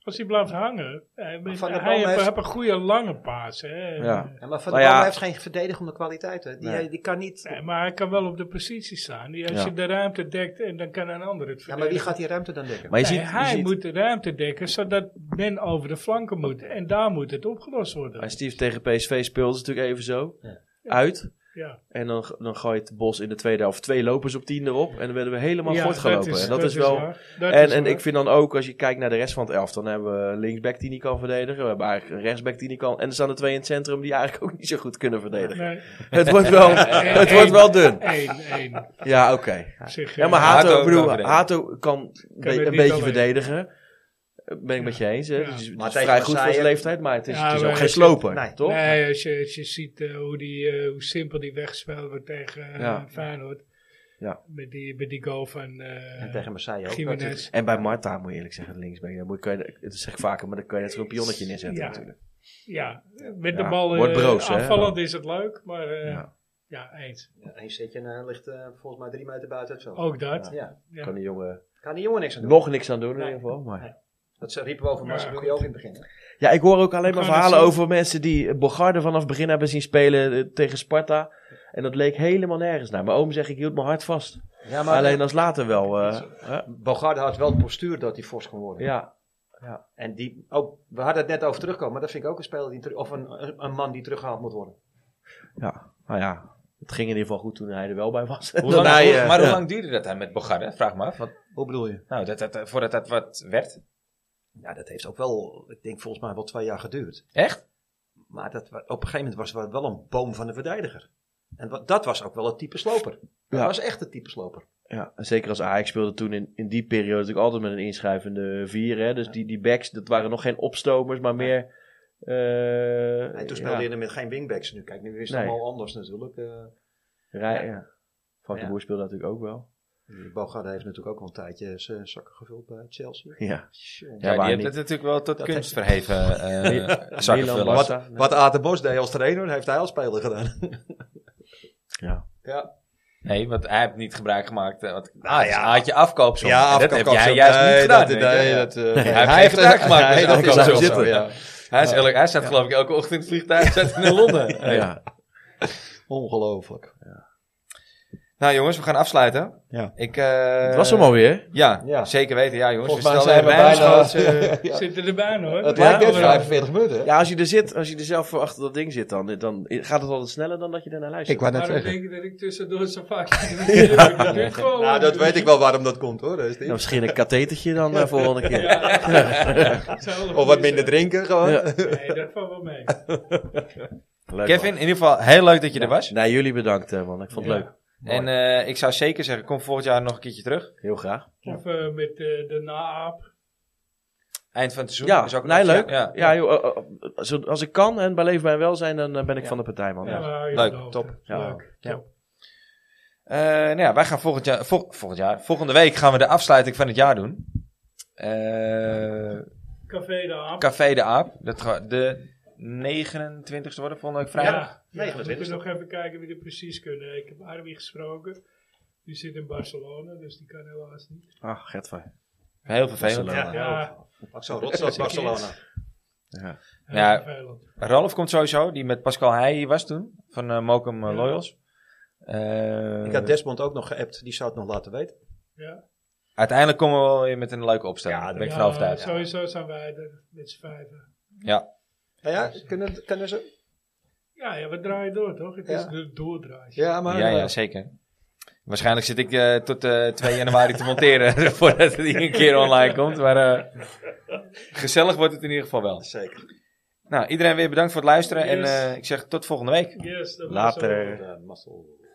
[SPEAKER 2] Als hij blijft hangen. Hij, hij,
[SPEAKER 3] Van der Bomen
[SPEAKER 2] heeft,
[SPEAKER 3] heeft-
[SPEAKER 2] heeft een goede lange paas. Hè.
[SPEAKER 4] ja.
[SPEAKER 3] Ja, maar Van
[SPEAKER 4] Nou
[SPEAKER 3] der
[SPEAKER 4] ja.
[SPEAKER 3] Bomen heeft geen verdedigende kwaliteiten. Die,
[SPEAKER 4] Nee.
[SPEAKER 3] die kan niet...
[SPEAKER 2] Nee, maar hij kan wel op de positie staan. Die- Als
[SPEAKER 4] Ja.
[SPEAKER 2] je de ruimte dekt, en dan kan een ander het
[SPEAKER 3] Ja, maar wie
[SPEAKER 2] verdedigen.
[SPEAKER 3] gaat die ruimte dan dekken?
[SPEAKER 4] Maar je
[SPEAKER 2] Nee,
[SPEAKER 4] ziet, je
[SPEAKER 2] hij
[SPEAKER 4] ziet-
[SPEAKER 2] moet de ruimte dekken, zodat men over de flanken moet. En daar moet het opgelost worden.
[SPEAKER 4] Als Steve tegen PSV speelt, is het natuurlijk even zo.
[SPEAKER 3] Ja.
[SPEAKER 4] Uit.
[SPEAKER 2] Ja.
[SPEAKER 4] En dan, dan gooit Bos in de tweede helft twee lopers op tien erop. En dan werden we helemaal
[SPEAKER 2] Ja,
[SPEAKER 4] goed gelopen. en dat, is wel...
[SPEAKER 2] waar. Dat
[SPEAKER 4] en
[SPEAKER 2] is
[SPEAKER 4] en
[SPEAKER 2] waar.
[SPEAKER 4] ik vind dan ook, als je kijkt naar de rest van het elftal, dan hebben we een linksback die niet kan verdedigen. We hebben eigenlijk een rechtsback die niet kan. En er staan er twee in het centrum die eigenlijk ook niet zo goed kunnen verdedigen.
[SPEAKER 2] Nee,
[SPEAKER 4] Het, wordt wel, het wordt wel dun.
[SPEAKER 2] één, één.
[SPEAKER 4] Ja, oké.
[SPEAKER 2] Zeg,
[SPEAKER 4] Ja, maar
[SPEAKER 2] eh,
[SPEAKER 1] Hato
[SPEAKER 4] Hato,
[SPEAKER 1] kan
[SPEAKER 4] ik bedoel,
[SPEAKER 1] verdedigen.
[SPEAKER 4] Hato kan be-
[SPEAKER 2] het
[SPEAKER 4] een
[SPEAKER 2] niet
[SPEAKER 4] beetje
[SPEAKER 2] alleen.
[SPEAKER 4] verdedigen. Eh, Ben ik met je eens. Hè?
[SPEAKER 2] Ja.
[SPEAKER 4] Het is, het
[SPEAKER 3] Maar
[SPEAKER 4] is
[SPEAKER 3] tegen
[SPEAKER 4] vrij goed voor
[SPEAKER 3] Marseille-
[SPEAKER 4] zijn leeftijd, maar het is,
[SPEAKER 2] Ja,
[SPEAKER 4] het is
[SPEAKER 2] maar
[SPEAKER 4] ook
[SPEAKER 2] hij
[SPEAKER 4] geen
[SPEAKER 2] is-
[SPEAKER 4] sloper,
[SPEAKER 3] nee.
[SPEAKER 4] toch?
[SPEAKER 2] Nee, als je, als je ziet eh, hoe, die, eh, hoe simpel die weggespeeld wordt tegen eh,
[SPEAKER 4] Ja.
[SPEAKER 2] Feyenoord.
[SPEAKER 4] Ja.
[SPEAKER 2] Met, die, met die goal van eh
[SPEAKER 3] En tegen Marseille ook natuurlijk.
[SPEAKER 2] Gimenez.
[SPEAKER 4] En bij Marta moet je eerlijk zeggen, linksbeen. dan moet je- kan je- Dat zeg ik vaker, maar dan kan je net zo'n pionnetje neerzetten
[SPEAKER 2] Ja.
[SPEAKER 4] natuurlijk.
[SPEAKER 2] Ja, met
[SPEAKER 4] Ja,
[SPEAKER 2] de bal eh,
[SPEAKER 4] wordt broos, hè?
[SPEAKER 2] aanvallend is het leuk, maar eh,
[SPEAKER 4] Ja.
[SPEAKER 2] ja. eens.
[SPEAKER 3] Ja, Eén setje en hij ligt eh, volgens mij drie meter buiten het veld.
[SPEAKER 2] Ook dat. Ja.
[SPEAKER 3] Ja,
[SPEAKER 4] Kan die jongen
[SPEAKER 3] kan die jongen niks aan doen.
[SPEAKER 4] nog niks aan doen in
[SPEAKER 3] Nee.
[SPEAKER 4] ieder geval. Maar...
[SPEAKER 3] Nee. Dat ze riepen we over
[SPEAKER 2] Ja,
[SPEAKER 3] Macedonië
[SPEAKER 2] goed.
[SPEAKER 3] ook in het begin. hè.
[SPEAKER 4] Ja, ik hoor ook alleen
[SPEAKER 2] We
[SPEAKER 4] maar
[SPEAKER 2] gaan
[SPEAKER 4] verhalen
[SPEAKER 2] het zien.
[SPEAKER 4] over mensen die Bogarde vanaf het begin hebben zien spelen eh, tegen Sparta. En dat leek helemaal nergens naar. Mijn oom zegt, ik hield mijn hart vast.
[SPEAKER 3] Ja, maar
[SPEAKER 4] Alleen als later wel. eh, hè?
[SPEAKER 3] Bogarde had wel het postuur dat hij fors kon worden.
[SPEAKER 4] ja,
[SPEAKER 3] En die, ook, we hadden het net over terugkomen, maar dat vind ik ook een speler die terug, of een, een- een man die teruggehaald moet worden.
[SPEAKER 4] ja, nou ja. Het ging in ieder geval goed toen hij er wel bij was.
[SPEAKER 1] Hoe
[SPEAKER 4] Dat
[SPEAKER 1] lang,
[SPEAKER 4] hij,
[SPEAKER 1] hoe-
[SPEAKER 4] eh,
[SPEAKER 1] maar hoe
[SPEAKER 4] ja.
[SPEAKER 1] lang duurde dat dan met Bogarde? Vraag me af. Want,
[SPEAKER 3] Hoe bedoel je?
[SPEAKER 1] nou, dat, dat, voordat dat wat werd.
[SPEAKER 3] Ja, dat heeft ook wel, ik denk volgens mij wel twee jaar geduurd.
[SPEAKER 1] Echt?
[SPEAKER 3] Maar dat, wa- op een gegeven moment was het wel een boom van de verdediger. En wa- dat was ook wel het type sloper. Dat
[SPEAKER 4] Ja.
[SPEAKER 3] was echt het type sloper.
[SPEAKER 4] Ja, en zeker als Ajax speelde toen in, in die periode natuurlijk altijd met een inschrijvende vier. Hè? Dus die, die backs, dat waren nog geen opstomers, maar meer... eh,
[SPEAKER 3] En toen speelde
[SPEAKER 4] ja,
[SPEAKER 3] hij er met geen wingbacks nu. Kijk, nu is het
[SPEAKER 4] Nee.
[SPEAKER 3] allemaal anders natuurlijk. eh
[SPEAKER 4] Rij- ja. Frank de
[SPEAKER 3] Ja.
[SPEAKER 4] Boer speelde natuurlijk ook wel.
[SPEAKER 3] die Bogarde heeft natuurlijk ook al een tijdje zijn zakken gevuld bij Chelsea.
[SPEAKER 4] Ja.
[SPEAKER 3] Tjonge.
[SPEAKER 1] Ja,
[SPEAKER 4] waar
[SPEAKER 1] die heeft
[SPEAKER 4] niet?
[SPEAKER 1] het natuurlijk wel tot
[SPEAKER 3] Dat
[SPEAKER 1] kunst verheven. eh
[SPEAKER 4] Milan,
[SPEAKER 1] zakkenvullers.
[SPEAKER 4] Barca.
[SPEAKER 3] Wat Aten Bos deed als trainer, heeft hij als speler gedaan.
[SPEAKER 4] Ja.
[SPEAKER 3] ja.
[SPEAKER 1] Nee, want hij heeft niet gebruik gemaakt. eh, Want,
[SPEAKER 3] Nou ja.
[SPEAKER 1] Hij had je afkoopsom. En dat heb jij
[SPEAKER 3] afkoopsom.
[SPEAKER 1] juist
[SPEAKER 3] Nee,
[SPEAKER 1] niet gedaan.
[SPEAKER 3] dat-
[SPEAKER 1] weet je.
[SPEAKER 3] nee, dat, eh,
[SPEAKER 1] heeft geen gebruik gemaakt van
[SPEAKER 3] nee,
[SPEAKER 1] zijn
[SPEAKER 3] dus dat is
[SPEAKER 1] afkoopsom.
[SPEAKER 3] zo zitten, ja.
[SPEAKER 1] Hij, is elk, hij zat geloof ik elke ochtend in het vliegtuig. Zat in Londen.
[SPEAKER 4] Nou Ja.
[SPEAKER 1] Nee.
[SPEAKER 3] Ongelooflijk.
[SPEAKER 1] Nou jongens, we gaan afsluiten.
[SPEAKER 3] Ja.
[SPEAKER 1] Ik, eh,
[SPEAKER 4] Het was hem alweer.
[SPEAKER 1] Ja,
[SPEAKER 3] Ja.
[SPEAKER 1] zeker weten. Ja jongens,
[SPEAKER 3] Volgens mij
[SPEAKER 1] we staan
[SPEAKER 3] zijn we
[SPEAKER 1] weer
[SPEAKER 3] bijna-
[SPEAKER 1] ruimschoots, eh,
[SPEAKER 3] Ja.
[SPEAKER 2] Zitten er bijna hoor.
[SPEAKER 3] Het
[SPEAKER 2] Ja,
[SPEAKER 3] lijkt net
[SPEAKER 2] maar-
[SPEAKER 3] 45 minuten. hè?
[SPEAKER 4] Ja, als je er zit, als je er zelf voor achter dat ding zit, dan, dan gaat het altijd sneller dan dat je ernaar luistert.
[SPEAKER 3] wou
[SPEAKER 2] Waarom denk je dat ik tussendoor zo vaak... ja.
[SPEAKER 3] Nou, dat weet ik wel waarom dat komt hoor. Steve.
[SPEAKER 4] Nou, misschien een kathetertje dan eh, volgende keer.
[SPEAKER 3] Of wat minder drinken gewoon.
[SPEAKER 4] Ja.
[SPEAKER 2] Nee, dat valt wel mee.
[SPEAKER 4] Leuk,
[SPEAKER 1] Kevin, in ieder geval heel leuk dat je er was.
[SPEAKER 4] man. Nee, jullie bedankt eh, man. Ik vond het
[SPEAKER 2] Ja.
[SPEAKER 4] leuk. Mooi.
[SPEAKER 1] En eh, ik zou zeker zeggen, kom volgend jaar nog een keertje terug.
[SPEAKER 4] Heel graag.
[SPEAKER 2] Of eh, met eh, de naaap.
[SPEAKER 1] Eind van het seizoen.
[SPEAKER 4] Ja,
[SPEAKER 1] is ook een
[SPEAKER 4] nee,
[SPEAKER 1] optie.
[SPEAKER 4] leuk.
[SPEAKER 1] Ja.
[SPEAKER 4] Ja, joh, eh, eh, zo- als ik kan en bij Leven bij Welzijn, dan eh, ben ik van de partij, man.
[SPEAKER 2] Ja,
[SPEAKER 4] Ja.
[SPEAKER 2] maar je
[SPEAKER 1] Leuk,
[SPEAKER 2] gelooft
[SPEAKER 1] top.
[SPEAKER 2] het.
[SPEAKER 4] Ja.
[SPEAKER 2] Leuk.
[SPEAKER 4] Ja.
[SPEAKER 2] top.
[SPEAKER 1] Eh, nou ja, wij gaan volgend jaar, vol- volgend jaar, volgende week gaan we de afsluiting van het jaar doen. Eh,
[SPEAKER 2] Café de Aap.
[SPEAKER 1] Café de Aap. Dat gaat de 29ste worden, volgende week vrijdag.
[SPEAKER 2] Ja, ja, we
[SPEAKER 3] 29e.
[SPEAKER 2] moeten nog even kijken wie er precies kunnen. Ik heb Arwie gesproken. Die zit in Barcelona, dus die kan helaas niet.
[SPEAKER 4] Ach, Gertver.
[SPEAKER 1] Heel vervelend.
[SPEAKER 3] Ja.
[SPEAKER 2] Ja.
[SPEAKER 3] Pak zo rotzooi Barcelona.
[SPEAKER 2] Heel
[SPEAKER 1] Ja.
[SPEAKER 2] vervelend.
[SPEAKER 1] Ralf komt sowieso, die met Pascal Heij hier was toen. Van eh Mokum eh,
[SPEAKER 2] Ja.
[SPEAKER 1] Loyals. Eh,
[SPEAKER 3] Ik had Desmond ook nog geappt, die zou het nog laten weten.
[SPEAKER 2] Ja.
[SPEAKER 1] uiteindelijk komen we wel weer met een leuke opstelling.
[SPEAKER 3] Ja,
[SPEAKER 1] Daar ben ik
[SPEAKER 2] Ja,
[SPEAKER 1] van overtuigd.
[SPEAKER 2] Sowieso zijn wij er met z'n vijven.
[SPEAKER 1] Ja.
[SPEAKER 3] Nou ja, kunnen, kunnen ze?
[SPEAKER 2] Ja, ja, we draaien door toch? Het is
[SPEAKER 3] Ja.
[SPEAKER 2] een doordraaien.
[SPEAKER 3] Ja, maar...
[SPEAKER 1] Ja, ja,
[SPEAKER 3] eh,
[SPEAKER 1] zeker. Waarschijnlijk zit ik eh, tot eh 2 januari te monteren voordat het hier een keer online komt. Maar eh, gezellig wordt het in ieder geval wel.
[SPEAKER 3] Zeker.
[SPEAKER 1] Nou, iedereen weer bedankt voor het luisteren. En
[SPEAKER 2] Yes.
[SPEAKER 1] eh, ik zeg tot volgende week.
[SPEAKER 2] Yes, dat was
[SPEAKER 4] Later.
[SPEAKER 2] hem.
[SPEAKER 3] Eh, mazzel.